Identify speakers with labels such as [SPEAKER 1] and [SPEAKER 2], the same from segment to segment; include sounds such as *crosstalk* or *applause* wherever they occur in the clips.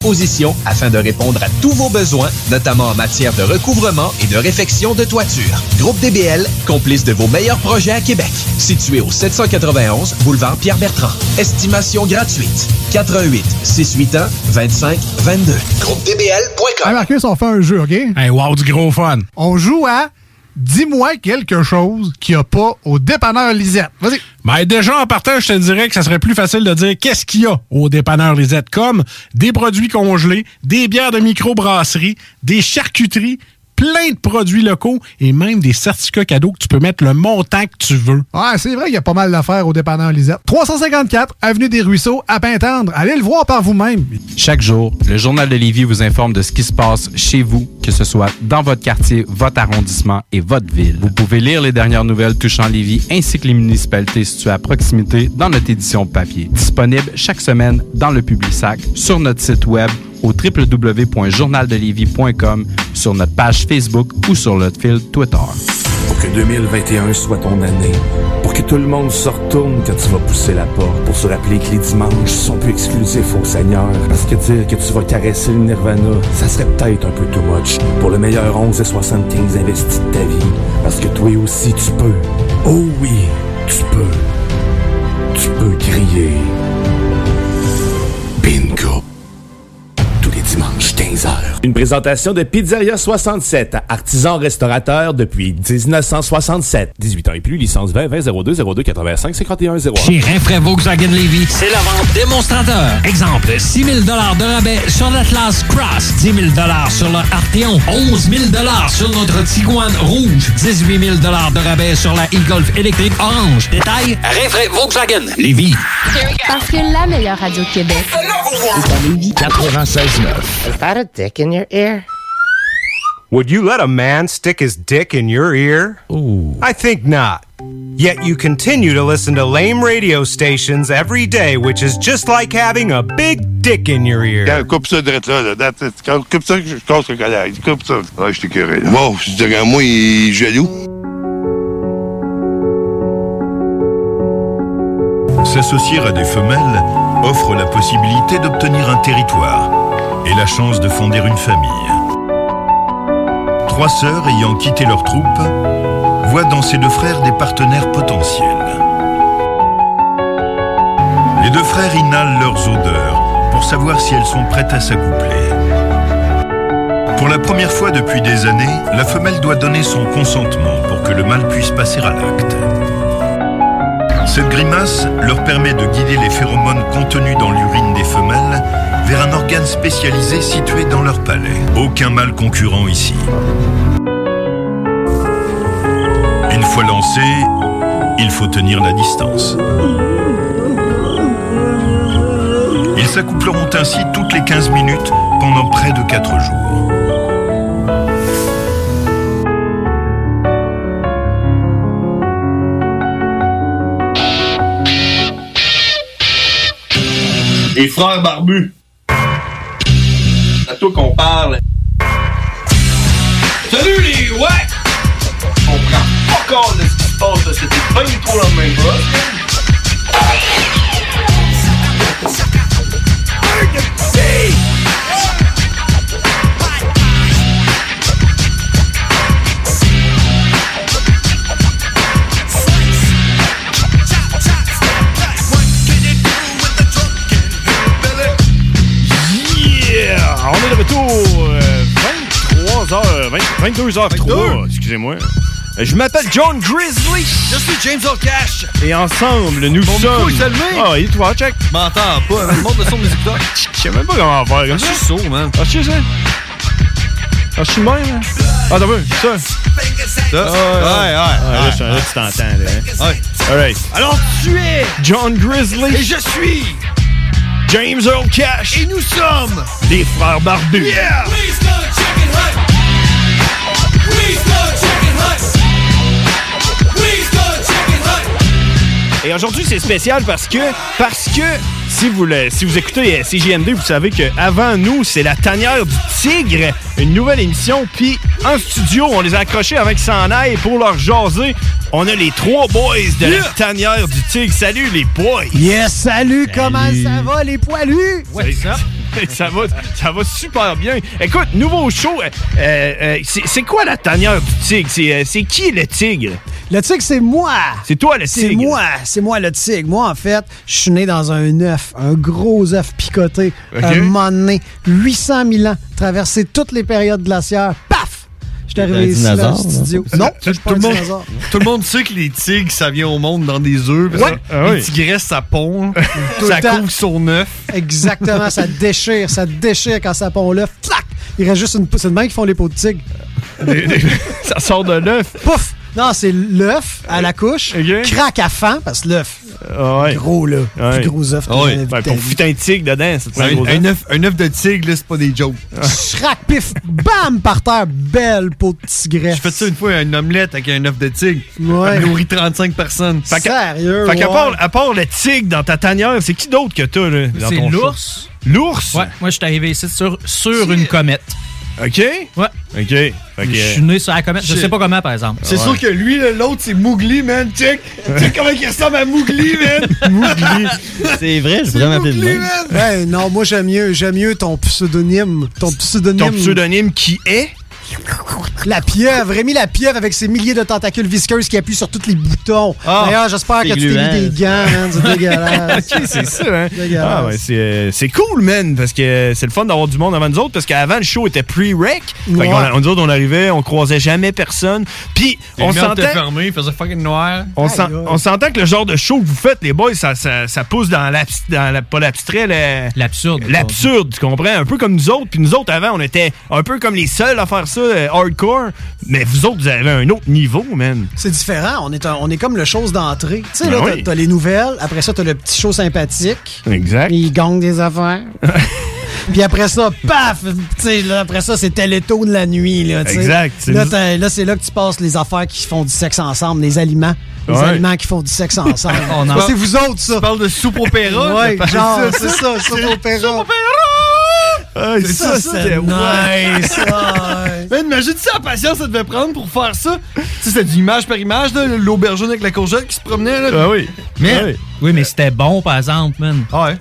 [SPEAKER 1] position afin de répondre à tous vos besoins, notamment en matière de recouvrement et de réfection de toiture. Groupe DBL, complice de vos meilleurs projets à Québec. Situé au 791 boulevard Pierre-Bertrand. Estimation gratuite. 88 681 25 22. Groupe DBL.com.
[SPEAKER 2] Hey Marcus, on fait un jeu, OK?
[SPEAKER 3] Hey, wow, du gros fun.
[SPEAKER 2] On joue à Dis-moi quelque chose qu'il n'y a pas au dépanneur Lisette. Vas-y.
[SPEAKER 3] Ben déjà, en partant, je te dirais que ça serait plus facile de dire qu'est-ce qu'il y a au dépanneur Lisette, comme des produits congelés, des bières de microbrasserie, des charcuteries, plein de produits locaux et même des certificats cadeaux que tu peux mettre le montant que tu veux.
[SPEAKER 2] Ouais, c'est vrai qu'il y a pas mal d'affaires au dépanneur Lisette. 354 Avenue des Ruisseaux, à Pintendre. Allez le voir par vous-même.
[SPEAKER 4] Chaque jour, le Journal de Lévis vous informe de ce qui se passe chez vous, que ce soit dans votre quartier, votre arrondissement et votre ville. Vous pouvez lire les dernières nouvelles touchant Lévis ainsi que les municipalités situées à proximité dans notre édition papier. Disponible chaque semaine dans le Publisac, sur notre site web au www.journaldelévis.com, sur notre page Facebook ou sur notre fil Twitter.
[SPEAKER 5] Pour que 2021 soit ton année, pour que tout le monde se retourne quand tu vas pousser la porte, pour se rappeler que les dimanches sont plus exclusifs au Seigneur, parce que dire que tu vas caresser le Nirvana, ça serait peut-être un peu too much, pour le meilleur 11 et 75 investis de ta vie, parce que toi aussi tu peux, oh oui, tu peux, tu peux crier. Bingo. Tous les dimanches, 15h. Une présentation de Pizzeria 67, artisan restaurateur depuis 1967. 18 ans et plus, licence 20 20 02 02 85 51 01.
[SPEAKER 6] Chez Renfrais Volkswagen Levy, c'est la vente démonstrateur. Exemple, 6 000 de rabais sur l'Atlas Cross, 10 000 sur le Arteon, 11 000 sur notre Tiguan Rouge, 18 000 de rabais sur la e-Golf électrique orange. Détail, Renfrais Volkswagen Levy.
[SPEAKER 7] Parce que la meilleure radio de Québec.
[SPEAKER 8] 96.9. About a dick in your ear? Would you let a man stick his dick in your ear? Ooh. I think not. Yet you continue to listen to lame radio stations every day, which is just like having a big dick in your ear.
[SPEAKER 9] coupe ça direct là, là. That's it. Coupe ça, je casse le collègue. Coupe ça. Ouais, je t'ai curé. Bon, je dirais, moi, il est jaloux.
[SPEAKER 10] S'associer à des femelles offre la possibilité d'obtenir un territoire et la chance de fonder une famille. Trois sœurs ayant quitté leur troupe voient dans ces deux frères des partenaires potentiels. Les deux frères inhalent leurs odeurs pour savoir si elles sont prêtes à s'accoupler. Pour la première fois depuis des années, la femelle doit donner son consentement pour que le mâle puisse passer à l'acte. Cette grimace leur permet de guider les phéromones contenus dans l'urine des femelles vers un organe spécialisé situé dans leur palais. Aucun mâle concurrent ici. Une fois lancé, il faut tenir la distance. Ils s'accoupleront ainsi toutes les 15 minutes pendant près de 4 jours.
[SPEAKER 11] Les frères barbus. C'est à toi qu'on parle. Salut les ouais! On prend pas compte de ce qui se passe, là. c'était pas du tout la même
[SPEAKER 12] euh, 22h03, excusez-moi. Euh, Je m'appelle John Grizzly.
[SPEAKER 6] Je suis James O'Cash.
[SPEAKER 12] Et ensemble, nous
[SPEAKER 6] Mon micro
[SPEAKER 12] sommes.
[SPEAKER 6] est allumé.
[SPEAKER 12] Ah, il est ouvert, check.
[SPEAKER 6] M'entends pas, hein? monte le son de mes écouteurs.
[SPEAKER 12] Je sais même pas comment faire comme ça.
[SPEAKER 6] Je suis sourd, man.
[SPEAKER 12] Ah, je sais ça. Ah, je suis de même, hein. Ah, t'as vu, ça. Ah,
[SPEAKER 6] Ça? Ouais, ouais,
[SPEAKER 12] là,
[SPEAKER 6] ouais,
[SPEAKER 12] ça, là,
[SPEAKER 6] ouais.
[SPEAKER 12] tu t'entends, là. hein.
[SPEAKER 6] Ouais.
[SPEAKER 12] Alright.
[SPEAKER 6] Alors tu es
[SPEAKER 12] John Grizzly.
[SPEAKER 6] et je suis
[SPEAKER 12] James O'Cash.
[SPEAKER 6] et nous sommes
[SPEAKER 12] Les frères barbus.
[SPEAKER 6] Yeah!
[SPEAKER 12] Et aujourd'hui, c'est spécial parce que, parce que, si vous, le- si vous écoutez euh, CJMD, vous savez que avant nous, c'est la tanière du tigre, une nouvelle émission, puis en studio, on les a accrochés avec s'en aille pour leur jaser. On a les trois boys de la
[SPEAKER 13] Yeah!
[SPEAKER 12] tanière du tigre. Salut les boys!
[SPEAKER 13] Yes, salut, comment ça va les poilus?
[SPEAKER 12] ça? *laughs* ça, va, ça va super bien. Écoute, nouveau show. euh, euh, euh, c'est c'est quoi la tanière du tigre? C'est euh, c'est qui le tigre?
[SPEAKER 13] Le tigre, c'est moi!
[SPEAKER 12] C'est toi le
[SPEAKER 13] C'est
[SPEAKER 12] tigre.
[SPEAKER 13] moi, c'est moi le tigre. Moi, en fait, je suis né dans un œuf, un gros œuf picoté,
[SPEAKER 12] Ok.
[SPEAKER 13] un moment donné, 800 000 ans, traversé toutes les périodes glaciaires, paf! Je suis arrivé ici, dans le studio. Ben, Non, je suis pas
[SPEAKER 6] tout
[SPEAKER 13] un
[SPEAKER 6] le, monde,
[SPEAKER 13] dinosaure.
[SPEAKER 6] tout le monde sait que les tigres, ça vient au monde dans des œufs. parce
[SPEAKER 13] Ouais.
[SPEAKER 6] que
[SPEAKER 13] Ah oui.
[SPEAKER 6] Les tigresses, ça
[SPEAKER 12] *laughs*
[SPEAKER 6] pond.
[SPEAKER 13] Tout
[SPEAKER 6] ça
[SPEAKER 13] le temps.
[SPEAKER 6] couvre son œuf.
[SPEAKER 13] Exactement, ça déchire, ça déchire quand ça pond l'œuf. Clac! Il reste juste une pou- C'est de même qu'ils font les peaux de tigre.
[SPEAKER 12] *laughs* ça sort de l'œuf.
[SPEAKER 13] Pouf! Non, c'est l'œuf à la couche, craque à fend, parce que l'œuf,
[SPEAKER 12] Ah
[SPEAKER 13] gros là, plus gros œuf que j'ai jamais vu de ta vie.
[SPEAKER 12] un tigre dedans, c'est
[SPEAKER 13] un gros
[SPEAKER 6] un œuf. Un œuf de tigre, là, c'est pas des jokes.
[SPEAKER 12] Ah.
[SPEAKER 13] Chrac, pif, bam, par terre, belle peau de tigresse.
[SPEAKER 6] Je fais ça une fois, une omelette avec un œuf de tigre.
[SPEAKER 13] Ouais.
[SPEAKER 6] Elle nourrit 35 personnes.
[SPEAKER 12] Fait qu'à- Fait qu'à part, à part le tigre dans ta tanière, c'est qui d'autre que t'as, là? dans
[SPEAKER 1] C'est
[SPEAKER 12] ton
[SPEAKER 1] l'ours.
[SPEAKER 12] show? L'ours?
[SPEAKER 1] Ouais, moi, je suis arrivé ici sur, sur une comète.
[SPEAKER 12] OK? Ouais. OK. Fait que,
[SPEAKER 1] Je suis né sur la comète. Je
[SPEAKER 6] Shit.
[SPEAKER 1] sais pas comment, par exemple.
[SPEAKER 6] C'est sûr que lui, là, l'autre, c'est Mougli, man. Check. Check comment il ressemble à Mougli, man. Mougli.
[SPEAKER 13] C'est vrai, je pourrais m'appeler
[SPEAKER 6] de même.
[SPEAKER 13] Ouais, non, moi j'aime mieux, j'aime mieux ton pseudonyme. Ton pseudonyme.
[SPEAKER 12] Ton pseudonyme qui est
[SPEAKER 13] La pieuvre, Rémi la pieuvre avec ses milliers de tentacules visqueuses qui appuient sur tous les boutons.
[SPEAKER 12] Ah,
[SPEAKER 13] D'ailleurs, j'espère
[SPEAKER 12] c'est
[SPEAKER 13] que tu t'es
[SPEAKER 12] gluant,
[SPEAKER 13] mis des gants, hein, *laughs* c'est dégueulasse.
[SPEAKER 12] OK, c'est ça, hein?
[SPEAKER 13] Dégueulasse.
[SPEAKER 12] Ah, ouais, c'est, euh, c'est cool, man, parce que euh, c'est le fun d'avoir du monde avant nous autres, parce qu'avant, le show était pre-rec. Fait
[SPEAKER 6] Ouais.
[SPEAKER 12] qu'on a- nous autres, on arrivait, on croisait jamais personne. Puis, on s'entend...
[SPEAKER 6] fermé, il faisait fucking noir.
[SPEAKER 12] On s'en- on s'entend que le genre de show que vous faites, les boys, ça, ça, ça pousse dans, l'abs- dans la, pas l'abstrait, le-
[SPEAKER 1] l'absurde.
[SPEAKER 12] L'absurde, tu comprends? Un peu comme nous autres. Puis nous autres, avant, on était un peu comme les seuls à faire ça, euh, hardcore. Mais vous autres, vous avez un autre niveau, man.
[SPEAKER 13] C'est différent, Hein? on est, un- on est comme le chose d'entrée. Tu sais,
[SPEAKER 12] Ben
[SPEAKER 13] là,
[SPEAKER 12] oui.
[SPEAKER 13] t'as- t'as les nouvelles, après ça, t'as le petit show sympathique.
[SPEAKER 12] Exact.
[SPEAKER 13] Il gagne des
[SPEAKER 12] *laughs*
[SPEAKER 13] affaires. Puis après ça, paf! Tu sais, là, après ça, c'était le taux de la nuit. Là, tu sais.
[SPEAKER 12] Exact, c'est
[SPEAKER 13] Là,
[SPEAKER 12] nous-
[SPEAKER 13] t'as- là, c'est là que tu passes les affaires qui font du sexe ensemble, les aliments. Les
[SPEAKER 12] Ouais.
[SPEAKER 13] aliments qui font du sexe ensemble.
[SPEAKER 6] *laughs* On en-
[SPEAKER 13] Ça, c'est vous autres, ça. Tu
[SPEAKER 6] parles de soupe opéra?
[SPEAKER 13] ouais,
[SPEAKER 6] Ça parle
[SPEAKER 13] genre,
[SPEAKER 6] de ça,
[SPEAKER 13] c'est
[SPEAKER 6] ça?
[SPEAKER 13] ça, soupe opéra.
[SPEAKER 12] Hey,
[SPEAKER 13] ça, c'était nice,
[SPEAKER 6] *laughs* Man, imagine ça, la patience ça devait prendre pour faire ça. Tu sais, c'était du image par image, là, l'aubergine avec la courgette qui se promenait. Là.
[SPEAKER 12] Ah oui. Ah
[SPEAKER 6] Mais,
[SPEAKER 1] Mais, oui, mais c'était bon, par exemple, man. Ah.
[SPEAKER 6] Ouais.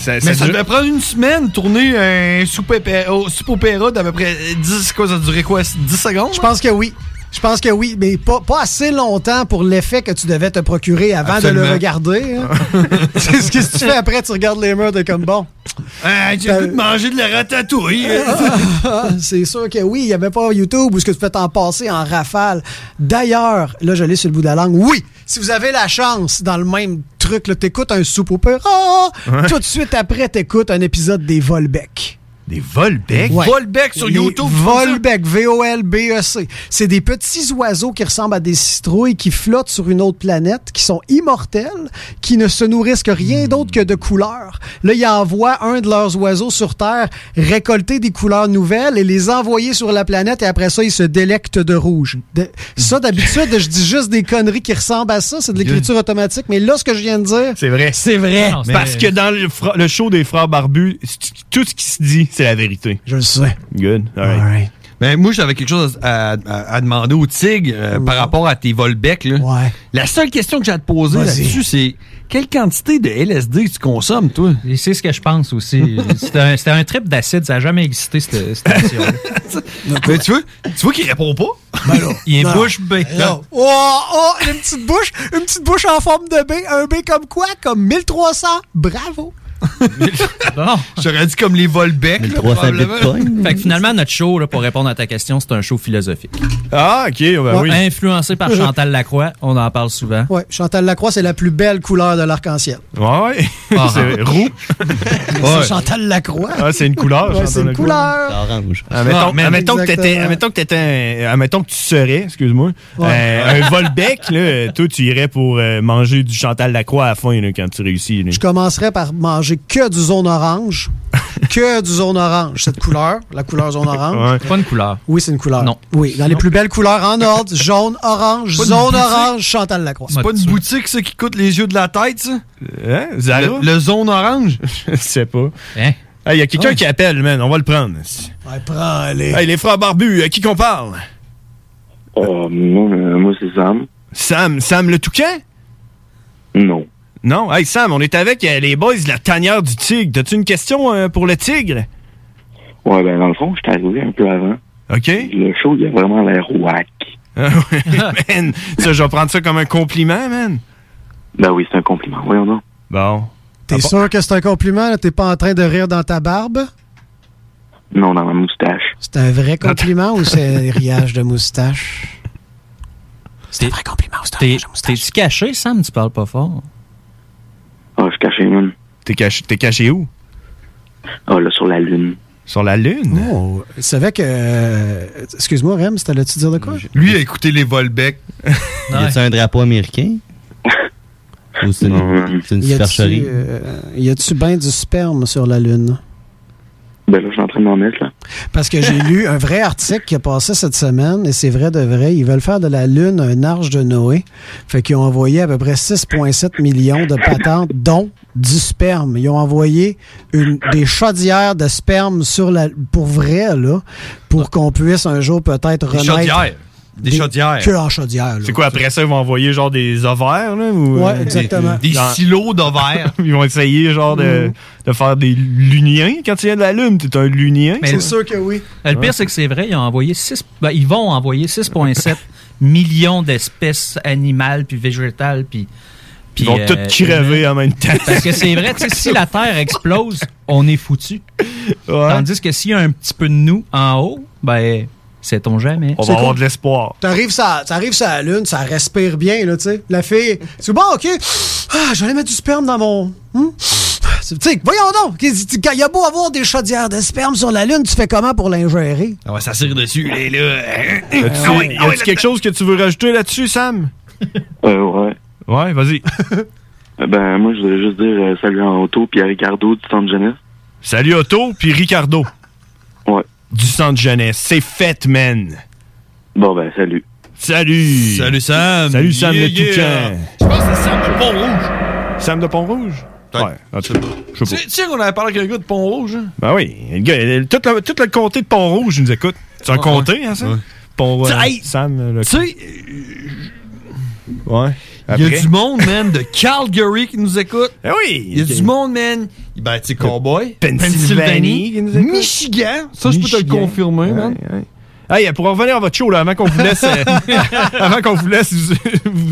[SPEAKER 12] Ça,
[SPEAKER 6] mais ça devait prendre une semaine de tourner un soupe opéra, oh, soupe opéra d'à peu près 10, quoi, ça durait quoi, 10 secondes?
[SPEAKER 13] Je pense que oui. Je pense que oui, mais pas, pas assez longtemps pour l'effet que tu devais te procurer avant de le
[SPEAKER 6] Absolument.
[SPEAKER 13] regarder. hein.
[SPEAKER 12] *laughs*
[SPEAKER 13] *laughs* C'est ce que tu fais après, tu regardes les murs, t'es comme bon.
[SPEAKER 12] Euh,
[SPEAKER 6] Hey, j'ai
[SPEAKER 12] ben,
[SPEAKER 6] le goût de manger de la ratatouille.
[SPEAKER 13] Ah, *laughs* c'est sûr que oui, il n'y avait pas YouTube ou ce que tu peux t'en passer en rafale. D'ailleurs, là, je l'ai sur le bout de la langue. Oui, si vous avez la chance, dans le même truc, là, t'écoutes un soupe opéra,
[SPEAKER 6] Ouais.
[SPEAKER 13] tout de suite après, t'écoutes un épisode des Volbec.
[SPEAKER 12] Des Volbec?
[SPEAKER 13] Ouais.
[SPEAKER 6] Volbec sur
[SPEAKER 13] Les
[SPEAKER 6] YouTube, hein. tu trouves ça?
[SPEAKER 13] Volbec, V-O-L-B-E-C. E C'est des petits oiseaux qui ressemblent à des citrouilles qui flottent sur une autre planète, qui sont immortels, qui ne se nourrissent que
[SPEAKER 6] Hmm.
[SPEAKER 13] rien d'autre que de couleurs. Là, ils envoient un de leurs oiseaux sur Terre récolter des couleurs nouvelles et les envoyer sur la planète et après ça, ils se délectent de rouge. De- Ça, d'habitude, je dis juste des conneries qui ressemblent à ça. C'est de l'écriture automatique. Mais là, ce que je viens de dire,
[SPEAKER 12] C'est vrai.
[SPEAKER 13] C'est vrai.
[SPEAKER 12] Mais- Parce que dans le, fra- le show des frères barbus, c- *laughs* tout ce qui se dit, c'est la vérité.
[SPEAKER 13] Je le sais.
[SPEAKER 12] Good. All right.
[SPEAKER 6] Mais moi, j'avais quelque chose à, à- à demander au Tig euh, par rapport à tes Volbec. Là. La seule question que j'ai à te poser
[SPEAKER 1] Vas-y.
[SPEAKER 6] là-dessus, c'est quelle quantité de LSD tu consommes, toi?
[SPEAKER 1] Et c'est ce que je
[SPEAKER 6] *laughs*
[SPEAKER 1] pense aussi. C'était un, c'était un trip d'acide, ça n'a jamais existé, cette, cette émission-là.
[SPEAKER 6] Mais tu vois, tu vois qu'il répond pas?
[SPEAKER 1] Il est
[SPEAKER 6] Non.
[SPEAKER 1] bouche bée. *laughs*
[SPEAKER 6] Non.
[SPEAKER 13] Oh, oh, une petite bouche, une petite bouche en forme de B, un B comme quoi? Comme 1300, bravo!
[SPEAKER 6] J'aurais dit comme les Volbeck. là, probablement.
[SPEAKER 1] Fait que finalement, notre show, là, pour répondre à ta question, c'est un show philosophique.
[SPEAKER 12] Ah, OK,
[SPEAKER 13] ben oui.
[SPEAKER 12] *laughs*
[SPEAKER 1] Influencé par Chantal Lacroix, on en parle souvent.
[SPEAKER 13] Ouais, Chantal Lacroix, c'est la plus belle couleur de l'arc-en-ciel.
[SPEAKER 12] Ouais, ouais. *laughs* C'est roux.
[SPEAKER 13] *laughs* C'est Chantal Lacroix.
[SPEAKER 12] Ah, c'est une couleur.
[SPEAKER 13] Ouais, c'est une couleur.
[SPEAKER 12] Orange. Admettons,
[SPEAKER 13] Ah, mais-
[SPEAKER 12] admettons que t'étais,
[SPEAKER 13] Exactement.
[SPEAKER 12] admettons que t'étais un- admettons que tu serais, excuse-moi,
[SPEAKER 13] Ouais.
[SPEAKER 12] euh, un Volbec, là, toi, tu irais pour euh, manger du Chantal Lacroix à la fin, là, quand tu réussis. là.
[SPEAKER 13] Je commencerai par manger que du zone orange. que du zone orange. Cette couleur, la couleur zone orange.
[SPEAKER 1] C'est Pas une couleur.
[SPEAKER 13] Oui, c'est une couleur.
[SPEAKER 1] Non.
[SPEAKER 13] Oui, dans les plus belles couleurs en ordre, jaune, orange,
[SPEAKER 6] Pas de
[SPEAKER 13] zone
[SPEAKER 6] boutique.
[SPEAKER 13] orange, Chantal Lacroix.
[SPEAKER 6] C'est pas une boutique, ça, qui coûte les yeux de la tête, ça?
[SPEAKER 12] Hein? Zara?
[SPEAKER 6] Le, le zone orange?
[SPEAKER 12] *laughs* Je sais pas. Hein? Il y a quelqu'un
[SPEAKER 6] Ah.
[SPEAKER 12] qui appelle, man. On va le prendre.
[SPEAKER 13] Ouais, prends-les.
[SPEAKER 12] Hey, les frères barbus, à qui qu'on parle?
[SPEAKER 5] Oh, moi, euh, moi c'est Sam.
[SPEAKER 12] Sam, Sam le Toucan?
[SPEAKER 5] Non.
[SPEAKER 12] Non? Hey, Sam, on est avec euh, les boys de la tanière du tigre. T'as-tu une question euh, pour le tigre? *laughs*
[SPEAKER 5] Ouais, ben dans le fond, je suis arrivé un peu avant.
[SPEAKER 12] OK.
[SPEAKER 5] Le show, il a vraiment l'air wack.
[SPEAKER 12] Ah ouais, man. Ça, je vais prendre ça comme un compliment, man.
[SPEAKER 5] Ben oui, c'est un compliment, voyons donc.
[SPEAKER 12] Bon.
[SPEAKER 6] Ah
[SPEAKER 13] T'es sûr que c'est un compliment? là? T'es pas en train de rire dans ta barbe?
[SPEAKER 5] Non, dans ma moustache.
[SPEAKER 13] C'est un
[SPEAKER 6] *laughs*
[SPEAKER 13] vrai compliment ou c'est un riage de moustache?
[SPEAKER 1] C'est un vrai compliment. T'es-tu caché, Sam? Tu parles pas fort.
[SPEAKER 5] Ah, je suis caché, man.
[SPEAKER 12] T'es caché, t'es caché où?
[SPEAKER 5] Ah, là, sur la lune.
[SPEAKER 12] Sur la lune?
[SPEAKER 13] Oh, il savait que. euh, Excuse-moi, Rem, c'était là-tu dire de quoi?
[SPEAKER 6] Lui a écouté les Volbeck.
[SPEAKER 14] *laughs* Y a-tu un
[SPEAKER 15] *laughs*
[SPEAKER 14] drapeau américain? Ou c'est une, c'est une
[SPEAKER 13] Y
[SPEAKER 14] supercherie?
[SPEAKER 13] a-tu euh, y a-tu ben du sperme sur la Lune?
[SPEAKER 5] Ben là, je suis en train de m'en mettre, là.
[SPEAKER 13] Parce que j'ai lu un vrai article qui a passé cette semaine, et c'est vrai de vrai, ils veulent faire de la Lune un arche de Noé. Fait qu'ils ont envoyé à peu près 6,7 millions de patentes, dont du sperme. Ils ont envoyé une, des chaudières de sperme sur la, pour vrai, là, pour qu'on puisse un jour peut-être
[SPEAKER 12] Des
[SPEAKER 13] renaître.
[SPEAKER 12] chaudières. Des chaudières.
[SPEAKER 13] Que en chaudière, là.
[SPEAKER 12] C'est quoi, après ça, ils vont envoyer genre des ovaires, là? Ou,
[SPEAKER 13] Ouais, exactement. Mm. Des- des
[SPEAKER 12] silos d'ovaires. *laughs* ils vont essayer, genre, de, de faire des luniens quand tu viens de la Lune. T'es un lunien.
[SPEAKER 1] Mais
[SPEAKER 12] toi.
[SPEAKER 1] c'est sûr
[SPEAKER 13] que oui.
[SPEAKER 1] Le pire, c'est que c'est vrai, ils ont envoyé 6... ben, ils vont
[SPEAKER 12] *laughs*
[SPEAKER 1] envoyer 6,7 millions d'espèces animales puis végétales puis... euh,
[SPEAKER 12] Ils vont toutes crever en même temps.
[SPEAKER 1] Parce que c'est vrai, tu sais, si la Terre explose, on est foutu. Tandis que s'il y a un petit peu de nous en haut, ben, sait-on jamais.
[SPEAKER 13] On va C'est avoir cool. de
[SPEAKER 12] l'espoir.
[SPEAKER 13] T'arrives ça, t'arrives ça à la lune, ça respire bien là, tu sais. La fille, c'est bon, ok. Ah, j'allais mettre du sperme dans mon. hmm? Tu sais, voyons donc. qu'est-ce que- Quand il y a beau avoir des chaudières de sperme sur la lune, tu fais comment pour l'ingérer
[SPEAKER 6] Ah
[SPEAKER 12] On va s'assurer dessus, les là. As-tu
[SPEAKER 13] Ah ouais, ah ouais,
[SPEAKER 12] as-tu quelque chose que tu veux rajouter là-dessus, Sam?
[SPEAKER 5] *laughs* Euh, ouais.
[SPEAKER 12] Ouais, vas-y.
[SPEAKER 5] ben, moi, je voudrais juste dire euh, salut à Otto puis à Ricardo du Centre Jeunesse.
[SPEAKER 12] Salut Otto, puis Ricardo.
[SPEAKER 5] Ouais.
[SPEAKER 12] Du centre jeunesse. C'est fait, man.
[SPEAKER 5] Bon, ben, salut.
[SPEAKER 12] Salut.
[SPEAKER 5] Salut, Sam.
[SPEAKER 12] Salut Sam
[SPEAKER 5] Yeah,
[SPEAKER 12] le
[SPEAKER 5] yeah.
[SPEAKER 12] Toucan.
[SPEAKER 6] Je pense que c'est Sam de Pont-Rouge.
[SPEAKER 12] Sam de Pont-Rouge? Ouais. en tout cas,
[SPEAKER 6] Tu
[SPEAKER 12] Je sais pas.
[SPEAKER 6] sais- tu sais qu'on avait parlé avec un gars de Pont-Rouge, hein?
[SPEAKER 12] Ben oui, le gars, le- tout, le, tout le comté de Pont-Rouge nous écoute. C'est un
[SPEAKER 6] Ouais.
[SPEAKER 12] comté, hein, ça?
[SPEAKER 6] Ouais.
[SPEAKER 12] Pont,
[SPEAKER 6] Tu-
[SPEAKER 12] euh,
[SPEAKER 6] hey,
[SPEAKER 12] Sam, le...
[SPEAKER 6] Tu sais,
[SPEAKER 12] Ouais.
[SPEAKER 6] il y
[SPEAKER 12] Après?
[SPEAKER 6] a du monde, man, de Calgary qui nous écoute.
[SPEAKER 12] Eh oui!
[SPEAKER 6] Il y a
[SPEAKER 12] ok.
[SPEAKER 6] du monde, man. Ben, tu sais, Cowboy.
[SPEAKER 12] Pennsylvanie qui nous écoute.
[SPEAKER 6] Michigan. Ça, je peux te le
[SPEAKER 12] Michigan.
[SPEAKER 6] confirmer, man.
[SPEAKER 12] Hey, pour en revenir à votre show, là, avant qu'on vous laisse, euh, *laughs* avant qu'on vous laisse vous-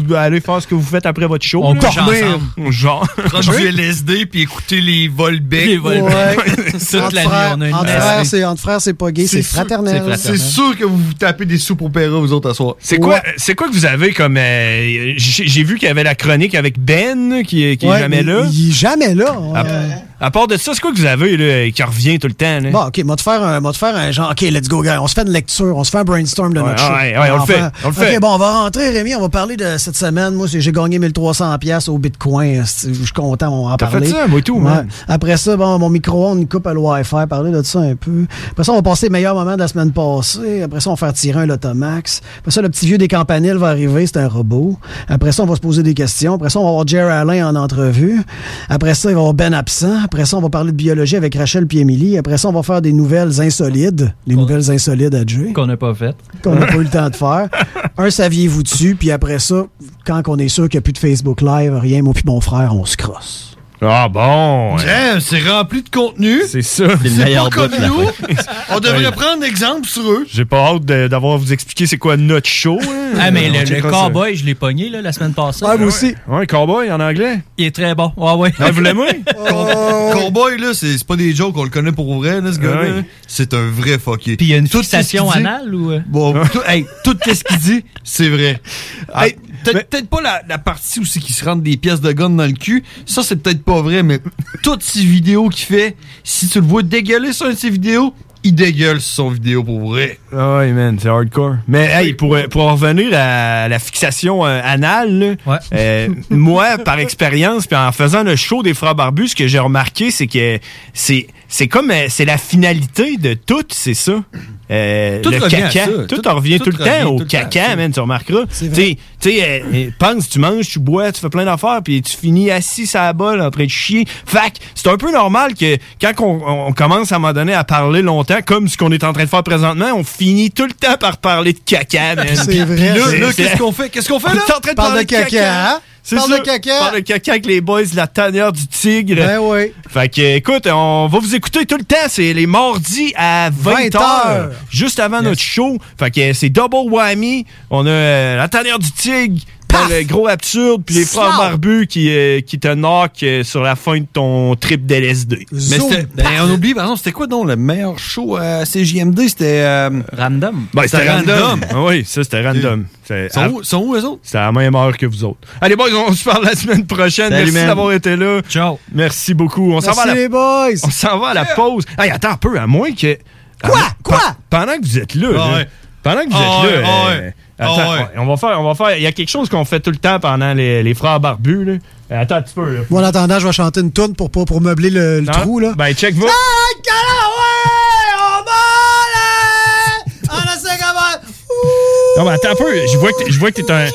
[SPEAKER 12] vous aller faire ce que vous faites après votre show,
[SPEAKER 6] On
[SPEAKER 12] là.
[SPEAKER 6] couche ensemble.
[SPEAKER 12] On genre.
[SPEAKER 6] Prendre du LSD puis écouter les Volbeck. Les
[SPEAKER 13] Volbeck.
[SPEAKER 6] *laughs*
[SPEAKER 13] Entre frères- entre frères, c'est- entre frères, c'est pas gay, c'est
[SPEAKER 6] sûr-
[SPEAKER 13] fraternel.
[SPEAKER 6] C'est sûr que vous vous tapez des soupes opéra, vous autres, à soir.
[SPEAKER 12] C'est quoi, c'est quoi que vous avez comme. euh, j'ai j'ai vu qu'il y avait la chronique avec Ben qui, qui
[SPEAKER 13] Ouais,
[SPEAKER 12] est jamais
[SPEAKER 13] mais
[SPEAKER 12] là.
[SPEAKER 13] Il est jamais là. On-
[SPEAKER 12] À,
[SPEAKER 6] hein.
[SPEAKER 12] à part de ça, c'est quoi que vous avez là, qui revient tout le temps? Là?
[SPEAKER 13] Bon, OK, moi te faire un, moi te faire un genre, OK, let's go, gars. On se fait une lecture, on se fait un brainstorm de
[SPEAKER 12] Ouais,
[SPEAKER 13] notre show.
[SPEAKER 12] ouais, ouais, on le
[SPEAKER 13] va
[SPEAKER 12] fait,
[SPEAKER 13] faire-
[SPEAKER 12] on le
[SPEAKER 13] OK,
[SPEAKER 12] fait.
[SPEAKER 13] bon, on va rentrer, Rémi, on va parler de cette semaine. Moi, c'est- j'ai gagné 1300$ piastres au Bitcoin. C'est- Je suis content, on va en
[SPEAKER 12] T'as fait
[SPEAKER 13] parler.
[SPEAKER 12] ça, moi et tout,
[SPEAKER 13] Ouais.
[SPEAKER 12] man.
[SPEAKER 13] Après ça, bon, mon micro-ondes il coupe à le Wi-Fi, parler de ça un peu. Après ça, on va passer les meilleurs moments de la semaine passée. Après ça, on va faire tirer un Lotomax. Après ça, le petit vieux des campaniles va arriver, c'est un robot. Après ça, on va se poser des questions. Après ça, on va avoir Jerry Allen en entrevue. Après ça, il va y avoir Ben absent. Après ça, on va parler de biologie avec Rachel puis Émilie. Après ça, on va faire des nouvelles insolides. Les nouvelles insolides à Jay
[SPEAKER 1] Qu'on n'a pas fait.
[SPEAKER 13] qu'on n'a pas eu le temps de faire. Un, saviez-vous dessus? Puis après ça, quand on est sûr qu'il n'y a plus de Facebook Live, rien, moi puis mon frère, on se crosse.
[SPEAKER 12] Ah bon!
[SPEAKER 6] Damn, c'est rempli de contenu.
[SPEAKER 12] C'est ça.
[SPEAKER 6] C'est pas comme nous. On devrait prendre exemple sur eux.
[SPEAKER 12] J'ai pas hâte de- d'avoir à vous expliquer c'est quoi notre show. hein.
[SPEAKER 1] Ah, mais
[SPEAKER 12] On
[SPEAKER 1] le, le
[SPEAKER 12] checkera ça.
[SPEAKER 1] cowboy, je l'ai pogné là, la semaine passée.
[SPEAKER 12] Ah, moi aussi. Ouais, cowboy en anglais.
[SPEAKER 1] Il est très bon. Ah, ouais.
[SPEAKER 12] Ah,
[SPEAKER 6] *laughs*
[SPEAKER 12] vous l'aimez?
[SPEAKER 6] Cowboy, là, c'est c'est pas des jokes, on le connaît pour vrai, là, ce gars-là. là. C'est un vrai fucké. Ah Puis
[SPEAKER 1] il y a une
[SPEAKER 6] station
[SPEAKER 1] fixation anale ou. euh?
[SPEAKER 6] Bon, tout, hey, tout ce qu'il dit, c'est vrai. Hey, peut- peut-être pas la, la partie où c'est qu'il se rentre des pièces de gun dans le cul. Ça, c'est peut-être pas vrai, mais toutes ces vidéos qu'il fait, si tu le vois dégueuler sur une de ses vidéos, il dégueule sur son vidéo pour vrai.
[SPEAKER 12] Ah ouais, man, c'est hardcore. Mais hey, pour, euh, pour en revenir à la fixation euh, anale, là, euh, *laughs* moi, par expérience, puis en faisant le show des Frères Barbus, ce que j'ai remarqué, c'est que c'est c'est comme euh, c'est la finalité de tout, c'est ça. Euh,
[SPEAKER 4] Tout
[SPEAKER 12] le
[SPEAKER 4] revient à
[SPEAKER 12] caca,
[SPEAKER 4] ça.
[SPEAKER 12] Tout,
[SPEAKER 4] Tout-
[SPEAKER 12] revient tout,
[SPEAKER 4] tout
[SPEAKER 12] le
[SPEAKER 4] revient
[SPEAKER 12] temps
[SPEAKER 4] tout
[SPEAKER 12] au
[SPEAKER 4] le temps à
[SPEAKER 12] caca,
[SPEAKER 4] ça.
[SPEAKER 12] man, tu remarqueras. Tu sais, tu sais, euh, euh, pense, tu manges, tu bois, tu fais plein d'affaires, puis tu finis assis à la balle en train de chier. Fait que c'est un peu normal que quand on, on commence à un moment donné à parler longtemps, comme ce qu'on est en train de faire présentement, on finit tout le temps par parler de caca, man.
[SPEAKER 6] C'est
[SPEAKER 12] Puis-
[SPEAKER 6] vrai.
[SPEAKER 12] puis là,
[SPEAKER 6] C'est-
[SPEAKER 12] là,
[SPEAKER 6] c'est-
[SPEAKER 12] qu'est-ce qu'on fait? Qu'est-ce qu'on fait, là?
[SPEAKER 6] On est en train de Parle parler de de caca, caca. hein?
[SPEAKER 12] C'est
[SPEAKER 6] Parle
[SPEAKER 12] ça.
[SPEAKER 6] de caca.
[SPEAKER 12] Parle de caca avec les boys, de la tanière du tigre. Ben oui. Fait que, écoute, on va vous écouter tout le temps. C'est les mardis à 20h.
[SPEAKER 4] 20 heures.
[SPEAKER 12] Juste avant notre show. Fait que c'est double whammy. On a euh, la tanière du tigre. dans le gros absurde, puis les frères
[SPEAKER 4] Slap.
[SPEAKER 12] barbus qui, euh, qui te knock euh, sur la fin de ton trip d'LSD.
[SPEAKER 6] Mais c'était- ben, on oublie, par exemple, c'était quoi donc le meilleur show euh, à CJMD? C'était. euh,
[SPEAKER 1] random.
[SPEAKER 12] Ben, c'était random. Ah oui, ça, c'était random. C'est-
[SPEAKER 6] Sont où- sont où, eux autres?
[SPEAKER 12] C'est à la même heure que vous autres. Allez, boys, on se parle la semaine prochaine.
[SPEAKER 4] Salut,
[SPEAKER 12] Merci
[SPEAKER 4] man.
[SPEAKER 12] d'avoir été là. Ciao. Merci beaucoup. On s'en
[SPEAKER 4] Merci
[SPEAKER 12] va à la...
[SPEAKER 4] les
[SPEAKER 12] boys. On s'en va à la pause. Hey, attends un peu, à moins que. Quoi? Quoi? pendant que vous êtes là.
[SPEAKER 4] Ah
[SPEAKER 12] là,
[SPEAKER 4] ouais.
[SPEAKER 12] Pendant que vous
[SPEAKER 4] Ah
[SPEAKER 12] êtes
[SPEAKER 4] ouais,
[SPEAKER 12] là.
[SPEAKER 4] ah
[SPEAKER 12] euh,
[SPEAKER 4] ouais.
[SPEAKER 12] attends,
[SPEAKER 4] Ah ouais.
[SPEAKER 12] on va faire, on va faire. Il y a quelque chose qu'on fait tout le temps pendant les, les frères barbus, là. Euh, Attends un petit peu, là.
[SPEAKER 13] Moi, en attendant, je vais chanter une toune pour, pas- pour meubler le, le
[SPEAKER 12] Non?
[SPEAKER 13] trou. Là.
[SPEAKER 12] Ben, check va.
[SPEAKER 1] Ah
[SPEAKER 12] Non, mais attends un peu. Je vois que t'es- je vois que t'es un.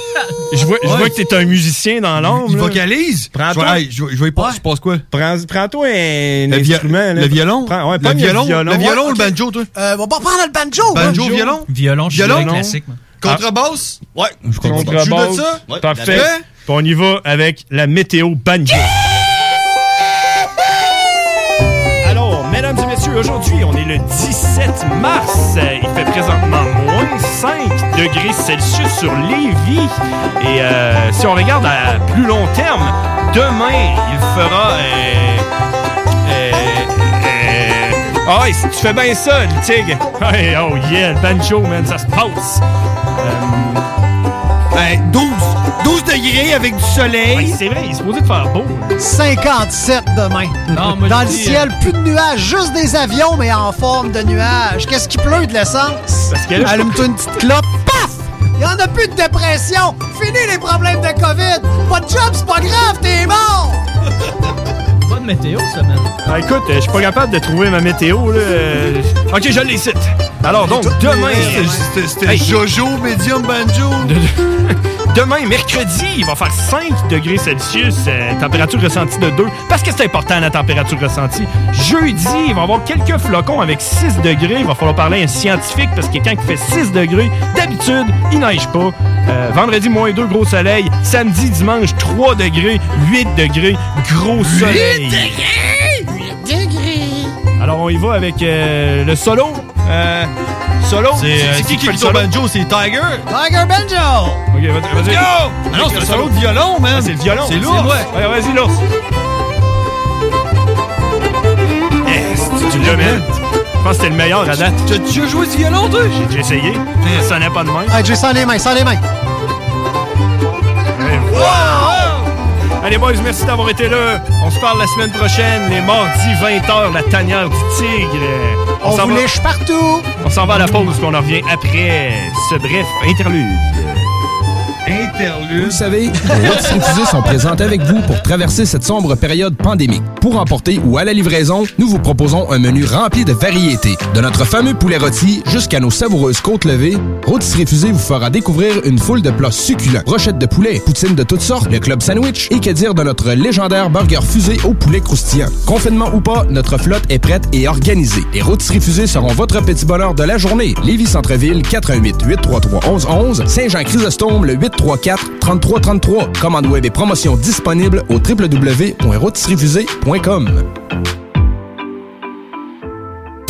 [SPEAKER 12] Je vois, je vois que t'es un musicien dans l'ombre. Il vocalise. Prends-toi.
[SPEAKER 6] Je vais- je vais y passer, je passe quoi?
[SPEAKER 12] Prends, prends-toi un
[SPEAKER 6] Le vi-
[SPEAKER 12] instrument. là.
[SPEAKER 6] le violon?
[SPEAKER 12] Prends- ouais,
[SPEAKER 6] Le
[SPEAKER 12] pogne
[SPEAKER 6] violon? Le violon ou le
[SPEAKER 12] Ouais,
[SPEAKER 6] banjo, toi?
[SPEAKER 13] Euh, on va prendre le banjo.
[SPEAKER 6] Banjo, violon?
[SPEAKER 1] Violon, je suis
[SPEAKER 6] Violon?
[SPEAKER 1] bien classique. moi.
[SPEAKER 6] Contrebasse? Ouais.
[SPEAKER 12] ok.
[SPEAKER 6] Tu
[SPEAKER 12] Contrebasse.
[SPEAKER 6] notes ça?
[SPEAKER 12] Parfait.
[SPEAKER 6] Hein?
[SPEAKER 12] Puis on y va avec la météo banjo. Alors, mesdames et messieurs, aujourd'hui, on est le 17 mars. Euh, Il fait présentement moins 5 degrés Celsius sur Lévis. Et euh, si on regarde à plus long terme, demain, il fera... euh, euh, euh, Ah ouais, si tu fais bien ça, le tigre. Ouais, oh yeah, le banjo, man, ça se passe. Euh,
[SPEAKER 6] 12, 12 degrés avec du soleil.
[SPEAKER 12] c'est vrai, il est supposé de faire beau.
[SPEAKER 13] 57 demain.
[SPEAKER 1] Non, moi,
[SPEAKER 13] Dans
[SPEAKER 1] je
[SPEAKER 13] le
[SPEAKER 1] dis,
[SPEAKER 13] ciel, plus de nuages, juste des avions, mais en forme de nuages. Qu'est-ce qui pleut de l'essence?
[SPEAKER 12] que là, je-
[SPEAKER 13] Allume-toi une petite clope, paf! Il y en a plus de dépression. Fini les problèmes de COVID. Pas de job, c'est pas grave, t'es mort!
[SPEAKER 1] Pas de météo, ça, man.
[SPEAKER 12] Ah, écoute, euh, je suis pas capable de trouver ma météo, là. Euh, Ok, je les cite. Alors, donc, demain... euh,
[SPEAKER 6] C'était- C'était
[SPEAKER 12] Hey.
[SPEAKER 6] Jojo, médium, banjo.
[SPEAKER 1] *laughs*
[SPEAKER 12] Demain, mercredi, il va faire 5 degrés Celsius, euh, température ressentie de 2, parce que c'est important la température ressentie. Jeudi, il va y avoir quelques flocons avec 6 degrés. Il va falloir parler à un scientifique, parce que quand il fait 6 degrés, d'habitude, il neige pas. Euh, vendredi, moins 2, gros soleil. Samedi, dimanche, 3 degrés, 8 degrés, gros soleil. Alors, on y va avec euh, le solo. Euh, solo?
[SPEAKER 6] C'est qui qui
[SPEAKER 12] fait
[SPEAKER 6] fait le banjo? C'est Tiger?
[SPEAKER 13] Tiger Banjo!
[SPEAKER 12] Ok, vas-y, vas-y.
[SPEAKER 6] Go! Ah non, c'est un solo de violon, man.
[SPEAKER 12] Ah, c'est le violon.
[SPEAKER 6] C'est lourd.
[SPEAKER 12] Ouais, ouais, vas-y, l'ours. Yes, tu l'as, man. Je pense que c'était le meilleur à date.
[SPEAKER 6] T'as déjà joué du violon, toi?
[SPEAKER 12] J'ai déjà essayé. Ça sonnait pas de même.
[SPEAKER 13] Hey, j'ai sans les mains, sans les mains.
[SPEAKER 12] Allez, boys, merci d'avoir été là. On se parle la semaine prochaine, les mardis 20h, la tanière du tigre.
[SPEAKER 13] On,
[SPEAKER 12] s'en
[SPEAKER 13] vous
[SPEAKER 12] va-
[SPEAKER 13] lèche partout.
[SPEAKER 12] On s'en va à la pause, puis on en revient après ce bref interlude.
[SPEAKER 10] Vous le savez, les Rocks Refusés sont présentes avec vous pour traverser cette sombre période pandémique. Pour emporter ou à la livraison, nous vous proposons un menu rempli de variétés. De notre fameux poulet rôti jusqu'à nos savoureuses côtes levées, Rôtisserie Fusée vous fera découvrir une foule de plats succulents. Rochettes de poulet, poutines de toutes sortes, le club sandwich et que dire de notre légendaire burger fusée au poulet croustillant. Confinement ou pas, notre flotte est prête et organisée. Les Rôtisseries Fusées seront votre petit bonheur de la journée. Lévis Centreville, 418-833-1111, Saint-Jean-Chrysostome, le 834
[SPEAKER 16] 454 3333. Commande web et promotion disponible au www.rotisseriefusée.com.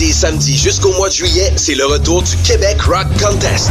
[SPEAKER 17] et samedis jusqu'au mois de juillet, c'est le retour du Québec Rock Contest.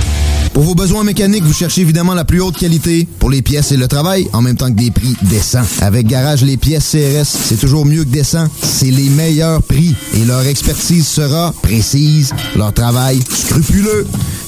[SPEAKER 18] Pour vos besoins mécaniques, vous cherchez évidemment la plus haute qualité pour les pièces et le travail, en même temps que des prix décents. Avec Garage, les pièces CRS, c'est toujours mieux que décent. C'est les meilleurs prix et leur expertise sera précise, leur travail scrupuleux.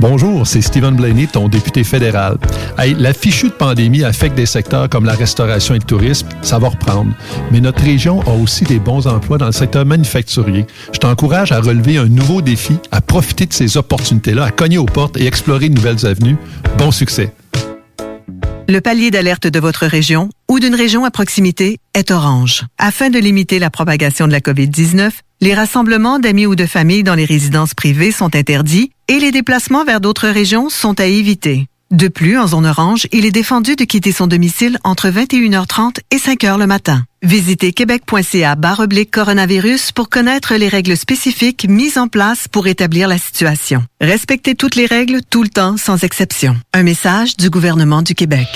[SPEAKER 19] Bonjour, c'est Stephen Blaney, ton député fédéral. Hey, la fichue de pandémie affecte des secteurs comme la restauration et le tourisme, ça va reprendre. Mais notre région a aussi des bons emplois dans le secteur manufacturier. Je t'encourage à relever un nouveau défi, à profiter de ces opportunités-là, à cogner aux portes et explorer de nouvelles avenues. Bon succès.
[SPEAKER 20] Le palier d'alerte de votre région ou d'une région à proximité est orange. Afin de limiter la propagation de la COVID-19, les rassemblements d'amis ou de familles dans les résidences privées sont interdits et les déplacements vers d'autres régions sont à éviter. De plus, en zone orange, il est défendu de quitter son domicile entre 21h30 et 5h le matin. Visitez québec.ca baroblique coronavirus pour connaître les règles spécifiques mises en place pour établir la situation. Respectez toutes les règles tout le temps sans exception. Un message du gouvernement du Québec.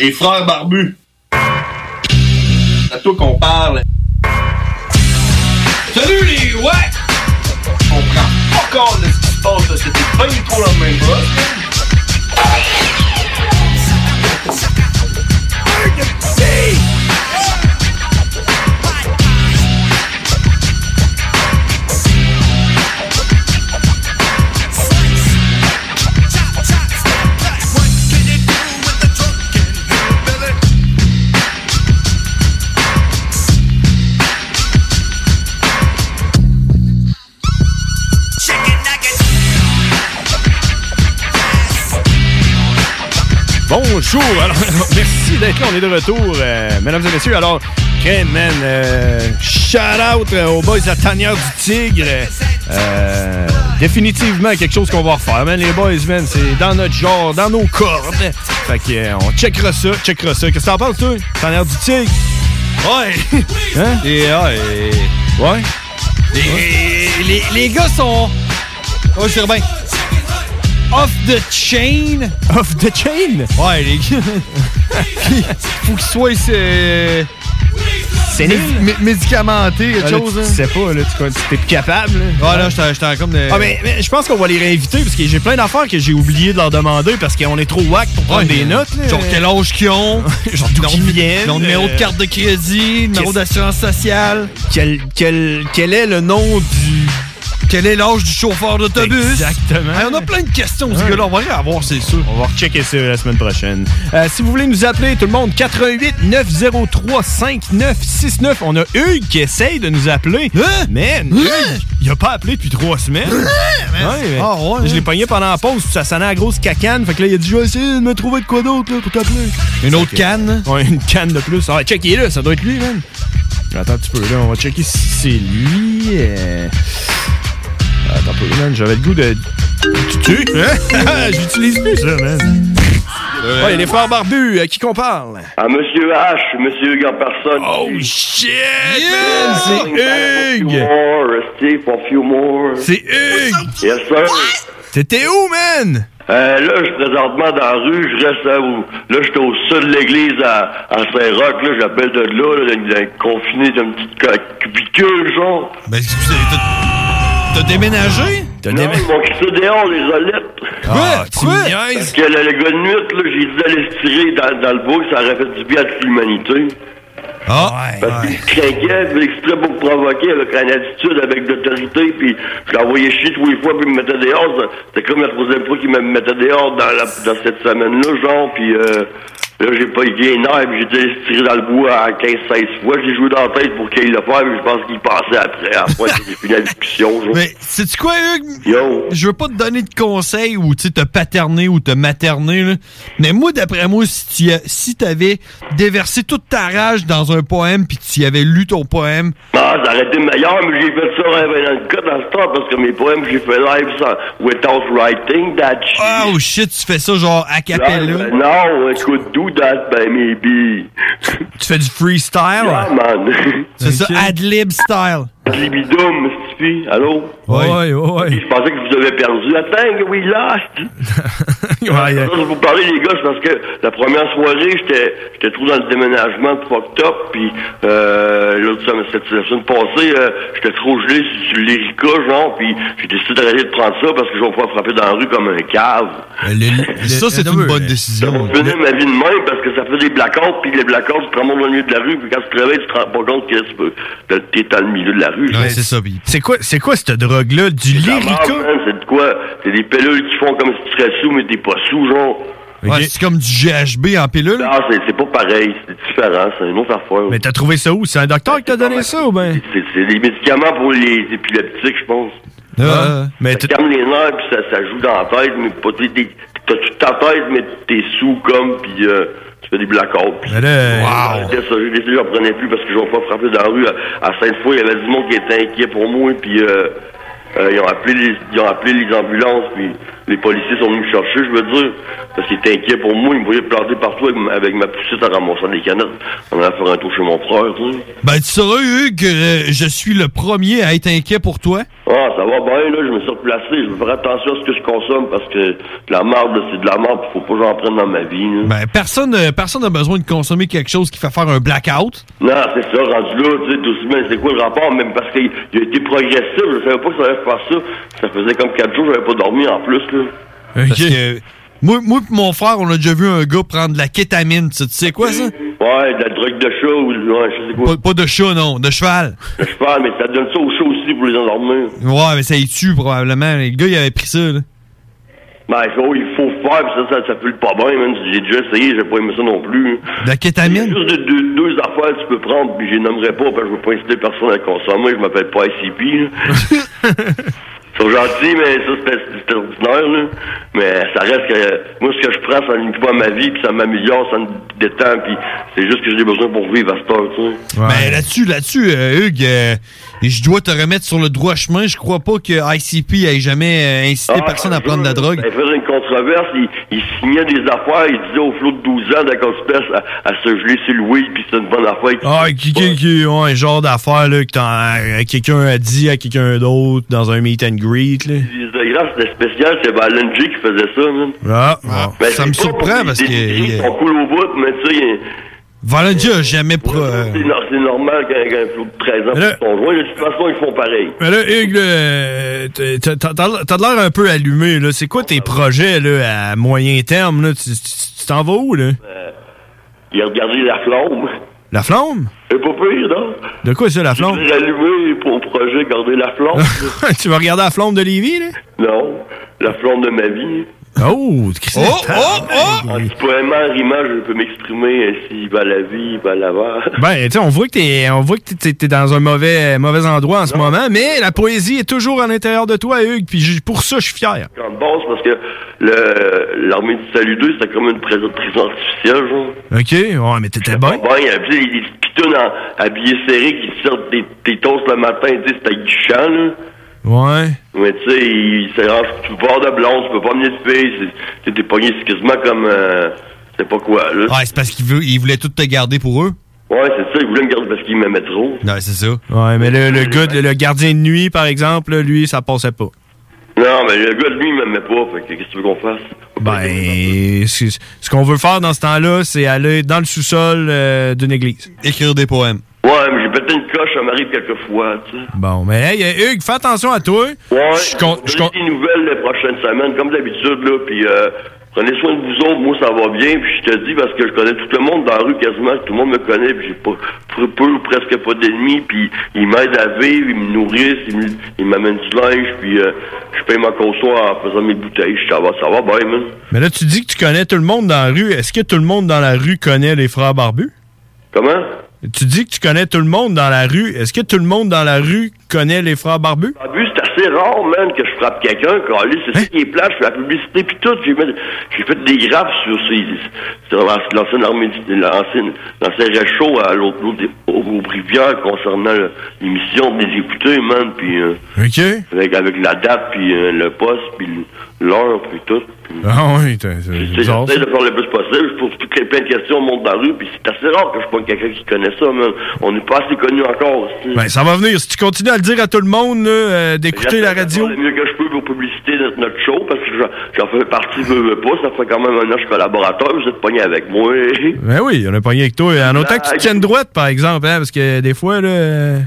[SPEAKER 21] Les frères barbus. C'est à toi qu'on parle. Salut les ouais! On prend pas compte de ce qui se passe, là. c'était pas du tout la même
[SPEAKER 12] Bonjour! Alors, *laughs* merci d'être là, on est de retour, euh, mesdames et messieurs. Alors, crème, man, euh, shout out euh, aux boys de la tanière du tigre. Euh, définitivement quelque chose qu'on va refaire, man. Les boys, man, c'est dans notre genre, dans nos cordes. Fait que, euh, on checkera ça, checkera ça. Qu'est-ce que t'en penses, toi? Tanière du tigre? Ouais! *laughs* Hein? Et, ouais. Ouais?
[SPEAKER 22] Les, les, les gars sont. Oh, je dirais bien. Off the chain.
[SPEAKER 12] Off the chain?
[SPEAKER 22] Ouais, les gars. Puis,
[SPEAKER 6] *laughs*
[SPEAKER 22] faut qu'ils soient. C'est.
[SPEAKER 12] C'est
[SPEAKER 6] Mé- mé- médicamenté, quelque
[SPEAKER 12] Ah, là,
[SPEAKER 6] chose.
[SPEAKER 12] tu-
[SPEAKER 6] hein.
[SPEAKER 12] tu sais pas, là, tu connais- t'es plus capable.
[SPEAKER 6] Ah, là, j'étais- j'étais comme des-
[SPEAKER 12] Ah, mais, mais je pense qu'on va les réinviter parce que j'ai plein d'affaires que j'ai oublié de leur demander parce qu'on est trop whack pour prendre
[SPEAKER 6] Ouais,
[SPEAKER 12] des notes. là.
[SPEAKER 6] Genre quel âge qu'ils ont,
[SPEAKER 12] *laughs* genre d'où qu'ils viennent.
[SPEAKER 6] leur numéro de
[SPEAKER 12] euh,
[SPEAKER 6] carte de crédit, numéro
[SPEAKER 12] qu'est-ce-
[SPEAKER 6] d'assurance sociale.
[SPEAKER 12] Quel, quel, quel est le nom du.
[SPEAKER 6] Quel est l'âge du chauffeur d'autobus?
[SPEAKER 12] Exactement.
[SPEAKER 6] Hey, on a plein de questions, ce
[SPEAKER 12] Ouais.
[SPEAKER 6] gars-là. On va rien avoir, c'est sûr.
[SPEAKER 12] On va rechecker ça la semaine prochaine. Euh, si vous voulez nous appeler, tout le monde, 88 903 5969. On a Hugues qui essaye de nous appeler.
[SPEAKER 6] Hein?
[SPEAKER 12] Man, Hugues, il a pas appelé depuis trois semaines. Ouais, mais
[SPEAKER 6] Ah, ouais,
[SPEAKER 12] Je l'ai
[SPEAKER 6] ouais.
[SPEAKER 12] pogné pendant la pause, puis ça sonnait à la grosse cacane. Fait que là, il a dit Je vais essayer de me trouver de quoi d'autre là, pour t'appeler.
[SPEAKER 6] Une autre
[SPEAKER 12] Fait que-
[SPEAKER 6] canne.
[SPEAKER 12] Ouais, une canne de plus. Ah, check, il est là, ça doit être lui, man. Attends un petit peu, là, on va checker si c'est lui. euh. Attends *laughs* un peu, man, j'avais le goût de. Tu tues? Hein? J'utilise plus ça, man. Ouais, les frères barbus, à qui qu'on parle?
[SPEAKER 23] À Ah, Monsieur H, Monsieur Gamperson.
[SPEAKER 12] Oh shit, man,
[SPEAKER 23] c'est Hugues. Steve, for few more.
[SPEAKER 12] C'est
[SPEAKER 23] Hugues. Yes sir.
[SPEAKER 12] T'étais où, man?
[SPEAKER 23] Euh, là, je suis présentement dans la rue, je reste à où? Là, je suis au sud de l'église à, à Saint-Roch, là, j'appelle de là, là, d'un- d'un confiné d'une petite ca- cubicule, genre.
[SPEAKER 6] Ben, excusez, t'as- t'as déménagé?
[SPEAKER 23] non, ils m'ont quitté dehors, les olites.
[SPEAKER 6] Ah, tu me
[SPEAKER 23] Parce que le, le gars de nuit, là, j'ai dit d'aller se tirer dans, dans le bois, ça aurait fait du bien à toute l'humanité.
[SPEAKER 6] Ah!
[SPEAKER 23] Parce qu'il craquait, puis exprès pour provoquer avec une attitude, avec l'autorité, puis je l'envoyais chier tous les fois, puis il me mettait dehors. Ça- C'était comme la troisième fois qu'il me mettait dehors dans, la, dans cette semaine-là, genre, puis euh, là, j'ai pas eu les nerfs, puis j'ai été tiré dans le bois à 15-16 fois. J'ai joué dans la tête pour qu'il le fasse, mais je pense qu'il passait après, à la fois, j'ai fini la discussion, genre.
[SPEAKER 6] Mais, sais-tu quoi, Hugues?
[SPEAKER 23] Yo.
[SPEAKER 6] Je veux pas te donner de conseils ou, tu sais, te paterner ou te materner, là. Mais moi, d'après moi, si tu as- si t'avais déversé toute ta rage dans un poème puis que tu y avais lu ton poème,
[SPEAKER 23] Ah, ça aurait été meilleur, mais j'ai fait ça dans le cas dans ce temps, parce que mes poèmes, j'ai fait live sans, without writing that shit.
[SPEAKER 22] Ah,
[SPEAKER 6] oh shit, tu fais ça genre a cappella.
[SPEAKER 23] Live, Ben Non, écoute, ben, do that by maybe.
[SPEAKER 6] *laughs* Tu fais du freestyle?
[SPEAKER 23] Yeah, Ah, man.
[SPEAKER 6] *laughs* C'est ça, ad lib style.
[SPEAKER 23] Libidum, Stifi, allô?
[SPEAKER 6] Oui, oui, oui.
[SPEAKER 23] Je pensais que vous avez perdu. Attends, que we
[SPEAKER 6] *laughs*
[SPEAKER 23] lost.
[SPEAKER 12] Ouais,
[SPEAKER 23] Je vous parler, les gars, c'est parce que la première soirée, j'étais, j'étais trop dans le déménagement de fucked up, puis euh, l'autre semaine, cette cette semaine passée, euh, j'étais trop gelé sur, sur l'Erica, genre, puis j'ai décidé d'arrêter de prendre ça parce que je vais pouvoir frapper dans la rue comme un cave.
[SPEAKER 6] ça, c'est une bonne décision.
[SPEAKER 23] Je venais ma vie de même parce que ça fait des blackouts, puis les blackouts, tu te remontes dans le milieu de la rue, puis quand tu te réveilles, tu te rends pas compte que tu peux- t'es- t'es dans le milieu de la rue. genre.
[SPEAKER 12] C'est quoi, c'est quoi cette drogue-là? Du
[SPEAKER 23] Ah,
[SPEAKER 12] lyrica?
[SPEAKER 23] man, C'est de quoi? C'est des pellules qui font comme si tu serais sous, mais t'es pas sous, genre.
[SPEAKER 6] Ouais, c'est comme du GHB en pilule?
[SPEAKER 23] Ah, c'est c'est pas pareil, c'est différent, c'est une autre affaire.
[SPEAKER 12] Mais t'as trouvé ça où? C'est un docteur qui t'a donné ça ou ben?
[SPEAKER 23] C'est c'est des médicaments pour les épileptiques, je pense.
[SPEAKER 6] Euh,
[SPEAKER 12] mais
[SPEAKER 23] ça calme les nerfs, puis ça, ça joue dans la tête, mais pas t'es- t'es- t'as toute ta tête, mais t'es sous comme, puis euh, tu fais des blackouts. puis-
[SPEAKER 12] là, euh,
[SPEAKER 23] J'arrêtais ça, J'ai décidé, j'en prenais plus parce que je vais pas frapper dans la rue. À, à Sainte-Foy, il y avait du monde qui était inquiet pour moi, puis euh, euh, ils, ont appelé les, ils ont appelé les ambulances, puis les policiers sont venus me chercher, je veux dire, parce qu'ils étaient inquiets pour moi. Ils me voyaient planter partout avec, ma- avec ma poussette en ramassant des canettes. On allait faire un tour chez mon frère, tu sais.
[SPEAKER 6] Ben, tu sauras, Hugues, que euh, je suis le premier à être inquiet pour toi.
[SPEAKER 23] Ah, ça va bien, là, je me suis replacé. Je vais faire attention à ce que je consomme parce que de la merde, là, c'est de la merde, puis faut pas que j'en prenne dans ma vie. là.
[SPEAKER 6] Ben, personne euh, personne n'a besoin de consommer quelque chose qui fait faire un blackout.
[SPEAKER 23] Non, c'est ça, rendu là, tu sais, doucement, c'est quoi le rapport, même parce qu'il il a été progressif, je savais pas que ça allait faire ça. Ça faisait comme quatre jours, j'avais pas dormi en plus, là.
[SPEAKER 6] Parce que moi, moi pis mon frère, on a déjà vu un gars prendre de la kétamine. Tu sais- tu sais quoi, ça?
[SPEAKER 23] Ouais, de la drogue de chat ou ouais, je sais quoi.
[SPEAKER 6] Pas, pas de chat, non, de cheval.
[SPEAKER 23] Le cheval, mais ça donne ça au chat aussi pour les endormir.
[SPEAKER 6] Ouais, mais ça y tue probablement. Le gars, il avait pris ça, là.
[SPEAKER 23] Ben, gros, il faut faire, pis ça, ça, ça pue le pas bien, man. J'ai déjà essayé, j'ai pas aimé ça non plus.
[SPEAKER 6] De la kétamine?
[SPEAKER 23] Juste de- de- deux affaires que tu peux prendre, puis je les nommerai pas, parce que je veux pas inciter personne à le consommer, je m'appelle pas ICP, là. Ils sont gentils, mais ça, c'est c'est ordinaire, là. Mais ça reste que, moi, ce que je prends, ça nuit pas à ma vie, puis ça m'améliore, ça me détend, puis c'est juste que j'ai besoin pour vivre à cette heure, tu sais.
[SPEAKER 6] Ben là-dessus, là-dessus, euh, Hugues, euh, je dois te remettre sur le droit chemin. Je crois pas que ICP ait jamais euh, incité
[SPEAKER 23] Ah,
[SPEAKER 6] personne
[SPEAKER 23] un
[SPEAKER 6] à prendre de la
[SPEAKER 1] jour,
[SPEAKER 6] drogue.
[SPEAKER 23] Il faisait une controverse, il, il signait des affaires, il disait au flot de 12 ans d'Acospès à, à se geler sur le oui, puis c'est une bonne affaire.
[SPEAKER 12] Ah, qui, qui, qui, ouais, un genre d'affaire là, que t'en- euh, quelqu'un a dit à quelqu'un d'autre dans un meet and greet. Là.
[SPEAKER 23] Les autographes, c'était spécial, c'est Valen G qui faisait ça, man.
[SPEAKER 12] Ah,
[SPEAKER 23] Ben,
[SPEAKER 6] ça
[SPEAKER 23] c'est
[SPEAKER 6] me
[SPEAKER 23] pas
[SPEAKER 6] surprend
[SPEAKER 23] pour
[SPEAKER 6] parce
[SPEAKER 23] les
[SPEAKER 6] que-
[SPEAKER 23] dénigrer, Ils sont cool au bout, mais tu sais,
[SPEAKER 6] Valentia a jamais pro- euh,
[SPEAKER 23] c'est nor- c'est normal qu'un qu'un flot de 13 ans se sont joints, de toute façon, ils font pareil.
[SPEAKER 12] Mais là, Hugues, là, euh, t'as- t'as t'as- t'as de l'air un peu allumé. Là. C'est quoi tes projets là, à moyen terme? Là? Tu tu- tu t'en vas où? Là?
[SPEAKER 23] Euh, Ils regardaient la flamme.
[SPEAKER 12] La flamme?
[SPEAKER 23] C'est pas pire, non?
[SPEAKER 12] De quoi ça, la flamme? *laughs*
[SPEAKER 23] J'ai allumé pour projet garder la flamme.
[SPEAKER 6] *laughs*
[SPEAKER 12] tu vas regarder la flamme de Lévis? Là?
[SPEAKER 23] non, la flamme de ma vie. Ah,
[SPEAKER 12] Oh, Christine.
[SPEAKER 6] oh!
[SPEAKER 23] En petit poème, en rimant, je peux m'exprimer euh, s'il va la vie, il va l'avoir.
[SPEAKER 12] Ben, tu sais, on voit que t'es, on voit que t'es, t'es dans un mauvais, mauvais endroit en ce moment, mais la poésie est toujours à l'intérieur de toi, Hugues. Puis j- pour ça, je suis fier.
[SPEAKER 23] Quand bosse, parce que le- l'armée du salut 2, c'était comme une prison, prison artificielle, genre.
[SPEAKER 12] Ok, ouais, mais t'étais bon.
[SPEAKER 23] Ben, il y a tu sais, les les pitounes en- habillés serrés qui sortent des, des toasts le matin, tu sais, c'était guichant, là.
[SPEAKER 12] Ouais.
[SPEAKER 23] Mais tu sais, il- il s'arrange, tu peux pas avoir de blonde, tu peux pas amener de filles, c'est- t'es t'es pogné, c'est quasiment comme... euh, c'est pas quoi, là.
[SPEAKER 6] Ouais, c'est parce qu'ils veulent- ils voulaient tout te garder pour eux.
[SPEAKER 23] Ouais, c'est ça, ils voulaient me garder parce qu'ils m'aimaient trop.
[SPEAKER 6] Ouais, c'est ça.
[SPEAKER 12] Ouais, mais le, le gars, de- le gardien de nuit, par exemple, là, lui, ça passait pas.
[SPEAKER 23] Non, mais le gars de lui, il m'aimait pas, fait que qu'est-ce que tu veux qu'on fasse?
[SPEAKER 12] Ben, c'est- ce qu'on veut faire dans ce temps-là, c'est aller dans le sous-sol euh, d'une église.
[SPEAKER 6] Écrire des poèmes.
[SPEAKER 23] Ouais, mais j'ai pété une coche, ça m'arrive quelquefois, tu sais.
[SPEAKER 12] Bon, mais hey, euh, Hugues, fais attention à toi.
[SPEAKER 23] Ouais,
[SPEAKER 12] Je con- je
[SPEAKER 23] vous donne des nouvelles les prochaines semaines, comme d'habitude, là, puis euh, prenez soin de vous autres, moi ça va bien, puis je te dis, parce que je connais tout le monde dans la rue quasiment, tout le monde me connaît, puis j'ai pas, peu, peu ou presque pas d'ennemis, puis ils m'aident à vivre, ils me nourrissent, ils me- ils m'amènent du linge, puis euh, je paye ma conso en faisant mes bouteilles, ça va, ça va bien, man.
[SPEAKER 12] Mais là, tu dis que tu connais tout le monde dans la rue. Est-ce que tout le monde dans la rue connaît les frères barbus?
[SPEAKER 23] Comment?
[SPEAKER 12] Tu dis que tu connais tout le monde dans la rue. Est-ce que tout le monde dans la rue connaît les frères barbus?
[SPEAKER 23] En plus, Ah, c'est assez rare, man, que je frappe quelqu'un, calé, c'est
[SPEAKER 12] Hein?
[SPEAKER 23] ça qui est plat, je fais la publicité puis tout, j'ai mis- j'ai fait des graphes sur ces, sur l'ancienne armée, du- l'ancienne, l'ancien réchaud à l'autre, l'autre, au au Rivière concernant le- l'émission des écoutés, man, puis euh,
[SPEAKER 12] OK.
[SPEAKER 23] avec, avec la date, puis euh, le poste, puis l'heure, puis tout.
[SPEAKER 12] Ah oui, t'as- c'est
[SPEAKER 23] Tu sais,
[SPEAKER 12] bizarre, ça.
[SPEAKER 23] J'essaie de faire le plus possible, je pose toutes les plein de questions au monde dans la rue, puis c'est assez rare que je prenne quelqu'un qui connaît ça, man. On n'est pas assez connu encore. c'est-
[SPEAKER 12] Ben, ça va venir. Si tu continues à le dire à tout le monde, là, euh, d'écouter
[SPEAKER 23] J'essaie
[SPEAKER 12] la
[SPEAKER 23] de
[SPEAKER 12] radio.
[SPEAKER 23] faire Le mieux que je peux pour publicité de notre show, parce que j'en- j'en fais partie, veux, veux pas. Ça fait quand même un an que je suis collaborateur, vous êtes pogné avec moi. *laughs*
[SPEAKER 12] Ben oui, on a pogné avec toi. En autant que tu te tiennes droite, par exemple, hein, parce que des fois, là. euh,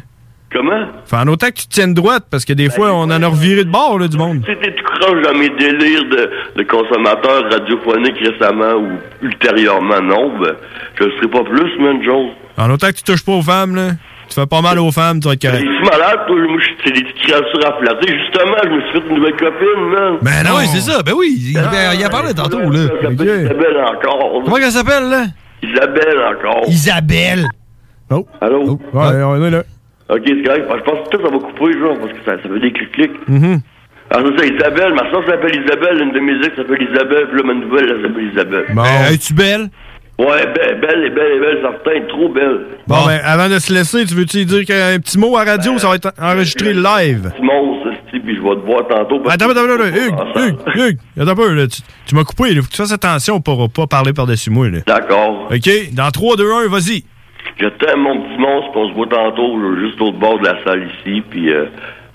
[SPEAKER 23] Comment?
[SPEAKER 12] Enfin, en autant que tu te tiennes droite, parce que des fois, on en a reviré de bord, là, du monde.
[SPEAKER 23] C'était tout croche dans mes délires de, de consommateur radiophonique récemment ou ultérieurement, non, ben, je le serai pas plus, man, Jones.
[SPEAKER 12] En autant que tu touches pas aux femmes, là. Tu fais pas mal aux femmes, tu vas être
[SPEAKER 23] T'es
[SPEAKER 12] correct.
[SPEAKER 23] malade, toi, moi, je- c'est des petites créatures à flatter. Justement, je me suis fait une nouvelle copine, man. Ah,
[SPEAKER 12] Ben
[SPEAKER 6] non! Oui, c'est ça, ben oui, il, ben, il en parlait tantôt, là.
[SPEAKER 23] Isabelle encore. Comment
[SPEAKER 6] elle s'appelle, là?
[SPEAKER 23] Isabelle encore.
[SPEAKER 6] Isabelle!
[SPEAKER 12] Oh.
[SPEAKER 23] Allô?
[SPEAKER 12] Ouais, on est là.
[SPEAKER 23] Ok, c'est correct. Je pense que tout ça va couper, genre, parce que ça, ça fait des clics-clics.
[SPEAKER 12] Mhm.
[SPEAKER 23] Ah, c'est ça, Isabelle. Ma soeur s'appelle Isabelle. Une de mes ex s'appelle Isabelle. Puis là, ma nouvelle, elle s'appelle Isabelle.
[SPEAKER 12] Bon.
[SPEAKER 6] Es-tu belle?
[SPEAKER 23] Ouais, belle, belle, et belle, et belle, certaine. Trop belle.
[SPEAKER 12] Bon, ben, avant de se laisser, tu veux-tu dire qu'un petit mot à radio, ça va être enregistré live?
[SPEAKER 23] Simon, ça, c'est puis je vais te voir tantôt. parce
[SPEAKER 12] Attends,
[SPEAKER 23] que-
[SPEAKER 12] attends, attends, attends, Hugues, Hugues, Hugues, attends un peu, là, tu, tu m'as coupé, il faut que tu fasses attention pour pas parler par-dessus moi, là.
[SPEAKER 23] D'accord.
[SPEAKER 12] OK, dans 3, 2, 1, vas-y.
[SPEAKER 23] Je t'aime, mon petit monstre, puis on se voit tantôt, là, juste au bord de la salle ici, puis euh,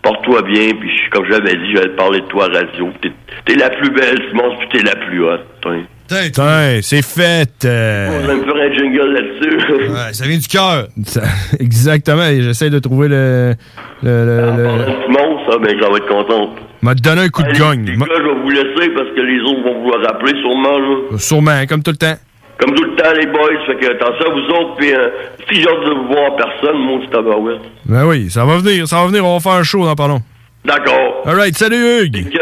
[SPEAKER 23] porte-toi bien, puis je- comme j'avais dit, j'allais te parler de toi à radio. T'es, t'es la plus belle, Simon, puis t'es la plus haute. Putain.
[SPEAKER 12] Putain, c'est fait. euh,
[SPEAKER 23] On va me faire un jingle là-dessus.
[SPEAKER 6] Ouais, ça vient du cœur.
[SPEAKER 12] ça- *laughs* exactement, et j'essaie de trouver le... le, le- le-
[SPEAKER 23] Simon, ça, ben, j'en vais être content.
[SPEAKER 12] M'a donné un coup de
[SPEAKER 23] Les
[SPEAKER 12] gagne.
[SPEAKER 23] gars, je vais vous laisser parce que les autres vont vouloir rappeler sûrement, là.
[SPEAKER 12] Sûrement, comme tout le temps.
[SPEAKER 23] Comme tout le temps, les boys, fait que attention à vous autres, puis euh, si j'ai hâte de vous voir en personne, mon petit tabarouette.
[SPEAKER 12] Ben oui, ça va venir, ça va venir, on va faire un show dans pas long.
[SPEAKER 23] D'accord.
[SPEAKER 12] All right, salut Hugues!
[SPEAKER 23] Take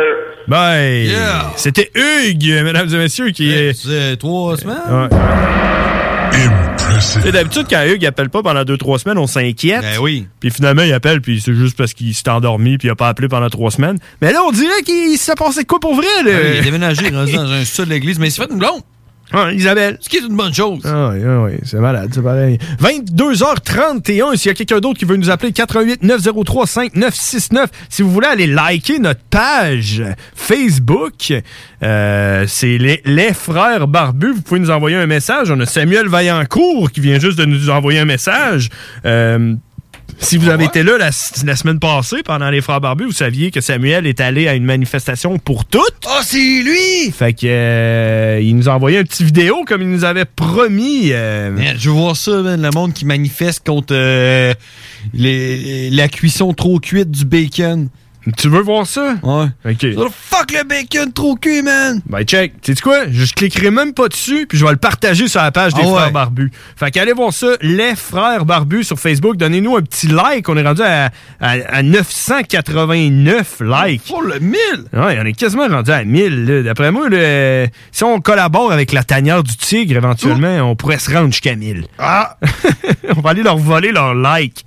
[SPEAKER 12] Bye! C'était Hugues, *laughs* mesdames et messieurs, qui est...
[SPEAKER 6] trois semaines?
[SPEAKER 12] C'est d'habitude, quand Hugues appelle pas pendant 2-3 semaines, on s'inquiète.
[SPEAKER 6] Ben oui.
[SPEAKER 12] Puis finalement, il appelle, puis c'est juste parce qu'il s'est endormi, puis il a pas appelé pendant 3 semaines. Mais là, on dirait qu'il s'est passé de quoi pour vrai,
[SPEAKER 6] Ouais,
[SPEAKER 12] là?
[SPEAKER 6] Ben Ah, il a déménagé, il est rendu dans un sud de l'église, mais il s'est fait une blonde.
[SPEAKER 12] Ah, Isabelle.
[SPEAKER 6] Ce qui est une bonne chose.
[SPEAKER 12] Ah oui, ah oui, c'est malade, c'est pareil. 22h31, s'il y a quelqu'un d'autre qui veut nous appeler, 88 903 5969. Si vous voulez aller liker notre page Facebook, euh, c'est les, les Frères Barbus. Vous pouvez nous envoyer un message. On a Samuel Vaillancourt qui vient juste de nous envoyer un message. Euh, si vous avez été là la, la semaine passée pendant les Frères Barbus, vous saviez que Samuel est allé à une manifestation pour toutes.
[SPEAKER 6] Ah, c'est lui!
[SPEAKER 12] Fait que euh, il nous a envoyé un petit vidéo comme il nous avait promis. euh,
[SPEAKER 6] Man, Hein, je veux voir ça, man, le monde qui manifeste contre euh, les- la cuisson trop cuite du bacon.
[SPEAKER 12] Tu veux voir ça?
[SPEAKER 6] Ouais.
[SPEAKER 12] OK.
[SPEAKER 6] Fuck le bacon trop cuit, man!
[SPEAKER 12] Ben check, tu sais quoi? Je, je cliquerai même pas dessus, puis je vais le partager sur la page des
[SPEAKER 6] Ah ouais.
[SPEAKER 12] Frères Barbus. Fait qu'allez voir ça, les Frères Barbus sur Facebook. Donnez-nous un petit like. On est rendu à, à, à 989 likes.
[SPEAKER 6] Pour le 1000!
[SPEAKER 12] Ouais, on est quasiment rendu à 1000. là. D'après moi, là, si on collabore avec la tanière du tigre, éventuellement, on pourrait se rendre jusqu'à 1000.
[SPEAKER 6] Ah!
[SPEAKER 12] *laughs* on va aller leur voler leur like.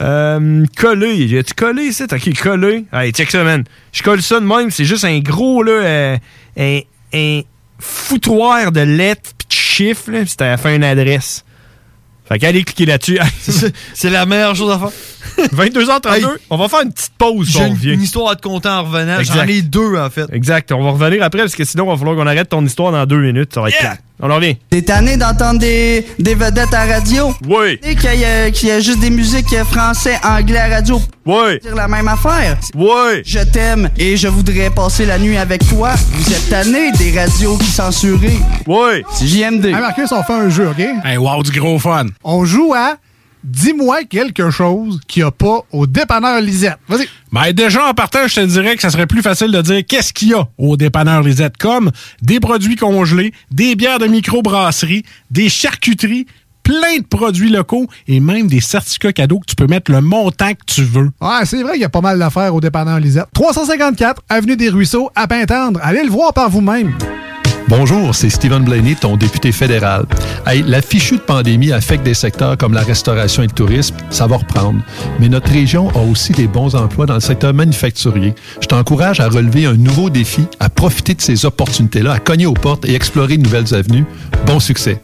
[SPEAKER 12] Euh, collé. As-tu collé ici? T'as qui collé? Allez, check ça, man. Je colle ça de même. C'est juste un gros, là, euh, un, un foutoir de lettres pis de chiffres, là. pis c'était à la fin une adresse. Fait qu'allez cliquer là-dessus. *laughs* C'est la meilleure chose à *laughs* faire. 22h32, on va faire une petite pause.
[SPEAKER 6] J'ai
[SPEAKER 12] on
[SPEAKER 6] une,
[SPEAKER 12] revient.
[SPEAKER 6] une histoire de compter en revenant. J'en
[SPEAKER 12] Exact.
[SPEAKER 6] ai deux, en fait.
[SPEAKER 12] Exact. On va revenir après parce que sinon, il va falloir qu'on arrête ton histoire dans deux minutes. Ça va être plate. On en revient.
[SPEAKER 15] T'es tanné d'entendre des, des vedettes à radio?
[SPEAKER 12] Oui.
[SPEAKER 15] T'es qu'il y, a- euh, qu'il y a juste des musiques euh, français, anglais à radio?
[SPEAKER 12] Oui.
[SPEAKER 15] Dire la même affaire?
[SPEAKER 12] Oui.
[SPEAKER 15] Je t'aime et je voudrais passer la nuit avec toi. Vous êtes tanné des radios qui censurées?
[SPEAKER 12] Oui.
[SPEAKER 15] C'est JMD.
[SPEAKER 2] Hey Marcus, on fait un jeu, OK?
[SPEAKER 3] Hey, wow, du gros fun.
[SPEAKER 2] On joue à Dis-moi quelque chose qu'il n'y a pas au dépanneur Lisette. Vas-y.
[SPEAKER 3] Ben déjà, en partant, je te dirais que ça serait plus facile de dire qu'est-ce qu'il y a au dépanneur Lisette, comme des produits congelés, des bières de microbrasserie, des charcuteries, plein de produits locaux et même des certificats cadeaux que tu peux mettre le montant que tu veux.
[SPEAKER 2] Ouais, c'est vrai qu'il y a pas mal d'affaires au dépanneur Lisette. 354 Avenue des Ruisseaux, à Pintendre. Allez le voir par vous-même.
[SPEAKER 19] Bonjour, c'est Stephen Blaney, ton député fédéral. Hey, la fichue de pandémie affecte des secteurs comme la restauration et le tourisme, ça va reprendre. Mais notre région a aussi des bons emplois dans le secteur manufacturier. Je t'encourage à relever un nouveau défi, à profiter de ces opportunités-là, à cogner aux portes et explorer de nouvelles avenues. Bon succès.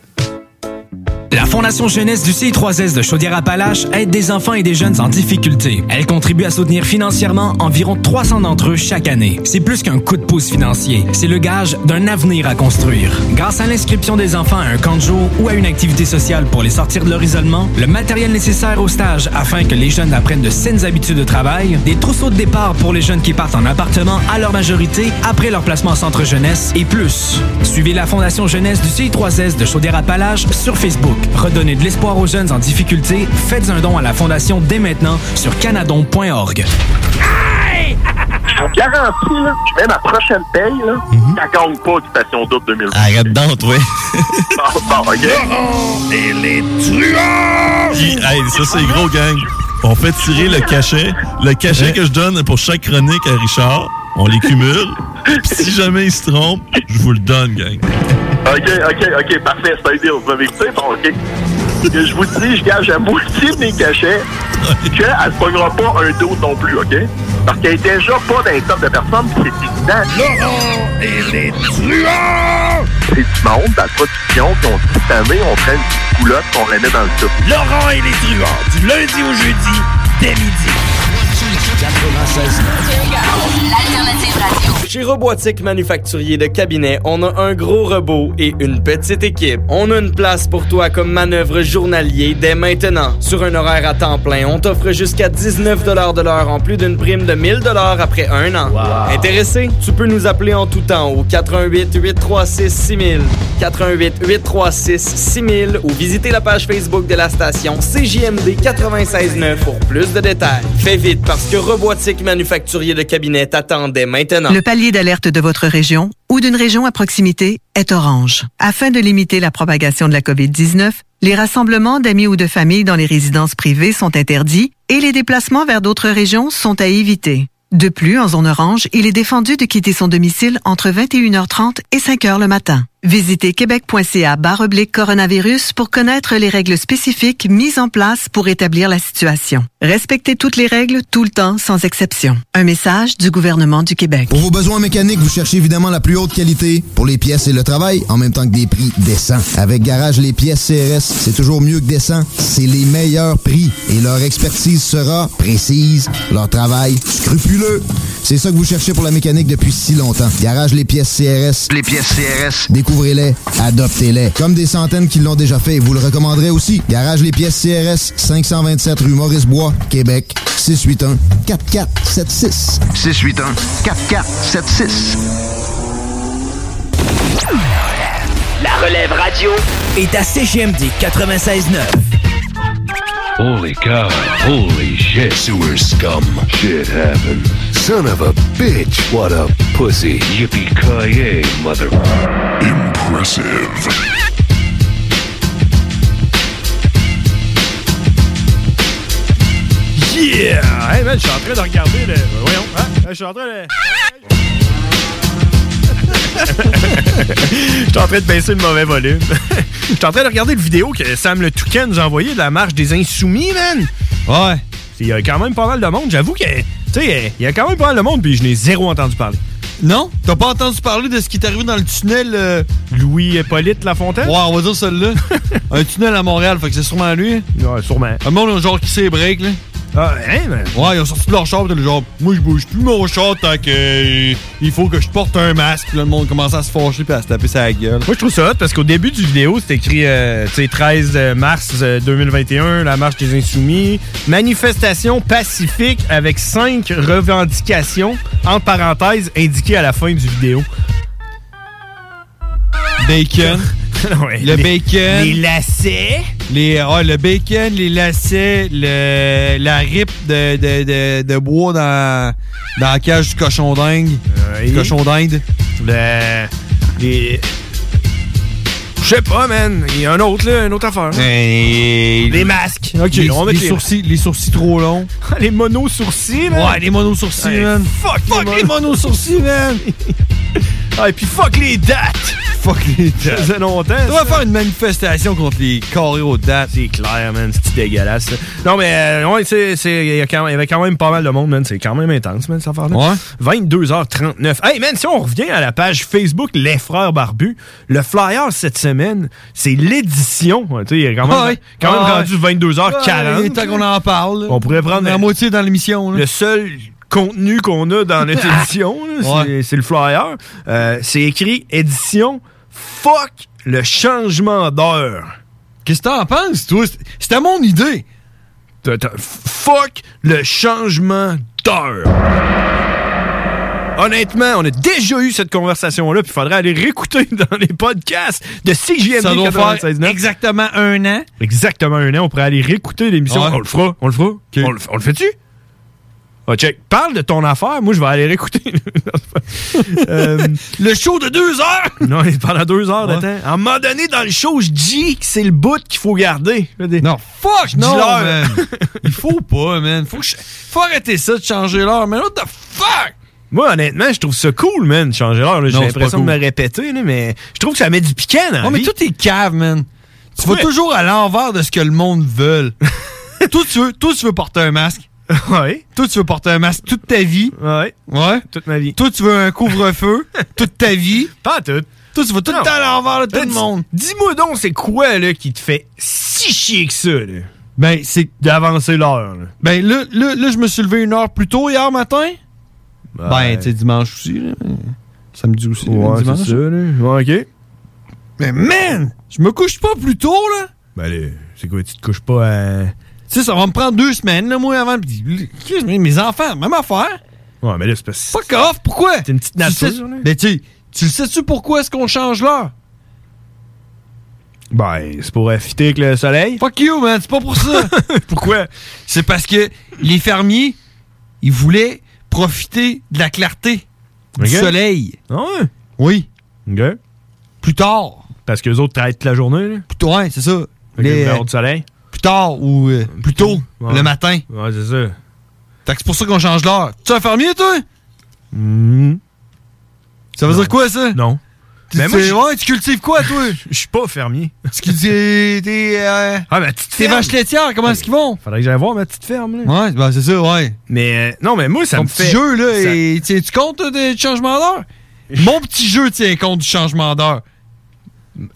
[SPEAKER 24] La Fondation Jeunesse du CI3S de Chaudière-Appalaches aide des enfants et des jeunes en difficulté. Elle contribue à soutenir financièrement environ 300 d'entre eux chaque année. C'est plus qu'un coup de pouce financier, c'est le gage d'un avenir à construire. Grâce à l'inscription des enfants à un camp de jour ou à une activité sociale pour les sortir de leur isolement, le matériel nécessaire au stage afin que les jeunes apprennent de saines habitudes de travail, des trousseaux de départ pour les jeunes qui partent en appartement à leur majorité après leur placement en centre jeunesse et plus. Suivez la Fondation Jeunesse du CI3S de Chaudière-Appalaches sur Facebook. Redonnez de l'espoir aux jeunes en difficulté. Faites un don à la Fondation dès maintenant sur canadon.org.
[SPEAKER 23] Je vous garantis, là, je mets ma prochaine paye, là,
[SPEAKER 25] Mhm.
[SPEAKER 23] ça gagne pas du Passion Double 2020.
[SPEAKER 26] Arrête donc, toi.
[SPEAKER 23] *laughs* Bon, bon, OK? Oh, Et les
[SPEAKER 25] Puis, hey, ça, c'est gros, gang. On fait tirer le cachet. Le cachet que je donne pour chaque chronique à Richard, on les cumule. Puis si jamais il se trompe, je vous le donne, gang.
[SPEAKER 23] OK, OK, OK, parfait, c'est un deal. Vous m'avez écouté? Bon, OK. Que Je vous dis, je gage à moitié de mes cachets qu'elle ne pognera pas un dos non plus, OK? Parce qu'elle est déjà pas dans les top de personnes, puis c'est évident. et les truands! C'est du monde, dans la production, qui ont dit cette année, on prend une petite coulotte, puis on la met dans le top. Laurent et les truands, du lundi au jeudi, dès
[SPEAKER 14] Chez Robotique Manufacturier de Cabinet, on a un gros robot et une petite équipe. On a une place pour toi comme manœuvre journalier dès maintenant. Sur un horaire à temps plein, on t'offre jusqu'à 19 de l'heure en plus d'une prime de 1000 après un an. Intéressé? Tu peux nous appeler en tout temps au 88 836 6000, 88 836 6000 ou visiter la page Facebook de la station CJMD 969 pour plus de détails. Fais vite parce que Robotique Manufacturier de Cabinet t'attendait maintenant.
[SPEAKER 20] Le palier d'alerte de votre région ou d'une région à proximité est orange. Afin de limiter la propagation de la COVID-19, les rassemblements d'amis ou de familles dans les résidences privées sont interdits et les déplacements vers d'autres régions sont à éviter. De plus, en zone orange, il est défendu de quitter son domicile entre 21h30 et 5h le matin. Visitez québec.ca barre oblique coronavirus pour connaître les règles spécifiques mises en place pour établir la situation. Respectez toutes les règles tout le temps sans exception. Un message du gouvernement du Québec.
[SPEAKER 18] Pour vos besoins mécaniques, vous cherchez évidemment la plus haute qualité pour les pièces et le travail, en même temps que des prix décents. Avec Garage, les pièces CRS, c'est toujours mieux que décent. C'est les meilleurs prix et leur expertise sera précise, leur travail scrupuleux. C'est ça que vous cherchez pour la mécanique depuis si longtemps. Garage, les pièces CRS. Les pièces CRS. Découvrez-les, adoptez-les. Comme des centaines qui l'ont déjà fait, vous le recommanderez aussi. Garage, les pièces CRS, 527 rue Maurice-Bois, Québec, 681 4476.
[SPEAKER 27] 681 4476.
[SPEAKER 3] La relève radio est à CGMD 96.9.
[SPEAKER 24] Holy cow. Holy shit. Sewer scum. Shit happened. Son of a bitch. What a pussy. Yippee-ki-yay, mother... Impressive.
[SPEAKER 12] Yeah! Hey, man, je suis en train de regarder le. Voyons. hein? Je suis en train de. *laughs* Je suis en train de baisser le mauvais volume. *laughs* Je suis en train de regarder le vidéo que Sam le Toucan nous a envoyé de la marche des Insoumis, man. Ouais. Il y a quand même pas mal de monde. J'avoue que, tu sais, il y a quand même pas mal de monde, puis je n'ai zéro entendu parler.
[SPEAKER 6] Non? T'as pas entendu parler de ce qui est arrivé dans le tunnel euh,
[SPEAKER 12] Louis-Hippolyte Lafontaine?
[SPEAKER 6] Ouais, on va dire
[SPEAKER 12] *laughs*
[SPEAKER 6] celui-là. un tunnel à Montréal, fait que c'est sûrement lui.
[SPEAKER 12] Ouais, sûrement.
[SPEAKER 6] Un monde, ils ont genre qui s'est break, là.
[SPEAKER 12] Ah, hein, man?
[SPEAKER 6] Ouais, ils ont sorti de leur char, pis le genre, moi je bouge plus mon char tant que. euh, Il faut que je porte un masque, Pis là, le monde commence à se fâcher pis à se taper sa gueule.
[SPEAKER 12] Moi, je trouve ça hot parce qu'au début du vidéo, c'est écrit euh, tu sais, 13 mars euh, 2021, la marche des Insoumis. Manifestation pacifique avec cinq revendications, entre parenthèses, indiquées à la fin du vidéo. *laughs*
[SPEAKER 6] Bacon. le
[SPEAKER 12] les-
[SPEAKER 6] bacon.
[SPEAKER 12] les lacets.
[SPEAKER 6] Les, ouais, le bacon, les lacets, le, la rip de, de, de, de bois dans, dans la cage du cochon dingue.
[SPEAKER 12] Oui.
[SPEAKER 6] Du cochon d'Inde.
[SPEAKER 12] euh, Le. Les. Je sais pas, man. Il y a un autre, là, une autre affaire. Les masques. Ok,
[SPEAKER 6] Ben, les,
[SPEAKER 12] on va mettre
[SPEAKER 6] les sourcils, les sourcils trop longs.
[SPEAKER 12] *laughs* les mono-sourcils, man.
[SPEAKER 6] Ouais, les mono-sourcils,
[SPEAKER 12] Hey,
[SPEAKER 6] man.
[SPEAKER 12] Fuck,
[SPEAKER 6] Fuck les mono-sourcils, *laughs* man.
[SPEAKER 12] Ah, et puis fuck les dates.
[SPEAKER 6] Fuck les
[SPEAKER 12] Ça faisait longtemps.
[SPEAKER 6] On va faire une manifestation contre les carrés aux dates.
[SPEAKER 12] C'est clair, man. C'est dégueulasse. ça. Non, mais euh, ouais, c'est- c'est- il y, a quand- il y avait quand même pas mal de monde, man. C'est quand même intense, man, cette affaire-là. 22h39. Hey, man, si on revient à la page Facebook Les Frères Barbus, le flyer cette semaine, c'est l'édition. Ouais, tu sais, il est quand même,
[SPEAKER 6] Ouais.
[SPEAKER 12] quand même
[SPEAKER 6] Ouais.
[SPEAKER 12] rendu 22h40.
[SPEAKER 6] Ouais, il est temps qu'on en parle.
[SPEAKER 12] On pourrait prendre
[SPEAKER 6] la moitié dans l'émission. là.
[SPEAKER 12] le seul contenu qu'on a dans
[SPEAKER 6] *laughs*
[SPEAKER 12] notre édition, là, c'est- c'est le flyer. Euh, c'est écrit édition Fuck le changement d'heure.
[SPEAKER 6] Qu'est-ce que t'en penses, toi? C'est- C'était mon idée.
[SPEAKER 12] T'as- t'as- Fuck le changement d'heure. Honnêtement, on a déjà eu cette conversation-là, puis il faudrait aller réécouter *laughs* dans les podcasts de CGMD
[SPEAKER 6] Ça doit faire
[SPEAKER 12] 96.9.
[SPEAKER 6] exactement un an.
[SPEAKER 12] Exactement un an, on pourrait aller réécouter l'émission.
[SPEAKER 6] Ouais.
[SPEAKER 12] On le fera, on le fera. On le, on le fait-tu? Ah, check. Parle de ton affaire, moi je vais aller réécouter. *laughs* Euh,
[SPEAKER 6] le show de deux heures!
[SPEAKER 12] *laughs* non, il parle à deux heures de
[SPEAKER 6] Ouais.
[SPEAKER 12] temps. À un moment donné, dans le show, je dis que c'est le bout qu'il faut garder. Non,
[SPEAKER 6] Fuck, non,
[SPEAKER 12] l'heure.
[SPEAKER 6] man. Il faut pas, man. Faut, que je- *laughs* faut arrêter ça de changer l'heure, man. What the fuck?
[SPEAKER 12] Moi, honnêtement, je trouve ça cool, man, de changer l'heure. là. J'ai
[SPEAKER 6] Non, c'est
[SPEAKER 12] l'impression
[SPEAKER 6] pas
[SPEAKER 12] de
[SPEAKER 6] cool.
[SPEAKER 12] me répéter, là, mais je trouve que ça met du piquant dans la
[SPEAKER 6] Non, mais
[SPEAKER 12] vie.
[SPEAKER 6] tout est cave, man. Tu vas
[SPEAKER 12] Ouais.
[SPEAKER 6] toujours à l'envers de ce que le monde
[SPEAKER 12] *laughs*
[SPEAKER 6] veut. toi, tu veux, toi, tu veux porter un masque.
[SPEAKER 12] Ouais.
[SPEAKER 6] Toi, tu veux porter un masque toute ta vie.
[SPEAKER 12] Ouais.
[SPEAKER 6] Ouais.
[SPEAKER 12] Toute ma vie.
[SPEAKER 6] Toi, tu veux un
[SPEAKER 12] *laughs*
[SPEAKER 6] couvre-feu toute ta vie.
[SPEAKER 12] Pas tout.
[SPEAKER 6] Toi, tu vas tout le temps à l'envers de tout
[SPEAKER 12] Là,
[SPEAKER 6] le
[SPEAKER 12] dis-
[SPEAKER 6] monde.
[SPEAKER 12] Dis-moi donc, c'est quoi, là, qui te fait si chier que ça, là?
[SPEAKER 6] Ben, c'est.
[SPEAKER 12] D'avancer l'heure, là.
[SPEAKER 6] Ben, là, là, là, je me suis levé une heure plus tôt hier matin. Ben, tu sais, dimanche aussi. là. Samedi aussi.
[SPEAKER 12] Ouais,
[SPEAKER 6] dimanche.
[SPEAKER 12] c'est ça, là. Ouais, ok.
[SPEAKER 6] Mais man, je me couche pas plus tôt, là.
[SPEAKER 12] Ben, là, c'est quoi, tu te couches pas euh, à.
[SPEAKER 6] Tu sais, ça va me prendre deux semaines, là, moi, avant. Puis, excuse, mais mes enfants, même affaire.
[SPEAKER 12] Ouais, mais là, c'est parce que.
[SPEAKER 6] Fuck off, pourquoi?
[SPEAKER 12] T'es une petite
[SPEAKER 6] Tu
[SPEAKER 12] nature,
[SPEAKER 6] sais-
[SPEAKER 12] là.
[SPEAKER 6] Mais tu sais, tu le sais-tu pourquoi est-ce qu'on change l'heure?
[SPEAKER 12] Ben, c'est pour affiter avec le soleil.
[SPEAKER 6] Fuck you, man, c'est pas pour ça.
[SPEAKER 12] Pourquoi?
[SPEAKER 6] c'est parce que les fermiers, ils voulaient profiter de la clarté
[SPEAKER 12] Ok.
[SPEAKER 6] du soleil.
[SPEAKER 12] Ah
[SPEAKER 6] Oui,
[SPEAKER 12] ouais? Ok.
[SPEAKER 6] plus tard.
[SPEAKER 12] Parce que les autres travaillent toute la journée, là.
[SPEAKER 6] Plus tard, ouais, c'est ça.
[SPEAKER 12] Fait que
[SPEAKER 6] Les-
[SPEAKER 12] l'heure du soleil.
[SPEAKER 6] plus tard ou euh, plus tôt,
[SPEAKER 12] Ouais.
[SPEAKER 6] le matin.
[SPEAKER 12] *laughs* Ouais, c'est ça.
[SPEAKER 6] Fait que c'est pour ça qu'on change l'heure. Tu es un fermier, toi?
[SPEAKER 12] Mhm.
[SPEAKER 6] Ça veut dire quoi, ça?
[SPEAKER 12] Non.
[SPEAKER 6] Tu-
[SPEAKER 12] Mais moi,
[SPEAKER 6] tu-
[SPEAKER 12] je-
[SPEAKER 6] ouais, tu cultives quoi, toi?
[SPEAKER 12] *laughs* Je suis pas fermier.
[SPEAKER 6] Tu cultives tes, euh,
[SPEAKER 12] Ah, ma petite
[SPEAKER 6] tes
[SPEAKER 12] ferme.
[SPEAKER 6] vaches laitières, comment est-ce qu'ils vont?
[SPEAKER 12] Faudrait que j'aille voir ma petite ferme, là.
[SPEAKER 6] Ouais, ben c'est ça, ouais.
[SPEAKER 12] Mais euh, non, mais moi, ça
[SPEAKER 6] Ton
[SPEAKER 12] me
[SPEAKER 6] petit
[SPEAKER 12] fait.
[SPEAKER 6] jeu, là,
[SPEAKER 12] ça-
[SPEAKER 6] et tiens-tu compte toi, du changement d'heure? Mon petit jeu tient compte du changement d'heure.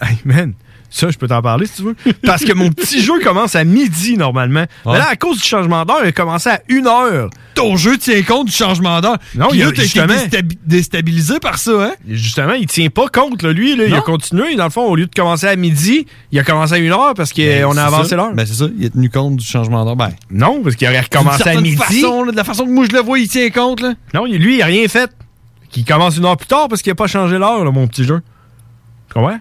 [SPEAKER 12] Hey, man, ça, je peux t'en parler si tu veux. Parce que mon petit jeu commence à midi, normalement. Mais là, à cause du changement d'heure, il a commencé à une heure.
[SPEAKER 6] Ton jeu tient compte du changement d'heure.
[SPEAKER 12] Non,
[SPEAKER 6] Puis
[SPEAKER 12] il y a-
[SPEAKER 6] là, t'as été
[SPEAKER 12] justement-
[SPEAKER 6] déstabi- déstabilisé par ça, hein?
[SPEAKER 12] Et Justement, il tient pas compte, là, lui. Là, il
[SPEAKER 6] Non.
[SPEAKER 12] a continué. Dans le fond, au lieu de commencer à midi, il a commencé à une heure parce qu'on
[SPEAKER 6] Ben,
[SPEAKER 12] a
[SPEAKER 6] c'est
[SPEAKER 12] avancé
[SPEAKER 6] ça.
[SPEAKER 12] l'heure.
[SPEAKER 6] Ben, c'est ça, il a tenu compte du changement d'heure. Ben,
[SPEAKER 12] non, parce qu'il aurait
[SPEAKER 6] d'une
[SPEAKER 12] recommencé à
[SPEAKER 6] certaine
[SPEAKER 12] midi.
[SPEAKER 6] façon, là, de la façon que moi je le vois, il tient compte, là.
[SPEAKER 12] Non, lui, il a rien fait. Qui commence une heure plus tard parce qu'il a pas changé l'heure, là, mon petit jeu. Tu comprends?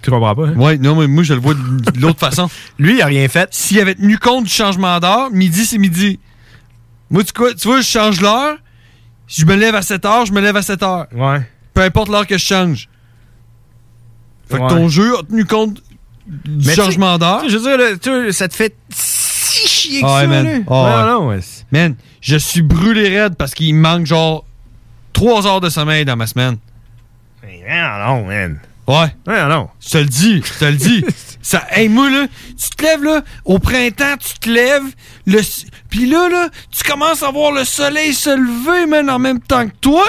[SPEAKER 12] Tu comprends pas, hein?
[SPEAKER 6] Ouais, non, mais moi je le vois de
[SPEAKER 12] *laughs*
[SPEAKER 6] de l'autre façon.
[SPEAKER 12] Lui, il a rien fait.
[SPEAKER 6] S'il avait tenu compte du changement d'heure, midi c'est midi. Moi, tu, quoi- tu vois, je change l'heure. Si je me lève à 7 heures, je me lève à 7 heures.
[SPEAKER 12] Ouais.
[SPEAKER 6] Peu importe l'heure que je change. Fait que
[SPEAKER 12] Ouais.
[SPEAKER 6] ton jeu a tenu compte du
[SPEAKER 12] Mais tu-
[SPEAKER 6] changement d'heure.
[SPEAKER 12] Tu sais, Je veux dire, là, tu sais, ça te fait si chier que
[SPEAKER 6] Ah ouais,
[SPEAKER 12] ça,
[SPEAKER 6] man.
[SPEAKER 12] là.
[SPEAKER 6] Ah ouais.
[SPEAKER 12] non, non, ouais. c'est-
[SPEAKER 6] Man, je suis brûlé raide parce qu'il me manque genre 3 heures de sommeil dans ma semaine.
[SPEAKER 12] Mais Non, non, man.
[SPEAKER 6] Ouais.
[SPEAKER 12] Non, non.
[SPEAKER 6] Je te le dis, je te le dis. *laughs* ça, hey, moi, là, tu te lèves, là, au printemps, tu te lèves, le, s- puis là, là, tu commences à voir le soleil se lever, man, en même temps que toi.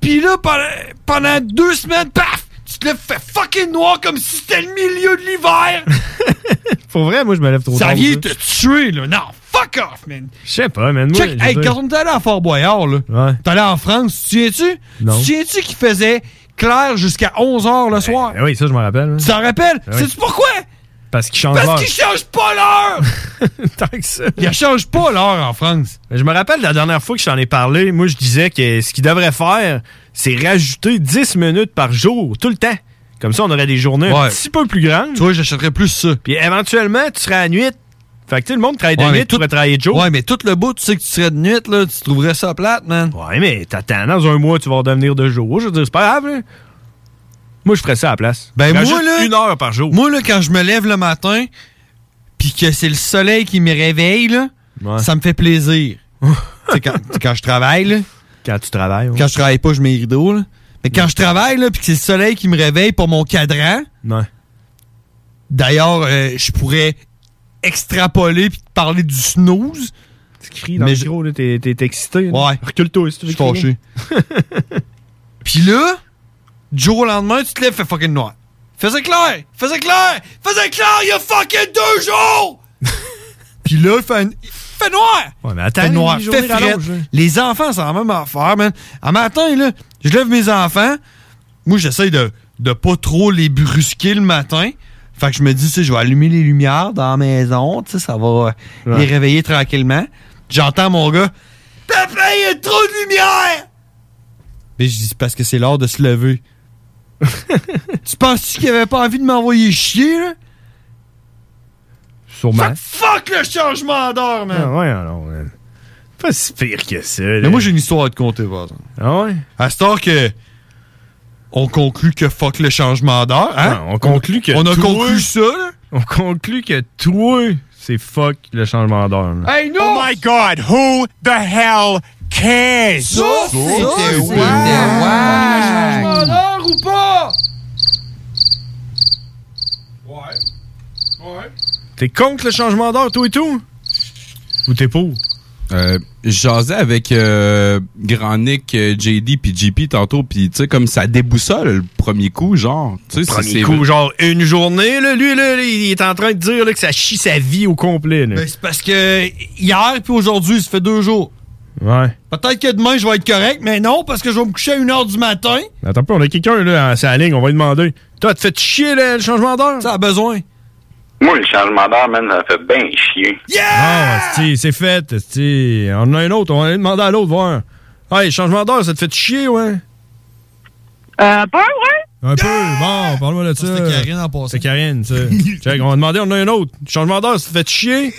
[SPEAKER 6] Puis là, pendant, pendant *laughs* deux semaines, paf, tu te lèves, fait fucking noir comme si c'était le milieu de l'hiver.
[SPEAKER 12] *laughs* Pour vrai, moi, je me lève trop
[SPEAKER 6] ça
[SPEAKER 12] tard.
[SPEAKER 6] vient
[SPEAKER 12] ça.
[SPEAKER 6] te tuer, là. Non, fuck off, man.
[SPEAKER 12] Je sais pas, man. Moi,
[SPEAKER 6] Check,
[SPEAKER 12] je
[SPEAKER 6] hey,
[SPEAKER 12] veux dire-
[SPEAKER 6] quand on est allé à Fort Boyard, là, t'es allé en France, tu te souviens-tu?
[SPEAKER 12] Non.
[SPEAKER 6] Tu te souviens-tu qu'il faisait clair jusqu'à 11h le soir?
[SPEAKER 12] Ah oui, ça, je m'en rappelle. hein.
[SPEAKER 6] Tu t'en rappelles?
[SPEAKER 12] Ah oui.
[SPEAKER 6] Sais-tu pourquoi?
[SPEAKER 12] Parce qu'il change
[SPEAKER 6] Parce
[SPEAKER 12] l'heure.
[SPEAKER 6] qu'il change pas l'heure!
[SPEAKER 12] Tant que ça.
[SPEAKER 6] Il change pas l'heure en France.
[SPEAKER 12] Ben, Je me rappelle la dernière fois que je t'en ai parlé, moi je disais que ce qu'il devrait faire, c'est rajouter 10 minutes par jour, tout le temps. Comme ça, on aurait des journées un
[SPEAKER 6] Ouais.
[SPEAKER 12] petit peu plus grandes.
[SPEAKER 6] Tu vois, j'achèterais plus ça.
[SPEAKER 12] Puis éventuellement, tu serais à nuit. Fait que tu sais, le monde travaille de
[SPEAKER 6] Ouais, mais
[SPEAKER 12] nuit, tu pourrais travailler de jour.
[SPEAKER 6] Ouais, mais tout le bout, tu sais que tu serais de nuit, là, tu trouverais ça plate, man.
[SPEAKER 12] Ouais, mais t'attends, dans un mois, tu vas devenir de jour. Je veux dire, c'est pas grave, là. Moi, je ferais ça à la place.
[SPEAKER 6] Ben,
[SPEAKER 12] Rajoute
[SPEAKER 6] moi, là,
[SPEAKER 12] une heure par jour.
[SPEAKER 6] Moi, là, quand je me lève le matin, puis que c'est le soleil qui me réveille, là, ça me fait
[SPEAKER 12] *laughs*
[SPEAKER 6] plaisir. Tu sais, quand, quand je travaille, là.
[SPEAKER 12] Quand tu travailles,
[SPEAKER 6] Quand je travaille pas, je mets les rideaux, là. Mais quand je travaille, là, puis que c'est le soleil qui me réveille pour mon cadran,
[SPEAKER 12] Ouais.
[SPEAKER 6] d'ailleurs, euh, je pourrais extrapoler puis te parler du snooze.
[SPEAKER 12] Tu cries dans le micro, là, t'es t'es excité. là.
[SPEAKER 6] Ouais.
[SPEAKER 12] Recule-toi, si tu veux
[SPEAKER 6] Je suis
[SPEAKER 12] crier.
[SPEAKER 6] *laughs* Puis là, du jour au lendemain, tu te lèves, fait fucking noir. Faisait clair! Faisait clair! Faisait clair il y a fucking deux jours! Puis là, il fait, il fait noir!
[SPEAKER 12] Ouais, mais attends,
[SPEAKER 6] fait noir,
[SPEAKER 12] les journées
[SPEAKER 6] fait fret.
[SPEAKER 12] rallongent, là.
[SPEAKER 6] Les enfants, c'est la même affaire, man. À matin, là, je lève mes enfants. Moi, j'essaye de, de pas trop les brusquer le matin. Fait que je me dis, tu sais, je vais allumer les lumières dans la maison, tu sais, ça va euh,
[SPEAKER 28] Ouais.
[SPEAKER 6] les réveiller tranquillement. J'entends mon gars. Papa, il y a trop de lumière! Mais je dis, c'est parce que c'est l'heure de se
[SPEAKER 12] *laughs*
[SPEAKER 6] lever. tu penses-tu qu'il avait pas envie de m'envoyer chier, là?
[SPEAKER 12] Sûrement.
[SPEAKER 6] Fuck le changement d'heure, man!
[SPEAKER 12] Ah, ouais, alors, man. Pas si pire que ça, là.
[SPEAKER 6] Mais moi, j'ai une histoire à te conter, par exemple.
[SPEAKER 12] Ah ouais?
[SPEAKER 6] À cette heure que. On conclut que fuck le changement d'heure, hein?
[SPEAKER 12] Ouais, on conclut que.
[SPEAKER 6] On a
[SPEAKER 12] toi-
[SPEAKER 6] conclu ça, là?
[SPEAKER 12] On conclut que toi, c'est fuck le changement d'heure. là.
[SPEAKER 6] Hey,
[SPEAKER 17] Oh my God, who the hell cares?
[SPEAKER 28] Ça, c'était wack. Changement
[SPEAKER 6] d'heure ou pas?
[SPEAKER 12] T'es contre le changement d'heure, toi et tout? Ou t'es pour?
[SPEAKER 4] Euh, je jasais avec euh, Grand Nick, euh, JD puis JP tantôt, puis tu sais, comme ça déboussole le premier coup, genre. tu sais, c'est-
[SPEAKER 12] Premier
[SPEAKER 4] c'est-
[SPEAKER 12] coup, genre une journée, là, lui, là, là, il est en train de dire là, que ça chie sa vie au complet. là.
[SPEAKER 6] Ben, c'est parce que hier puis aujourd'hui, ça fait deux jours.
[SPEAKER 12] Ouais.
[SPEAKER 6] Peut-être que demain, je vais être correct, mais non, parce que je vais me coucher à 1h du matin.
[SPEAKER 12] Attends un peu, on a quelqu'un là, en sa ligne, on va lui demander. Toi, te fais chier le, le changement d'heure?
[SPEAKER 6] Ça a besoin.
[SPEAKER 2] Moi, le changement d'heure, man, ça me fait bien chier.
[SPEAKER 12] Ah, esti, c'est fait, esti. On en a un autre, on va aller demander à l'autre, voir. Hey, changement d'heure, ça te fait chier, ouais?
[SPEAKER 10] Euh, pas, ouais.
[SPEAKER 12] Un peu, bon, parle-moi de ça. C'était Karine
[SPEAKER 6] en passant.
[SPEAKER 12] C'est Karine, ça. Check, on va demander, on en a un autre. Changement d'heure, ça te fait chier?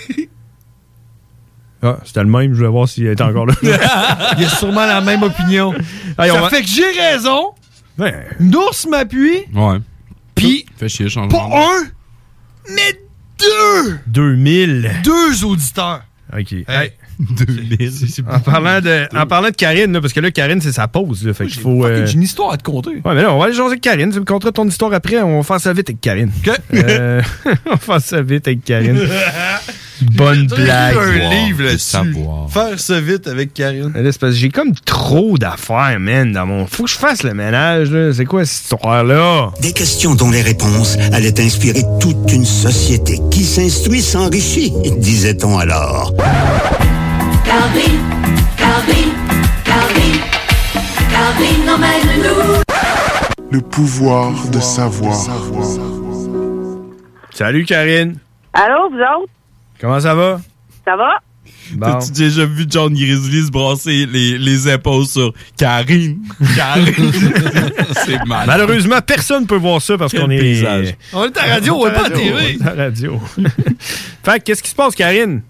[SPEAKER 12] Ah, c'était le même, je voulais voir s'il était *laughs* encore là.
[SPEAKER 6] *laughs* Il a sûrement la même opinion.
[SPEAKER 12] Hey, on
[SPEAKER 6] ça
[SPEAKER 12] va-
[SPEAKER 6] fait que j'ai raison.
[SPEAKER 12] Ouais.
[SPEAKER 6] Nours m'appuie.
[SPEAKER 4] Ouais.
[SPEAKER 6] Puis.
[SPEAKER 4] Fait chier le
[SPEAKER 6] Pas
[SPEAKER 4] changement d'heure.
[SPEAKER 6] un, mais deux.
[SPEAKER 12] 2000.
[SPEAKER 6] Deux auditeurs.
[SPEAKER 12] OK. En parlant de, en parlant de Karine, là, parce que là, Karine, c'est sa pause. Là, fait qu'il faut. euh,
[SPEAKER 6] J'ai une histoire à te conter.
[SPEAKER 12] Ouais, mais là, on va aller jaser avec Karine. Tu me conteras ton histoire après. On va faire ça vite avec Karine. Euh, *laughs* on va faire ça vite
[SPEAKER 6] *laughs*
[SPEAKER 12] avec Karine. Bonne
[SPEAKER 6] J'ai lu
[SPEAKER 12] blague.
[SPEAKER 6] un livre
[SPEAKER 12] de
[SPEAKER 6] là-dessus.
[SPEAKER 12] savoir.
[SPEAKER 6] Faire ça vite avec Karine.
[SPEAKER 12] Là, c'est parce que j'ai comme trop d'affaires, man, dans mon. Faut que je fasse le ménage, là. C'est quoi cette histoire-là?
[SPEAKER 10] Des questions dont les réponses allaient inspirer toute une société qui s'instruit s'enrichit, disait-on alors.
[SPEAKER 28] Calvin, Calvin, Calvin, Calvin emmène-nous.
[SPEAKER 13] Le pouvoir de savoir.
[SPEAKER 12] Salut, Karine.
[SPEAKER 10] Allô, vous autres?
[SPEAKER 12] Comment ça va?
[SPEAKER 10] Ça va?
[SPEAKER 12] Bon.
[SPEAKER 4] T'as-tu déjà vu John Grizzly se brasser les, les épaules sur Karine?
[SPEAKER 12] *laughs*
[SPEAKER 4] Karine! c'est mal.
[SPEAKER 12] Malheureusement, personne ne peut voir ça parce
[SPEAKER 4] Quel
[SPEAKER 12] qu'on est.
[SPEAKER 4] paysage.
[SPEAKER 6] On est à radio, on est pas à
[SPEAKER 12] radio,
[SPEAKER 6] TV.
[SPEAKER 12] on est à radio. fait que qu'est-ce qui se passe, Karine?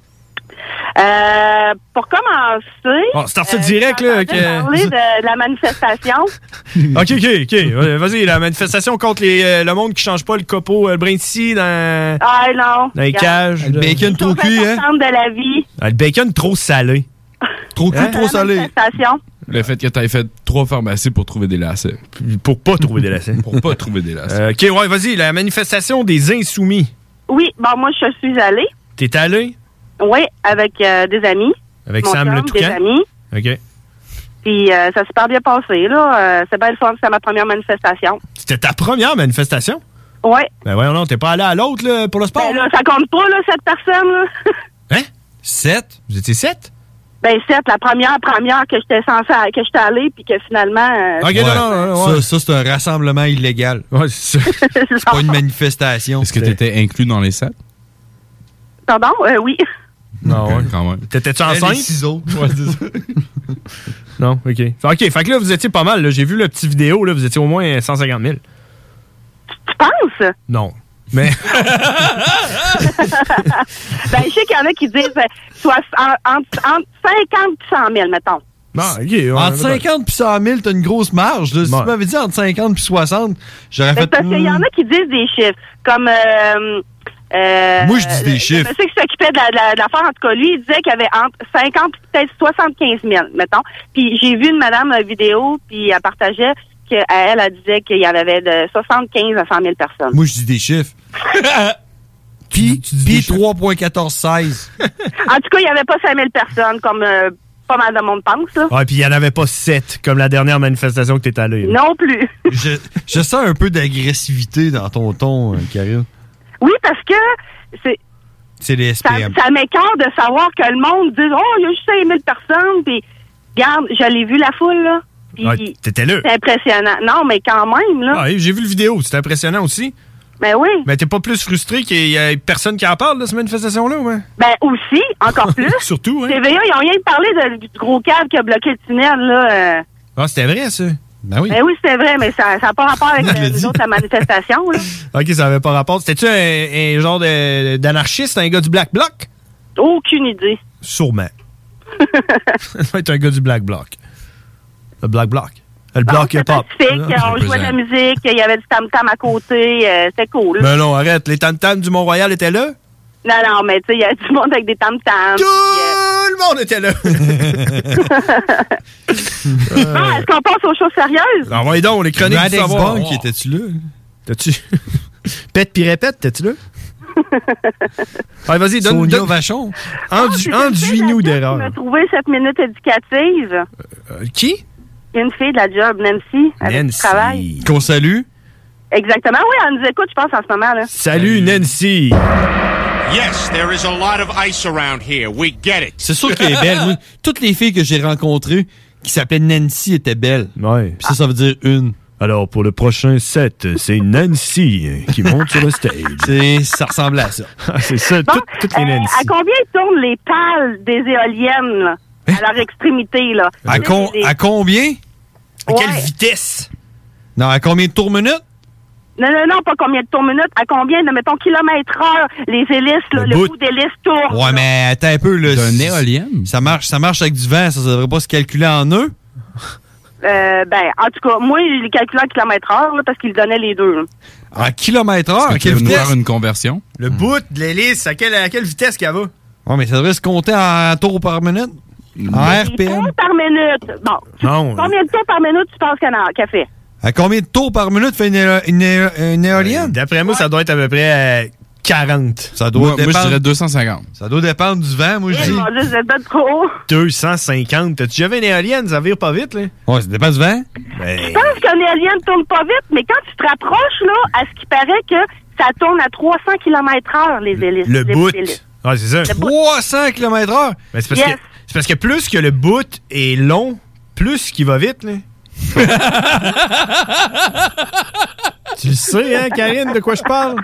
[SPEAKER 10] Euh, pour commencer.
[SPEAKER 12] Oh, c'est parti direct, là,
[SPEAKER 10] Euh, j'entendais
[SPEAKER 12] que-
[SPEAKER 10] parler de, de
[SPEAKER 12] *laughs*
[SPEAKER 10] la manifestation.
[SPEAKER 12] OK, OK, OK. Euh, Vas-y, la manifestation contre les, euh, le monde qui change pas le copeau, euh, le brin ici dans,
[SPEAKER 10] Ah non.
[SPEAKER 12] dans les
[SPEAKER 10] Regarde.
[SPEAKER 12] cages. Le bacon hein?
[SPEAKER 10] Chose importante de la vie. Hein?
[SPEAKER 12] le bacon trop salé.
[SPEAKER 6] Trop
[SPEAKER 12] cul, trop salé.
[SPEAKER 10] Manifestation.
[SPEAKER 4] Le fait que t'aies fait trois pharmacies pour trouver des lacets.
[SPEAKER 12] Pour pas trouver des lacets.
[SPEAKER 4] *laughs* pour pas trouver des lacets.
[SPEAKER 12] Euh, OK, ouais, vas-y, la manifestation des insoumis.
[SPEAKER 10] Oui, bon, moi, je suis allée.
[SPEAKER 12] T'es allé
[SPEAKER 10] Oui, avec euh, des amis.
[SPEAKER 12] avec
[SPEAKER 10] Mon
[SPEAKER 12] Sam
[SPEAKER 10] chum,
[SPEAKER 12] le
[SPEAKER 10] Des
[SPEAKER 12] Toucan?
[SPEAKER 10] amis.
[SPEAKER 12] OK.
[SPEAKER 29] Puis euh, ça s'est super bien passé, là. Euh, c'est bien le fun, c'était ma première manifestation.
[SPEAKER 12] C'était ta première manifestation?
[SPEAKER 29] Ouais.
[SPEAKER 12] Ben voyons, non, t'es pas allé à l'autre là, pour le sport?
[SPEAKER 29] Ben là, ça compte pas, là, cette personne, *laughs* là.
[SPEAKER 12] Hein? Sept? Vous étiez sept?
[SPEAKER 29] Ben, c'est la première, première que j'étais censée, que j'étais allée, puis que finalement... euh,
[SPEAKER 12] Ok, non, non, non, ouais.
[SPEAKER 6] Ça, ça, c'est un rassemblement illégal.
[SPEAKER 12] c'est
[SPEAKER 6] pas une manifestation.
[SPEAKER 4] Est-ce que tu étais inclus dans les sept?
[SPEAKER 29] Pardon? Euh, oui.
[SPEAKER 12] Non, ouais.
[SPEAKER 4] Quand même.
[SPEAKER 12] T'étais-tu
[SPEAKER 6] Elle et
[SPEAKER 12] enceinte?
[SPEAKER 6] six autres. *laughs*
[SPEAKER 12] Ouais, c'est ça. non, OK. OK, fait que là, vous étiez pas mal. là. J'ai vu le petit vidéo, là, vous étiez au moins 150 000.
[SPEAKER 29] Tu
[SPEAKER 12] *laughs*
[SPEAKER 29] penses?
[SPEAKER 12] Non. Mais
[SPEAKER 29] ben, je sais qu'il y en a qui disent euh, soit en- entre, entre 50 et 100 000, mettons.
[SPEAKER 6] entre 50 puis 100 000, t'as une grosse marge. là. Si tu m'avais dit entre 50 puis 60, j'aurais
[SPEAKER 29] Ben,
[SPEAKER 6] fait... hmm,
[SPEAKER 29] parce qu'il y en a qui disent des chiffres, comme... euh, euh,
[SPEAKER 6] Moi, je dis des
[SPEAKER 29] le-
[SPEAKER 6] chiffres.
[SPEAKER 29] Le monsieur qui s'occupait de la- de la- de l'affaire, en tout cas, lui, il disait qu'il y avait entre 50 et peut-être 75 000, mettons. Puis j'ai vu une madame euh, vidéo, puis elle partageait qu'elle, elle, elle disait qu'il y en avait de 75 à 100 000 personnes.
[SPEAKER 6] Moi, je dis des chiffres. *laughs* Puis, puis 3.1416.
[SPEAKER 29] En tout cas, il n'y avait pas 5 000 personnes, comme euh, pas mal de monde pense, là.
[SPEAKER 12] Ouais, puis il y en avait pas sept comme la dernière manifestation que t'es allé.
[SPEAKER 29] Non plus.
[SPEAKER 6] je, je sens un peu d'agressivité dans ton ton, euh, Karine.
[SPEAKER 29] Oui, parce que c'est
[SPEAKER 6] C'est les
[SPEAKER 29] ça,
[SPEAKER 6] SPM.
[SPEAKER 29] ça m'écarte de savoir que le monde dit Oh, il y a juste 5000 personnes. Puis, regarde, je l'ai vu la foule, là. Puis,
[SPEAKER 12] Ouais, t'étais là.
[SPEAKER 29] C'est impressionnant. Non, mais quand même, là.
[SPEAKER 12] Ah, j'ai vu le vidéo, c'était impressionnant aussi.
[SPEAKER 29] Ben oui.
[SPEAKER 12] Mais t'es pas plus frustré qu'il y ait personne qui en parle de cette manifestation-là, ouais?
[SPEAKER 29] Ben aussi,
[SPEAKER 12] *laughs*
[SPEAKER 29] encore plus.
[SPEAKER 12] Surtout, hein?
[SPEAKER 29] TVA, ils n'ont rien parlé de- du gros câble qui a bloqué le tunnel, là. euh.
[SPEAKER 12] Ah, c'était vrai, ça? Ben oui.
[SPEAKER 29] Ben oui, c'était vrai, mais ça n'a pas rapport avec
[SPEAKER 12] Elle l'a
[SPEAKER 29] euh, nous
[SPEAKER 12] dit.
[SPEAKER 29] autres, la manifestation,
[SPEAKER 12] *laughs*
[SPEAKER 29] là.
[SPEAKER 12] OK, ça avait pas rapport. C'était-tu un, un genre de- d'anarchiste, un gars du Black Bloc?
[SPEAKER 29] Aucune idée.
[SPEAKER 12] Sûrement. *laughs* ça doit être un gars du Black Bloc. Le Black Bloc.
[SPEAKER 29] Ah,
[SPEAKER 12] Le Bloc hip-hop.
[SPEAKER 29] Fait qu'on jouait de la musique, il y avait du tam-tam à côté, euh, c'était cool.
[SPEAKER 12] Mais non, arrête. Les tam-tams du Mont-Royal étaient *laughs* là?
[SPEAKER 29] Non, non, mais tu sais, il y a du monde avec des tam-tams. euh,
[SPEAKER 12] Tout le monde était
[SPEAKER 29] *laughs*
[SPEAKER 12] là!
[SPEAKER 29] Bon, est-ce qu'on passe aux choses sérieuses?
[SPEAKER 12] Envoyez Ah, donc, les chroniques
[SPEAKER 29] Red
[SPEAKER 12] du
[SPEAKER 29] X
[SPEAKER 12] savoir.
[SPEAKER 29] Bunk,
[SPEAKER 12] étais-tu là? T'as-tu... *laughs* Pète pis répète, t'es-tu
[SPEAKER 29] *laughs*
[SPEAKER 12] là? Allez, vas-y, donne...
[SPEAKER 29] Sonia
[SPEAKER 12] donne... Vachon.
[SPEAKER 29] Ah,
[SPEAKER 12] Enduis-nous
[SPEAKER 29] On a
[SPEAKER 12] d'erreur.
[SPEAKER 29] trouvé cette minute éducative.
[SPEAKER 12] Euh, qui?
[SPEAKER 29] Une fille de la job, Nancy, avec qui je travaille.
[SPEAKER 12] Qu'on salue.
[SPEAKER 29] Exactement, oui, elle nous écoute, je pense, en ce moment. là.
[SPEAKER 12] Salut, Nancy.
[SPEAKER 17] Yes, there is a lot of ice around here. We get it.
[SPEAKER 6] C'est sûr qu'elle est belle.
[SPEAKER 17] *laughs*
[SPEAKER 6] Moi, toutes les filles que j'ai rencontrées qui s'appelaient Nancy étaient belles.
[SPEAKER 12] Ouais.
[SPEAKER 6] Puis ça, ça veut dire une.
[SPEAKER 12] Alors, pour le prochain set, c'est Nancy hein, qui monte sur
[SPEAKER 6] *laughs*
[SPEAKER 12] le stage. Ah,
[SPEAKER 6] Ça ressemble à ça.
[SPEAKER 12] c'est ça,
[SPEAKER 29] Bon, euh, à combien tournent les pales des éoliennes, là, à leur extrémité, là?
[SPEAKER 6] À, con-
[SPEAKER 29] Des-
[SPEAKER 6] à combien?
[SPEAKER 29] Ouais.
[SPEAKER 12] vitesse?
[SPEAKER 6] Non, à combien de tours minutes?
[SPEAKER 29] Non, non, non, pas combien de tours minutes, à combien, de, mettons, kilomètre-heure, les hélices, là, le,
[SPEAKER 6] bout.
[SPEAKER 29] bout d'hélice
[SPEAKER 12] Ah,
[SPEAKER 29] tourne.
[SPEAKER 6] Ouais, mais attends un peu. Là,
[SPEAKER 4] D'un
[SPEAKER 6] si-
[SPEAKER 4] éolienne?
[SPEAKER 6] Ça marche, ça marche avec du vent, ça ne devrait pas se calculer en nœuds.
[SPEAKER 29] Euh, ben, en tout cas, moi, je l'ai calculé en kilomètre-heure, là, parce qu'il donnait les deux. là.
[SPEAKER 6] En kilomètre-heure, à
[SPEAKER 4] Est-ce que
[SPEAKER 6] quelle
[SPEAKER 4] tu veux nous
[SPEAKER 6] vitesse? Hmm.
[SPEAKER 4] faire une conversion?
[SPEAKER 12] Le bout de l'hélice, à quelle, à quelle vitesse qu'elle va?
[SPEAKER 6] Ouais, mais ça devrait se compter en tours par minute. En RPM.
[SPEAKER 29] Tours par minute. Bon.
[SPEAKER 6] Non.
[SPEAKER 29] Combien de tours par minute tu penses qu'elle a- qu'elle fait?
[SPEAKER 6] À combien de tours par minute fait une, éo- une éo- une éolienne?
[SPEAKER 12] D'après moi, ça doit être à peu près euh, 40.
[SPEAKER 6] Ça
[SPEAKER 4] doit Moi- moi, je dirais 250.
[SPEAKER 6] Ça doit dépendre du vent, moi,
[SPEAKER 29] Eh, mon Dieu, vous êtes bien trop haut.
[SPEAKER 12] 250. T'as-tu jamais une éolienne? Ça vire pas vite, là? Ben,
[SPEAKER 6] Ouais, ça dépend du vent.
[SPEAKER 12] Eh.
[SPEAKER 29] Je pense qu'un éolien ne tourne pas vite, mais quand tu te rapproches, là, à ce qui paraît que ça tourne à 300 km heure, les hélices.
[SPEAKER 12] Le
[SPEAKER 29] les
[SPEAKER 12] bout.
[SPEAKER 29] hélices.
[SPEAKER 12] Ah, c'est ça.
[SPEAKER 29] Le bout.
[SPEAKER 6] 300 km/h.
[SPEAKER 12] Mais c'est parce,
[SPEAKER 29] Yes.
[SPEAKER 12] que, c'est parce que plus que le bout est long, plus qu'il va vite, là. tu le sais, hein, Karine, de quoi je
[SPEAKER 29] *laughs*
[SPEAKER 12] parle?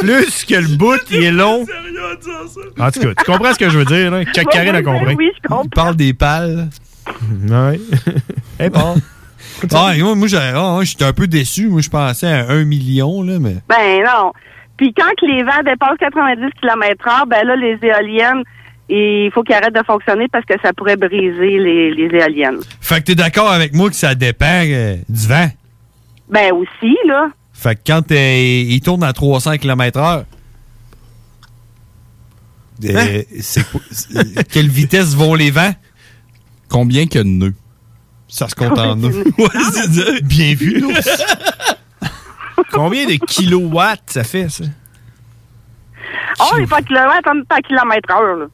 [SPEAKER 12] plus que le bout il est long. En tout cas, tu comprends ce que je veux dire, hein? là? Que
[SPEAKER 29] Oui,
[SPEAKER 12] Karine a
[SPEAKER 29] oui, ben
[SPEAKER 12] compris.
[SPEAKER 29] oui, je comprends.
[SPEAKER 6] Il parle des *laughs* pales.
[SPEAKER 12] Ouais.
[SPEAKER 6] *laughs*
[SPEAKER 12] hey, Paul.
[SPEAKER 6] Ah, moi, moi, j'ai- ah, j'étais un peu déçu. Moi, je pensais à un million, là, mais.
[SPEAKER 29] Ben non. Puis quand que les vents dépassent 90 km heure, ben là, les éoliennes, il faut qu'ils arrêtent de fonctionner parce que ça pourrait briser les, les éoliennes.
[SPEAKER 6] Fait que t'es d'accord avec moi que ça dépend euh, du vent.
[SPEAKER 29] Ben aussi, là.
[SPEAKER 6] Fait que quand t'es- il tourne à 300 km/h. euh, c'est *laughs* quoi- c'est- euh, quelle vitesse vont les vents?
[SPEAKER 4] Combien qu'il y a de nœuds?
[SPEAKER 6] Ça se compte en
[SPEAKER 12] *laughs*
[SPEAKER 6] nœuds.
[SPEAKER 11] Ouais, c'est ça.
[SPEAKER 12] Bien vu, *laughs* l'ours. Combien de kilowatts ça fait, ça?
[SPEAKER 29] Oh, il pas kilomètre, on est pas à kilomètre heure, là.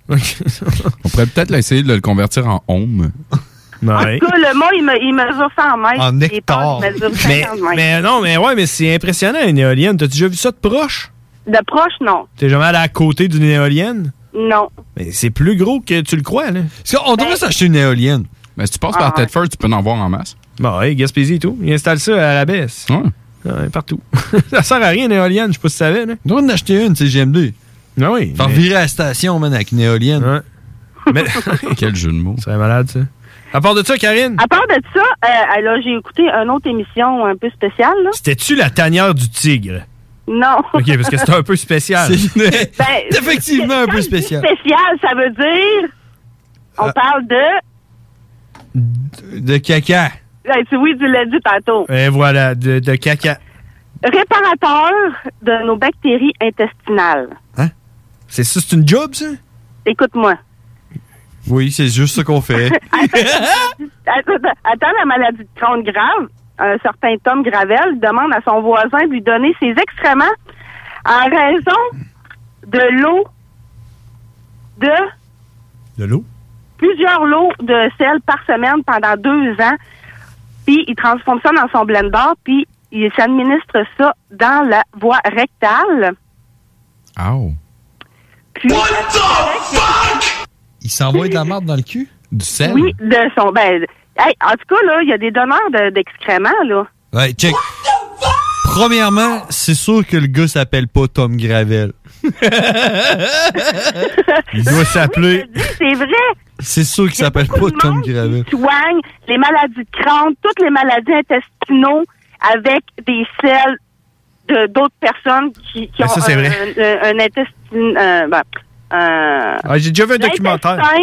[SPEAKER 4] On pourrait peut-être essayer de le convertir en home.
[SPEAKER 29] En tout cas, le mât, il, me- il mesure 100 mètres.
[SPEAKER 12] En
[SPEAKER 29] Les
[SPEAKER 12] hectare.
[SPEAKER 29] porcs mesurent
[SPEAKER 12] Mais,
[SPEAKER 29] 50 mètres.
[SPEAKER 12] mais non, mais ouais, mais c'est impressionnant, une éolienne. T'as-tu déjà vu ça de proche?
[SPEAKER 29] De proche, non.
[SPEAKER 12] T'es jamais allé à côté d'une éolienne?
[SPEAKER 29] Non.
[SPEAKER 12] Mais c'est plus gros que tu le crois, là.
[SPEAKER 4] on devrait s'acheter une éolienne. Mais si tu passes
[SPEAKER 12] Ben, Ah,
[SPEAKER 4] par
[SPEAKER 12] ouais.
[SPEAKER 4] Tedford, tu peux en voir en masse.
[SPEAKER 12] Bah ouais, Gaspésie et tout. Ils installent ça à la baisse. Ouais, partout. *laughs* ça sert à rien, une éolienne, je sais pas si tu savais, là.
[SPEAKER 6] On devrait en acheter une, c'est GMD.
[SPEAKER 12] Ah oui.
[SPEAKER 6] Faire
[SPEAKER 12] mais-
[SPEAKER 6] virer à la station, man, avec une éolienne.
[SPEAKER 12] *laughs* Mais...
[SPEAKER 4] Quel jeu de mots.
[SPEAKER 12] C'est malade, ça. À part de ça, Karine,
[SPEAKER 29] À part de ça, euh, là, j'ai écouté une autre émission un peu spéciale, là.
[SPEAKER 12] c'était-tu la tanière du tigre?
[SPEAKER 29] Non.
[SPEAKER 12] OK, parce que c'était
[SPEAKER 29] *laughs*
[SPEAKER 12] un peu spécial.
[SPEAKER 29] Ben, effectivement un peu
[SPEAKER 12] spécial.
[SPEAKER 29] Spécial, ça veut dire. On parle de.
[SPEAKER 12] De caca.
[SPEAKER 29] Hey, ben, tu- oui, tu l'as dit tantôt.
[SPEAKER 12] Et voilà, de, de caca.
[SPEAKER 29] Réparateur de nos bactéries intestinales.
[SPEAKER 12] C'est ça, c'est une job, ça?
[SPEAKER 29] Écoute-moi.
[SPEAKER 6] Oui, c'est juste ce qu'on fait.
[SPEAKER 29] Attends, *laughs* attends, la maladie de Crohn grave, un certain Tom Gravel demande à son voisin de lui donner ses excréments en raison de l'eau de
[SPEAKER 12] De l'eau?
[SPEAKER 29] plusieurs lots de sel par semaine pendant deux ans. Puis il transforme ça dans son blender, puis il s'administre ça dans la voie rectale.
[SPEAKER 4] Ow.
[SPEAKER 29] What the fuck?
[SPEAKER 6] Il s'envoie de la marde dans le cul?
[SPEAKER 4] Du sel?
[SPEAKER 29] Oui, de son. Ben, hey, en tout cas, là, il y a des donneurs de- d'excréments,
[SPEAKER 12] *laughs*
[SPEAKER 29] là.
[SPEAKER 6] Ouais, check. Premièrement, c'est sûr que le gars s'appelle pas Tom Gravel. Il doit s'appeler.
[SPEAKER 29] C'est vrai,
[SPEAKER 6] C'est sûr qu'il s'appelle pas Tom Gravel.
[SPEAKER 29] soigne les maladies de Crohn, toutes les maladies intestinaux avec des selles de d'autres personnes qui, qui
[SPEAKER 12] Ben,
[SPEAKER 29] ont
[SPEAKER 12] ça, c'est
[SPEAKER 29] un,
[SPEAKER 12] vrai.
[SPEAKER 29] un- un intestin. euh, ben, euh,
[SPEAKER 12] Ah, j'ai déjà vu un documentaire.
[SPEAKER 29] l'intestin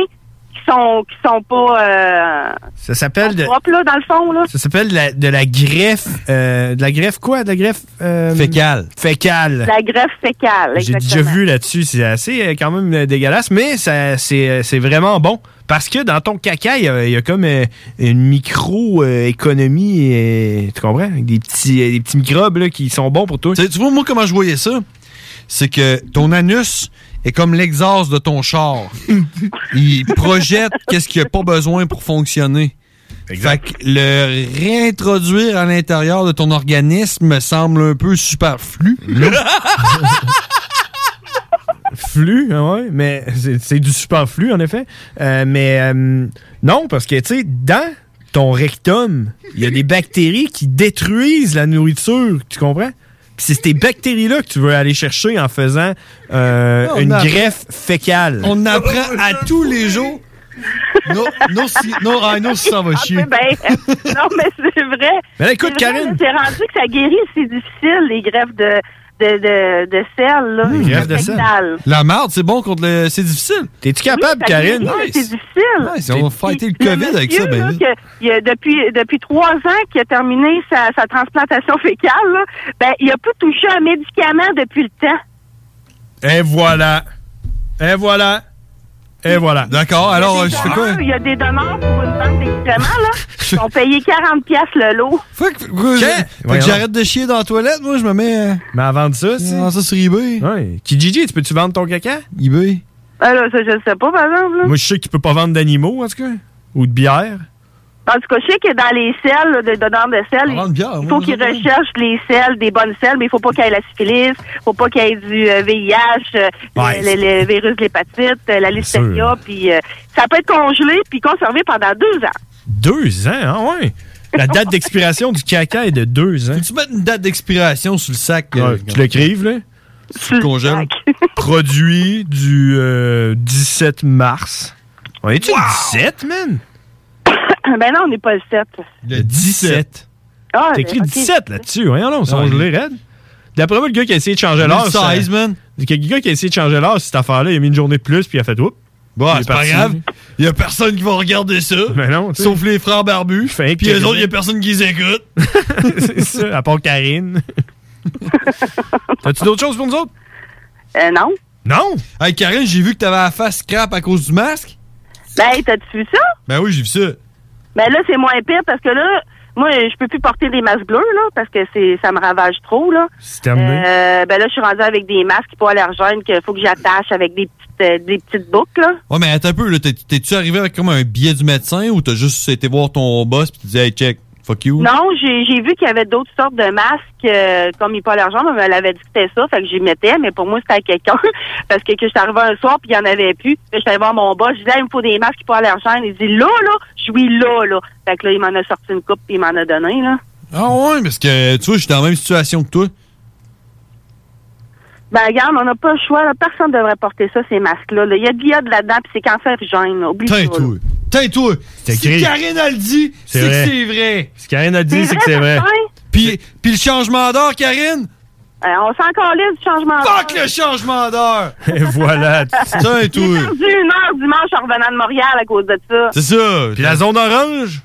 [SPEAKER 29] Qui sont, qui sont pas euh,
[SPEAKER 12] Ça s'appelle de,
[SPEAKER 29] propres, là, dans le fond, là.
[SPEAKER 12] ça s'appelle de la, de la greffe. euh, de la greffe quoi? De la greffe. euh,
[SPEAKER 6] Fécale.
[SPEAKER 12] Fécale.
[SPEAKER 29] La greffe fécale.
[SPEAKER 12] J'ai déjà
[SPEAKER 29] exactement.
[SPEAKER 12] vu là-dessus, c'est assez euh, quand même euh, dégueulasse, mais ça, c'est, euh, c'est vraiment bon. Parce que dans ton caca, il y a, il y a comme euh, une micro-économie, euh, tu comprends? Avec Des petits, euh, des petits microbes là, qui sont bons pour toi.
[SPEAKER 6] Tu sais, tu vois, moi, comment je voyais ça? C'est que ton anus est comme l'exhaust de ton char. Il projette qu'est-ce qu'il n'y a pas besoin pour fonctionner. Fait que le réintroduire à l'intérieur de ton organisme me semble un peu
[SPEAKER 12] *laughs*
[SPEAKER 6] superflu.
[SPEAKER 12] flux, hein, ouais, mais c'est c'est du superflu, en effet. Euh, mais euh, non, parce que, tu sais, dans ton rectum, il y a des bactéries qui détruisent la nourriture, tu comprends? Puis c'est ces bactéries-là que tu veux aller chercher en faisant euh,
[SPEAKER 6] On
[SPEAKER 12] une
[SPEAKER 6] apprend-
[SPEAKER 12] greffe fécale.
[SPEAKER 6] On apprend à tous les jours. Non, non, si, non, ah, non, si ça va chier.
[SPEAKER 29] Ben, non, mais c'est vrai.
[SPEAKER 6] Mais là, écoute,
[SPEAKER 29] C'est vrai,
[SPEAKER 6] Karine.
[SPEAKER 29] là, C'est rendu que ça guérit, c'est difficile, les greffes de, de, de, de selles, là.
[SPEAKER 12] Hmm.
[SPEAKER 6] Mmh, greffe de selles.
[SPEAKER 29] rectales.
[SPEAKER 6] La marde, c'est bon contre le. C'est difficile.
[SPEAKER 12] T'es-tu
[SPEAKER 29] Oui, ça guérit, mais C'est difficile.
[SPEAKER 6] Nice, on va fighter le
[SPEAKER 29] Puis,
[SPEAKER 6] COVID
[SPEAKER 29] monsieur,
[SPEAKER 6] avec ça, ben
[SPEAKER 29] là,
[SPEAKER 6] vite.
[SPEAKER 29] que- il a- depuis, depuis trois ans qu'il a terminé sa, sa transplantation fécale, là, ben, il a plus touché un médicament depuis le temps.
[SPEAKER 12] Et voilà. Et voilà. Et voilà.
[SPEAKER 6] D'accord, Ah, alors euh,
[SPEAKER 29] Des donneurs, Il y a des donneurs pour une banque d'excréments, là. Ils ont payé 40 pièces le lot.
[SPEAKER 6] Fait que j'arrête de chier dans la toilette, moi, je me mets. euh,
[SPEAKER 12] Mais à vendre ça, c'est.
[SPEAKER 6] ça sur eBay.
[SPEAKER 12] Ouais. Qui Gigi, tu peux-tu vendre ton caca?
[SPEAKER 6] eBay.
[SPEAKER 29] Ah, là, ça, je ne sais pas, par exemple, là.
[SPEAKER 12] Moi, je sais que tu peux pas vendre d'animaux, en tout cas. Ou de bière.
[SPEAKER 29] En tout cas, je sais que dans les selles, là, des donneurs de
[SPEAKER 6] Ah,
[SPEAKER 29] selles, il- il faut qu'ils recherchent les selles, des bonnes selles, mais il faut pas qu'il y ait la syphilis, faut pas qu'il y ait du euh, VIH, euh,
[SPEAKER 12] Ouais.
[SPEAKER 29] le, le- le virus de l'hépatite, euh, la listeria, puis euh, ça peut être congelé puis conservé pendant deux ans.
[SPEAKER 12] Deux ans, hein, ouais. La date d'expiration du caca est de deux ans.
[SPEAKER 6] Tu mets une date d'expiration sur le sac. euh,
[SPEAKER 12] Ouais, tu l'écrives, là?
[SPEAKER 29] Sur le
[SPEAKER 6] congèle.
[SPEAKER 12] *laughs*
[SPEAKER 29] *laughs*
[SPEAKER 12] Produit du euh, 17 mars. On est-tu le 17, man?
[SPEAKER 29] *laughs* ben non, on n'est pas le 7.
[SPEAKER 12] Le 17.
[SPEAKER 29] Ah,
[SPEAKER 12] T'as écrit
[SPEAKER 29] ok.
[SPEAKER 12] 17 là-dessus, voyons là, on s'en
[SPEAKER 6] Ouais.
[SPEAKER 12] gelé raide. D'après moi, le gars qui a essayé de changer l'heure.
[SPEAKER 6] Le
[SPEAKER 12] ça-
[SPEAKER 6] size, man.
[SPEAKER 12] Le gars qui a essayé de changer l'heure, cette affaire-là, il a mis une journée de plus, puis il a fait oups.
[SPEAKER 6] Bon,
[SPEAKER 12] Il est
[SPEAKER 6] Bah, c'est pas
[SPEAKER 12] parti.
[SPEAKER 6] grave. Il y a personne qui va regarder ça.
[SPEAKER 12] Mais non, tu sais.
[SPEAKER 6] Sauf les frères barbus.
[SPEAKER 12] Fait
[SPEAKER 6] Puis
[SPEAKER 12] que-
[SPEAKER 6] les autres, il y a personne qui les écoute.
[SPEAKER 12] *laughs* C'est ça, à part Karine. T'as-tu d'autres choses pour nous autres?
[SPEAKER 29] Euh, non.
[SPEAKER 12] Non!
[SPEAKER 6] Hey, Karine, j'ai vu que t'avais la face crap à cause du masque.
[SPEAKER 29] Ben, t'as-tu vu ça?
[SPEAKER 6] Ben oui, j'ai vu ça.
[SPEAKER 29] Ben là, c'est moins pire parce que là, Moi, je peux plus porter des masques bleus, là, parce que c'est ça me ravage trop, là.
[SPEAKER 12] C'est terminé.
[SPEAKER 29] Euh, ben là, je suis rendue avec des masques hypoallergènes qu'il faut que j'attache avec des petites, euh, des petites boucles, là.
[SPEAKER 6] Ouais, mais attends un peu, là. t'es- T'es-tu arrivé avec comme un billet du médecin ou t'as juste été voir ton boss pis tu dis, hey, check, fuck you?
[SPEAKER 29] Non, j'ai j'ai vu qu'il y avait d'autres sortes de masques euh, comme hypoallergènes. On me l'avait dit que c'était ça, fait que j'y mettais, mais pour moi, c'était à quelqu'un. *laughs* parce que, que je suis arrivée un soir, puis il n'y en avait plus. Puis j'étais allée voir mon boss, je disais, Ah, il me faut des masques hypoallergènes. Il dit, là, là, je suis là, là. Fait que là, il m'en a sorti une coupe, puis il m'en a donné, là.
[SPEAKER 6] Ah ouais, parce que tu vois, j'étais dans la même situation que toi.
[SPEAKER 29] Ben, regarde, on n'a pas le choix. Là. Personne ne devrait porter ça, ces masques-là. là. Il y a de l'iode là-dedans, puis c'est cancérigène. là. Oublie ça. là.
[SPEAKER 6] Tain-toi. Tain-toi.
[SPEAKER 12] C'est
[SPEAKER 6] Si
[SPEAKER 12] écrit.
[SPEAKER 6] Karine a le dit,
[SPEAKER 12] C'est
[SPEAKER 6] c'est que
[SPEAKER 12] vrai.
[SPEAKER 6] c'est vrai.
[SPEAKER 12] *laughs* Ce qu'Arine a dit, c'est que c'est vrai.
[SPEAKER 6] Puis, puis le changement d'heure, Karine?
[SPEAKER 29] Euh, on s'en calait du changement
[SPEAKER 6] d'heure. Fuck le changement d'heure!
[SPEAKER 12] Et voilà.
[SPEAKER 6] *laughs*
[SPEAKER 29] J'ai perdu une heure dimanche en revenant de Montréal à cause de ça.
[SPEAKER 6] C'est ça. Puis
[SPEAKER 12] la zone orange?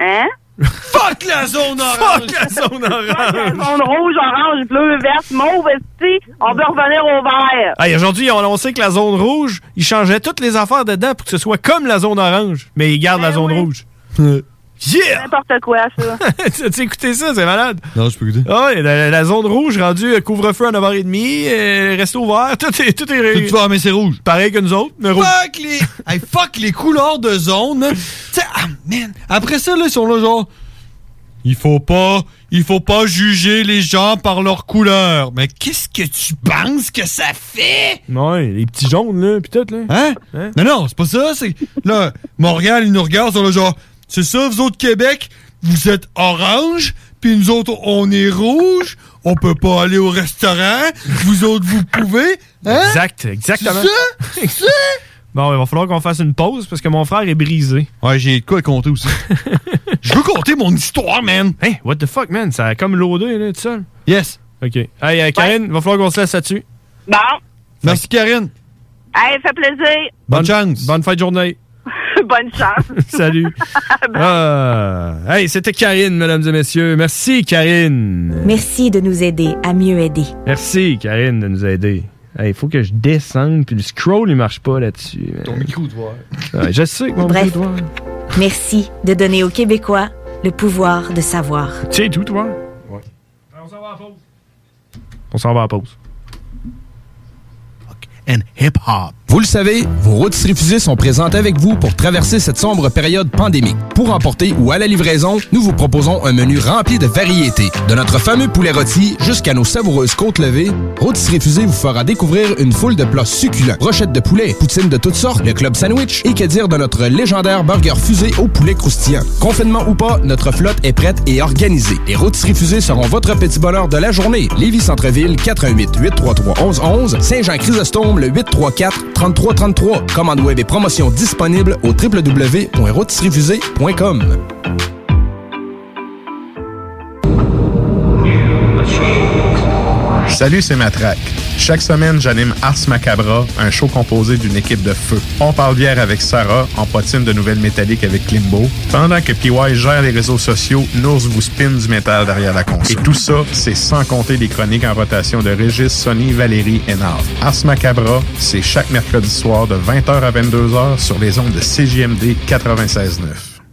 [SPEAKER 29] Hein?
[SPEAKER 6] Fuck la zone
[SPEAKER 29] orange!
[SPEAKER 12] Fuck la zone orange!
[SPEAKER 29] zone rouge, orange, bleu, verte, mauve, esti. On veut revenir au vert.
[SPEAKER 12] Hey, aujourd'hui, ils ont annoncé que la zone rouge, ils changeaient toutes les affaires dedans pour que ce soit comme la zone orange, mais ils gardent la zone rouge. Yeah!
[SPEAKER 29] Ben N'importe quoi,
[SPEAKER 12] *laughs*
[SPEAKER 29] ça.
[SPEAKER 12] T'as écouté ça, c'est malade.
[SPEAKER 6] Non, je peux écouter.
[SPEAKER 12] Ah, et la, la zone rouge rendue euh, couvre-feu à 9h30, euh, resto ouvert, tout est, tout est ré-
[SPEAKER 6] Tout- ah, mais c'est rouge.
[SPEAKER 12] Pareil que nous autres, mais rouge.
[SPEAKER 6] Fuck les, hey, fuck les couleurs de zone. hein. Tu sais, ah, man. Après ça, là, ils sont là, genre. Il faut pas, il faut pas juger les gens par leur couleur. Mais qu'est-ce que tu penses que ça fait?
[SPEAKER 12] Ouais, les petits jaunes, là, pis tout, là.
[SPEAKER 6] Hein?
[SPEAKER 12] Hein?
[SPEAKER 6] Non, non, c'est pas ça. C'est, là, Montréal, ils nous regardent, ils sont là, genre, c'est ça, vous autres, Québec, vous êtes orange, puis nous autres, on est rouge, on peut pas aller au restaurant, vous autres, vous pouvez. Hein?
[SPEAKER 12] Exact, exactement. *laughs*
[SPEAKER 6] C'est ça? C'est-
[SPEAKER 12] Bon, il va falloir qu'on fasse une pause parce que mon frère est brisé.
[SPEAKER 6] Ouais, j'ai de quoi compter
[SPEAKER 12] *laughs*
[SPEAKER 6] aussi. Je veux compter mon histoire, man.
[SPEAKER 12] Hey, what the fuck, man? Ça a comme loadé, là, tout seul.
[SPEAKER 6] Yes.
[SPEAKER 12] OK. Hey, euh, Karine, il va falloir qu'on se laisse là-dessus.
[SPEAKER 29] Bon.
[SPEAKER 6] Merci, Karine.
[SPEAKER 29] Hey, fait plaisir. *laughs*
[SPEAKER 12] Bonne, chance. Bonne fin de journée.
[SPEAKER 29] Bonne chance.
[SPEAKER 12] *laughs*
[SPEAKER 7] *laughs*
[SPEAKER 12] Salut. Ah. Hey, c'était Karine, mesdames et messieurs. Merci, Karine.
[SPEAKER 7] Merci de nous aider à mieux aider.
[SPEAKER 12] Merci, Karine, de nous aider. Il faut que je descende, puis le scroll, il marche pas là-dessus. Ton micro de voir. je sais que mon
[SPEAKER 7] Bref,
[SPEAKER 12] micro doit.
[SPEAKER 7] merci de donner aux Québécois le pouvoir de savoir.
[SPEAKER 12] Tu sais tout, toi? On s'en va à la pause.
[SPEAKER 16] and hip hop. Vous le savez, vos rôtisseries fusées sont présentes avec vous pour traverser cette sombre période pandémique. Pour emporter ou à la livraison, nous vous proposons un menu rempli de variétés. De notre fameux poulet rôti jusqu'à nos savoureuses côtes levées, Rôtisserie Fusée vous fera découvrir une foule de plats succulents. Rochettes de poulet, poutines de toutes sortes, le club sandwich et que dire de notre légendaire burger fusée au poulet croustillant. Confinement ou pas, notre flotte est prête et organisée. Les Rôtisseries Fusées seront votre petit bonheur de la journée. Lévis Centreville, 418 833 1111, Saint-Jean-Chrysostome, le 834 3333. Commande web et promotion disponible au www.rôtisseriesfusées.com.
[SPEAKER 30] Salut, c'est Matraque. Chaque semaine, j'anime Ars Macabra, un show composé d'une équipe de feu. On parle bière avec Sarah, on patine de nouvelles métalliques avec Klimbo. Pendant que PY gère les réseaux sociaux, Nours vous spin du métal derrière la console. Et tout ça, c'est sans compter les chroniques en rotation de Régis, Sonny, Valérie et Nard. Ars Macabra, c'est chaque mercredi soir de 20h à 22h sur les ondes de CJMD 96.9.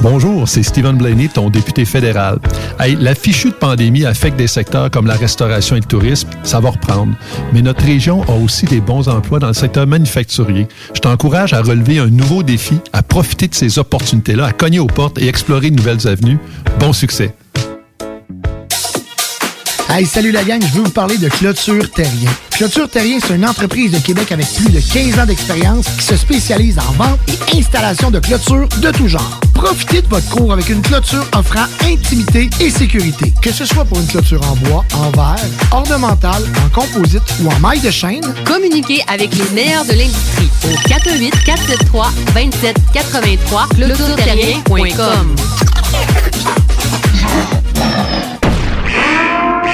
[SPEAKER 19] Bonjour, c'est Stephen Blaney, ton député fédéral. Hey, la fichue de pandémie affecte des secteurs comme la restauration et le tourisme, ça va reprendre. Mais notre région a aussi des bons emplois dans le secteur manufacturier. Je t'encourage à relever un nouveau défi, à profiter de ces opportunités-là, à cogner aux portes et explorer de nouvelles avenues. Bon succès.
[SPEAKER 27] Hey, salut la gang, je veux vous parler de Clôture Terrien. Clôture Terrien, c'est une entreprise de Québec avec plus de 15 ans d'expérience qui se spécialise en vente et installation de clôtures de tout genre. Profitez de votre cours avec une clôture offrant intimité et sécurité. Que ce soit pour une clôture en bois, en verre, ornementale, en composite ou en maille de chaîne,
[SPEAKER 7] Communiquez avec les meilleurs de l'industrie au 418 473 2783 clôtureterrien.com.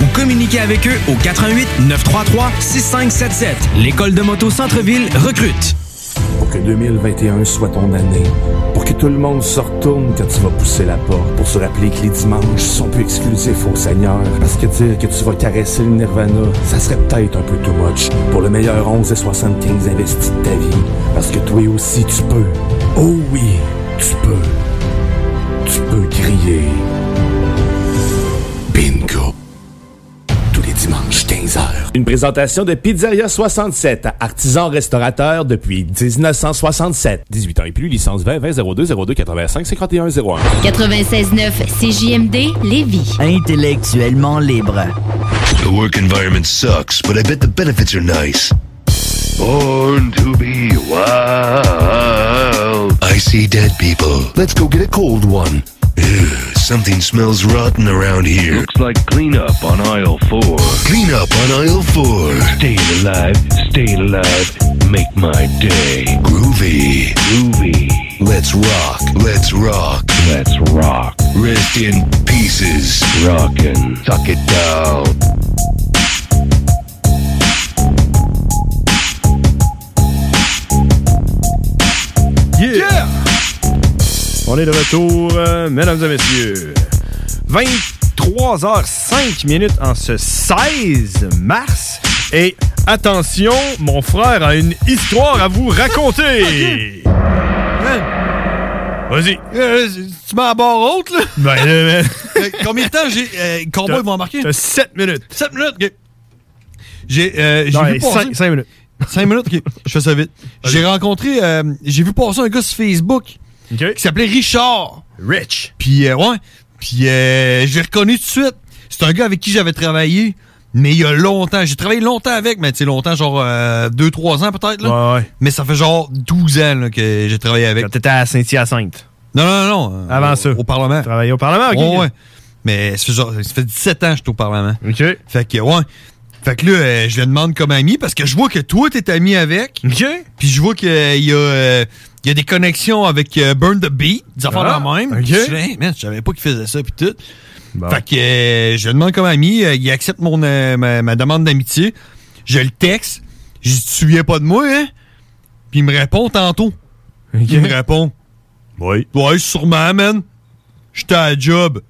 [SPEAKER 24] ou communiquez avec eux au 88 933 6577. L'école de moto Centre-ville recrute.
[SPEAKER 5] Pour que 2021 soit ton année. Pour que tout le monde se retourne quand tu vas pousser la porte. Pour se rappeler que les dimanches sont plus exclusifs au Seigneur. Parce que dire que tu vas caresser le nirvana, ça serait peut-être un peu too much. Pour le meilleur 11 et 75 investis de ta vie. Parce que toi aussi tu peux. Oh oui, tu peux. Tu peux crier. Bingo. Tous les dimanches, 15h.
[SPEAKER 14] Une présentation de Pizzeria 67, artisan restaurateur depuis 1967. 18 ans et plus, licence 20 20 02 02 85 51 01.
[SPEAKER 7] 96.9 CJMD Lévis.
[SPEAKER 9] Intellectuellement libre. The work environment sucks, but I bet the benefits are nice. Born to be wild. I see dead people. Let's go get a cold one. Ugh, something smells rotten around here. Looks like cleanup on aisle four. Cleanup on aisle four. Stay alive, stay alive, make my day. Groovy. Groovy. Let's rock, let's rock, let's rock. Rest in pieces. Rockin'. Suck it down.
[SPEAKER 12] Yeah! On est de retour, euh, mesdames et messieurs. 23h05 minutes en ce 16 mars. Et attention, mon frère a une histoire à vous *laughs* raconter. Vas-y.
[SPEAKER 6] tu m'as à barre haute,
[SPEAKER 12] *laughs*
[SPEAKER 6] là?
[SPEAKER 12] Ben, euh,
[SPEAKER 6] Euh, Combien de temps j'ai. Euh, Cowboy m'a marqué?
[SPEAKER 12] T'as 7 minutes.
[SPEAKER 6] 7 minutes, ok. J'ai euh, j'ai
[SPEAKER 12] Non,
[SPEAKER 6] vu passer.
[SPEAKER 12] 5, minutes.
[SPEAKER 6] 5 minutes,
[SPEAKER 12] *laughs*
[SPEAKER 6] ok. Je fais ça vite. J'ai rencontré. euh, j'ai vu passer un gars sur Facebook qui s'appelait Richard.
[SPEAKER 12] Rich.
[SPEAKER 6] Puis, euh, ouais. Puis, euh, je l'ai reconnu tout de suite. C'est un gars avec qui j'avais travaillé, mais il y a longtemps. J'ai travaillé longtemps avec, mais tu sais, longtemps, genre 2-3 ans peut-être. là. Mais ça fait genre 12 ans là, que j'ai travaillé avec. Quand
[SPEAKER 12] t'étais à Saint-Hyacinthe.
[SPEAKER 6] Non, non, non. non.
[SPEAKER 12] Avant
[SPEAKER 6] au,
[SPEAKER 12] ça.
[SPEAKER 6] Au Parlement.
[SPEAKER 12] Travaillé au Parlement, ok.
[SPEAKER 6] Ouais, ouais. Mais ça fait, genre, ça fait 17 ans que je suis au Parlement.
[SPEAKER 12] OK.
[SPEAKER 6] Fait que, ouais. Fait que là, euh, je le demande comme ami parce que je vois que toi, t'es ami avec.
[SPEAKER 12] OK.
[SPEAKER 6] Puis je vois qu'il y, a, euh, il y a des connexions avec euh, Burn the Beat, des affaires
[SPEAKER 12] Ah,
[SPEAKER 6] de la même.
[SPEAKER 12] OK.
[SPEAKER 6] Je fais, Hey, man, je savais pas qu'il faisait ça, puis tout. Fait que euh, je le demande comme ami, euh, il accepte mon, euh, ma, ma demande d'amitié. Je le texte. Je dis, tu te souviens pas de moi, hein? Puis il me répond tantôt. Il me répond.
[SPEAKER 12] Oui.
[SPEAKER 6] Ouais, sûrement, man. J'étais à job.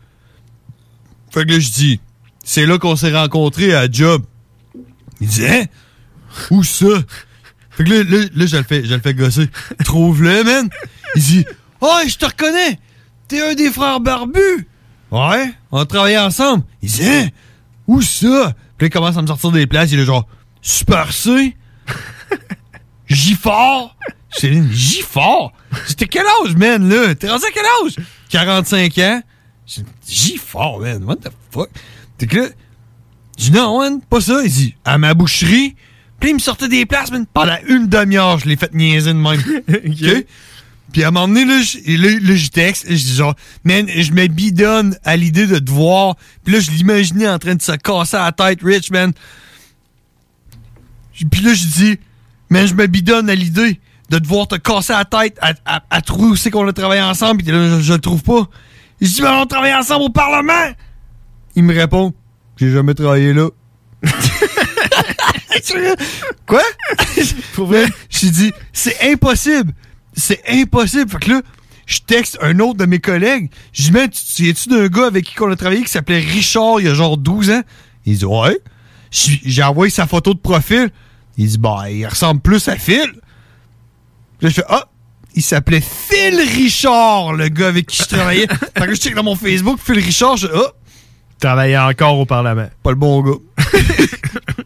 [SPEAKER 6] Fait que là, je dis, c'est là qu'on s'est rencontrés à job. Il dit, hein? Où ça? Fait que là, là, là, je le fais, je le fais gosser. Trouve-le, man. Il dit, oh, je te reconnais. T'es un des frères barbus. Ouais, on travaillait ensemble. Il dit, hein? Où ça? Puis là, il commence à me sortir des places. Il est genre, Super C. Giffard. Céline, Giffard? C'était quel âge, man, là? T'es rendu à quel âge? 45 ans. J'ai dit, Giffard, man, what the fuck? T'es que là, je dis non, man, pas ça. Il dit, à ma boucherie. Puis il me sortait des places, man. Pendant une demi-heure, je l'ai fait niaiser de même. OK? Puis à un moment donné, là, je, là, là, je texte, et je dis genre, man, je me bidonne à l'idée de te voir. Puis là, je l'imaginais en train de se casser la tête, Rich, man. J- Puis là, je dis, mais je me bidonne à l'idée de devoir te casser la tête à, à, à trouver où c'est qu'on a travaillé ensemble. Puis t'es là, je, je le trouve pas. Je dis, mais on travaille ensemble au Parlement. Il me répond, j'ai jamais travaillé là. *laughs* Quoi? Pour vrai? J'ai dit, c'est impossible. C'est impossible. Fait que là, je texte un autre de mes collègues. Je dis, man, tu te souviens-tu d'un gars avec qui on a travaillé qui s'appelait Richard il y a genre 12 ans? Il dit, ouais. Je- J'ai envoyé sa photo de profil. Il dit, bah, il ressemble plus à Phil. Puis Là, je fais, ah, il s'appelait Phil Richard, le gars avec qui je travaillais. fait que je check dans mon Facebook, Phil Richard, je fais, ah. Travaillait encore au Parlement. Pas le bon gars.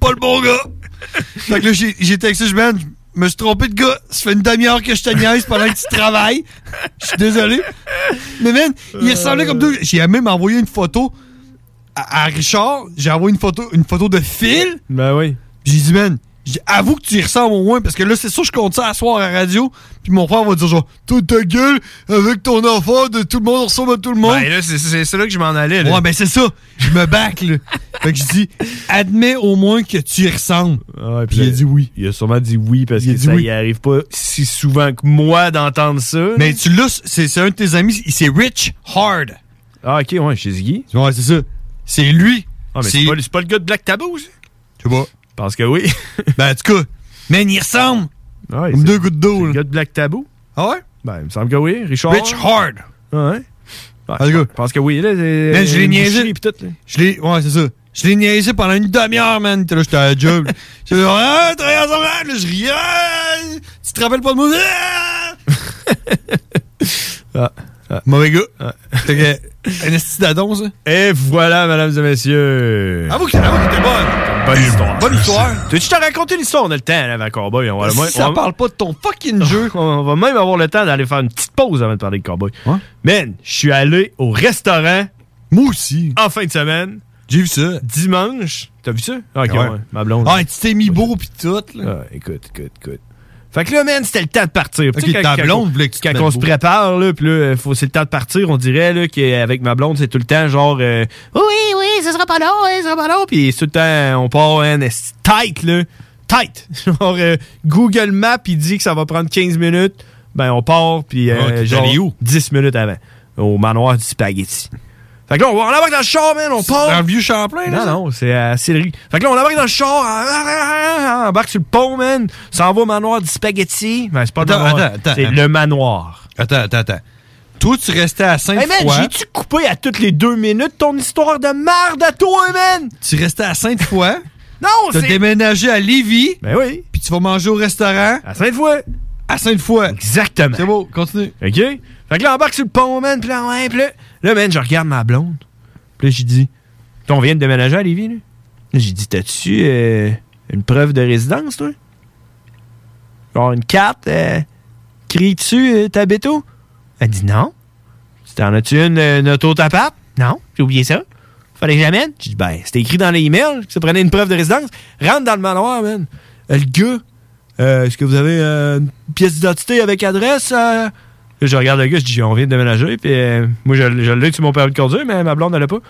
[SPEAKER 6] pas le bon gars. Fait que là, j'ai j'ai texté, je man, je me suis trompé de gars. Ça fait une demi-heure que je te niaise pendant que tu travailles. Je suis désolé. Mais man, il ressemblait comme deux. J'ai même envoyé une photo à, à Richard. J'ai envoyé une photo, une photo de Phil. Ben oui. J'ai dit, man, j'ai- avoue que tu y ressembles au moins, parce que là, c'est sûr, je compte ça à soir à la radio. Puis mon frère va dire, genre, toute ta gueule avec ton enfant, de tout le monde ressemble à tout le monde.
[SPEAKER 12] Ben là, c'est- c'est c'est là que je m'en allais. là.
[SPEAKER 6] Ouais, ben c'est ça. Je me back, là. fait que je dis, admets au moins que tu y ressembles.
[SPEAKER 12] puis il a dit oui. Il a sûrement dit oui parce que
[SPEAKER 6] dit
[SPEAKER 12] ça
[SPEAKER 6] oui.
[SPEAKER 12] y arrive pas si souvent que moi d'entendre ça.
[SPEAKER 6] Mais tu l'as, c'est c'est un de tes amis, il- c'est Rich Hard.
[SPEAKER 12] Ah, ok, ouais, chez Ziggy.
[SPEAKER 6] Ouais, c'est ça. C'est lui.
[SPEAKER 12] Ah, mais c'est pas, c'est pas le gars de Black Tabou, ça?
[SPEAKER 6] Je sais pas.
[SPEAKER 12] Parce que oui.
[SPEAKER 6] ben, en tout cas, man, il ressemble. Comme deux gouttes d'eau,
[SPEAKER 12] Le gars de Black Tabou?
[SPEAKER 6] Ah ouais?
[SPEAKER 12] Ben, il me semble que oui. Richard.
[SPEAKER 6] Rich Hard.
[SPEAKER 12] Ah ouais? Ouais, je pense que oui. Là, c'est-
[SPEAKER 6] Man, je l'ai
[SPEAKER 12] Euh, une
[SPEAKER 6] niaisé.
[SPEAKER 12] boucherie, puis tout, là.
[SPEAKER 6] Je l'ai, ouais, c'est ça. Je l'ai niaisé pendant une demi-heure, man. J'étais là, j'étais à la
[SPEAKER 12] *laughs*
[SPEAKER 6] job. J'étais là, ah, travaille ensemble, Ah, là, je riais. Ah, Tu te rappelles pas
[SPEAKER 12] *laughs*
[SPEAKER 6] de moi? Ah. Mauvais gars. Fait que, un esti d'adon, ça.
[SPEAKER 12] Ah. Et voilà, mesdames et messieurs.
[SPEAKER 6] Avoue que- avoue qu'elle était bonne.
[SPEAKER 12] Bonne histoire.
[SPEAKER 6] Bonne histoire. Ben,
[SPEAKER 12] Tu veux-tu te raconter l'histoire? On a le temps, là, avant Cowboy. On va,
[SPEAKER 6] Si ça parle
[SPEAKER 12] pas de ton fucking jeu.
[SPEAKER 6] Ah.
[SPEAKER 12] On va même avoir le temps d'aller faire une petite pause avant de parler de Cowboy. Man, je suis allé au restaurant.
[SPEAKER 6] Moi aussi.
[SPEAKER 12] En fin de semaine.
[SPEAKER 6] J'ai vu ça.
[SPEAKER 12] Dimanche. T'as vu ça? Ah, ok,
[SPEAKER 6] Ouais.
[SPEAKER 12] ouais, ma blonde.
[SPEAKER 6] Ah, tu t'es mis beau pis tout, là.
[SPEAKER 12] Ah, écoute, écoute, écoute. Fait que là, man, c'était le temps de partir.
[SPEAKER 6] Ok,
[SPEAKER 12] Tu sais,
[SPEAKER 6] ta blonde voulait que tu te
[SPEAKER 12] Quand
[SPEAKER 6] mettes
[SPEAKER 12] on se
[SPEAKER 6] beau.
[SPEAKER 12] prépare, là, puis là, faut- c'est le temps de partir, on dirait, là, qu'avec ma blonde, c'est tout le temps genre. euh, Oui, oui, ce sera pas long, hein, ce sera pas long. Puis tout le temps, on part hein, est- tight, là. Tight. *laughs* Genre, euh, Google Maps, il dit que ça va prendre 15 minutes. Ben, on part, puis euh,
[SPEAKER 6] Ah, t'es
[SPEAKER 12] genre
[SPEAKER 6] allé où?
[SPEAKER 12] 10 minutes avant. Au manoir du spaghetti. Fait que là, on va en avoir dans le char, man, on part.
[SPEAKER 6] Dans le vieux Champlain, là,
[SPEAKER 12] Non,
[SPEAKER 6] ça?
[SPEAKER 12] non, c'est à Sillery. Fait que là, on embarque dans le char, ah, ah, ah, ah, on embarque sur le pont, man. S'en va au manoir du spaghetti. Ben, c'est pas le
[SPEAKER 6] Attends,
[SPEAKER 12] manoir.
[SPEAKER 6] attends, attends.
[SPEAKER 12] C'est le manoir.
[SPEAKER 6] Attends, attends, attends. Toi, tu restais à
[SPEAKER 12] Hey, man,
[SPEAKER 6] Sainte-Foy.
[SPEAKER 12] j'ai-tu coupé à toutes les deux minutes ton histoire de merde à toi, man?
[SPEAKER 6] tu restais à Sainte-Foy.
[SPEAKER 12] *laughs* Non,
[SPEAKER 6] T'as
[SPEAKER 12] c'est...
[SPEAKER 6] déménagé à Lévis.
[SPEAKER 12] Ben oui.
[SPEAKER 6] Puis tu vas manger au restaurant.
[SPEAKER 12] À Sainte-Foy.
[SPEAKER 6] À Sainte-Foy.
[SPEAKER 12] Exactement.
[SPEAKER 6] C'est beau, continue.
[SPEAKER 12] OK? Fait que là, on embarque sur le pont, man. Puis là, ouais, puis là, là, man, je regarde ma blonde. Puis là, j'ai dit, on vient de déménager à Lévis, là. Là, j'ai dit, t'as-tu euh, une preuve de résidence, toi? Genre une carte, euh, crie-tu euh, t'habites où? Elle dit non. Tu T'en as-tu une, euh, une auto tapate? Non, j'ai oublié ça. Fallait que j'amène. J'ai dit, ben, c'était écrit dans les emails que ça prenait une preuve de résidence. Rentre dans le manoir, man. Euh, le gars, euh, est-ce que vous avez euh, une pièce d'identité avec adresse? euh? Là, je regarde le gars, je dis, on vient de déménager, puis euh, moi, je, je l'ai sur mon permis de conduire, mais ma blonde, elle l'a pas.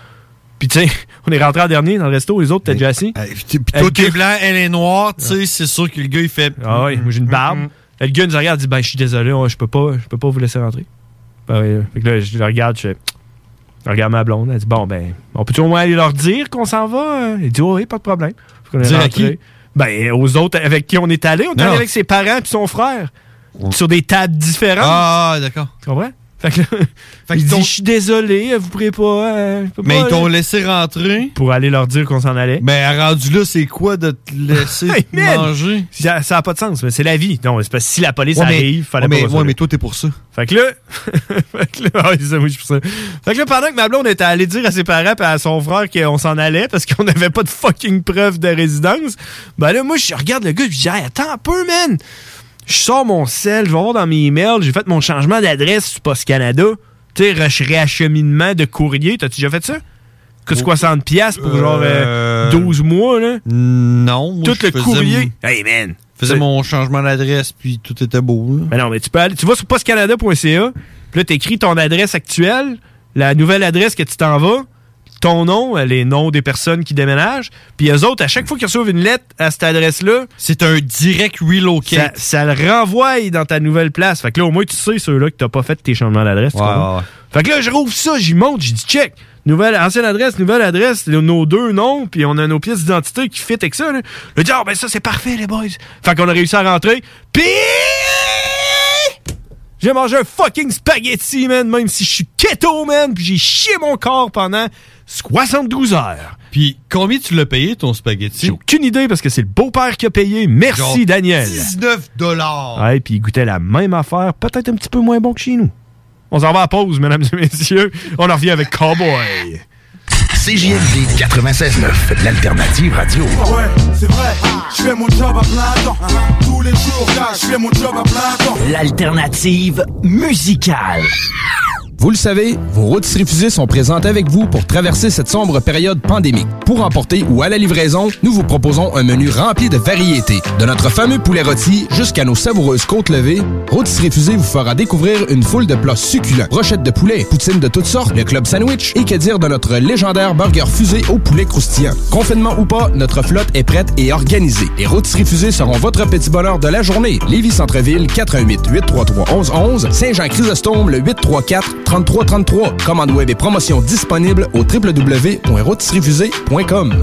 [SPEAKER 12] Puis, tu sais, *laughs* on est rentré en dernier dans le resto, les autres, t'es déjà assis.
[SPEAKER 6] euh, Puis toi, t'es blanc, elle est noire, tu sais, c'est sûr que le gars, il fait.
[SPEAKER 12] Ah ouais, moi j'ai une barbe. Là, Le gars nous regarde, il dit Ben, je suis désolé, on- je peux pas, je peux pas vous laisser rentrer. Ben, ouais, fait que là, je le regarde, je fais Je regarde ma blonde, elle dit Bon, ben, on peut-tu au moins aller leur dire qu'on s'en va Euh, Il dit Oui, oui, pas de problème. Fait qu'on est
[SPEAKER 6] Dire à
[SPEAKER 12] rentré.
[SPEAKER 6] qui?
[SPEAKER 12] Ben, aux autres avec qui on est allé, on est
[SPEAKER 6] Non.
[SPEAKER 12] allé avec ses parents puis son frère. Sur des tables différentes.
[SPEAKER 6] Ah, d'accord.
[SPEAKER 12] Tu comprends Fait que là, il dit Je suis désolé, vous pourrez pas. euh, je peux
[SPEAKER 6] Mais
[SPEAKER 12] pas,
[SPEAKER 6] ils t'ont
[SPEAKER 12] euh,
[SPEAKER 6] laissé rentrer.
[SPEAKER 12] Pour aller leur dire qu'on s'en allait.
[SPEAKER 6] Mais rendu là, c'est quoi de te laisser
[SPEAKER 12] *laughs* Hey, man!
[SPEAKER 6] manger?
[SPEAKER 12] Ça n'a pas de sens, mais c'est la vie. Non, c'est parce que si la police
[SPEAKER 6] Ouais, mais-
[SPEAKER 12] arrive, fallait
[SPEAKER 6] ouais,
[SPEAKER 12] pas.
[SPEAKER 6] mais-
[SPEAKER 12] recevoir.
[SPEAKER 6] ouais, mais toi, t'es pour ça.
[SPEAKER 12] Fait que là. *laughs* fait que là, ah oui, c'est ça, oui, je suis pour ça. Fait que là, pendant que ma blonde était allée dire à ses parents et à son frère qu'on s'en allait parce qu'on *laughs* n'avait pas de fucking preuve de résidence, ben là, moi, je regarde le gars, je dis, Hey, attends un peu, man. Je sors mon sel, je vais voir dans mes emails, j'ai fait mon changement d'adresse sur Post Canada. Tu sais, re- réacheminement de courrier. T'as-tu déjà fait ça? Que 60 pièces pour genre euh,
[SPEAKER 6] Oh. Euh,
[SPEAKER 12] 12 mois, là?
[SPEAKER 6] Non. moi,
[SPEAKER 12] Tout
[SPEAKER 6] je
[SPEAKER 12] le
[SPEAKER 6] faisais
[SPEAKER 12] courrier.
[SPEAKER 6] mon-
[SPEAKER 12] Hey, man.
[SPEAKER 6] Faisais
[SPEAKER 12] C'est-
[SPEAKER 6] mon changement d'adresse, puis tout était beau. là.
[SPEAKER 12] Mais non, mais tu peux aller. Tu vas sur postcanada.ca, puis là, t'écris ton adresse actuelle, la nouvelle adresse que tu t'en vas, ton nom, euh, les noms des personnes qui déménagent, puis eux autres, à chaque fois qu'ils reçoivent une lettre à cette adresse-là.
[SPEAKER 6] C'est un direct
[SPEAKER 12] Ça,
[SPEAKER 6] relocate.
[SPEAKER 12] ça le renvoie dans ta nouvelle place. Fait que là, au moins, tu sais, ceux-là, que t'as pas fait tes changements d'adresse. tu
[SPEAKER 6] Ouais,
[SPEAKER 12] comprends?
[SPEAKER 6] ouais,
[SPEAKER 12] Fait que là, je rouvre ça, j'y monte, j'y dis check. Nouvelle, ancienne adresse, nouvelle adresse, le- nos deux noms, puis on a nos pièces d'identité qui fit avec ça. Là. Le dit, ah, ben ça, c'est parfait, les boys. Fait qu'on a réussi à rentrer. Puis. J'ai mangé un fucking spaghetti, man, même si je suis keto, man, puis j'ai chié mon corps pendant 72 heures. Puis combien tu l'as payé, ton spaghetti? J'ai aucune idée parce que c'est le beau-père qui a payé. Merci,
[SPEAKER 22] Genre
[SPEAKER 12] Daniel.
[SPEAKER 22] 19 dollars.
[SPEAKER 12] Ouais, puis il goûtait la même affaire, peut-être un petit peu moins bon que chez nous. On s'en va à pause, mesdames et messieurs. On en revient avec Cowboy.
[SPEAKER 2] CJMD 96.9, l'alternative radio.
[SPEAKER 28] Ouais, c'est vrai, je fais mon job à plein temps. Tous les jours, gars, je fais mon job à plein temps.
[SPEAKER 16] L'alternative musicale. Vous le savez, vos routes refusées sont présentes avec vous pour traverser cette sombre période pandémique. Pour emporter ou à la livraison, nous vous proposons un menu rempli de variétés. De notre fameux poulet rôti jusqu'à nos savoureuses côtes levées, Routes refusées vous fera découvrir une foule de plats succulents. Rochettes de poulet, poutines de toutes sortes, le club sandwich et que dire de notre légendaire burger fusée au poulet croustillant. Confinement ou pas, notre flotte est prête et organisée. Les routes refusées seront votre petit bonheur de la journée. Lévis Centreville 88 833 1111, Saint-Jean-Chrysostome le 834 3333. Commande web et promotion disponible au www.rôtisseriefusée.com.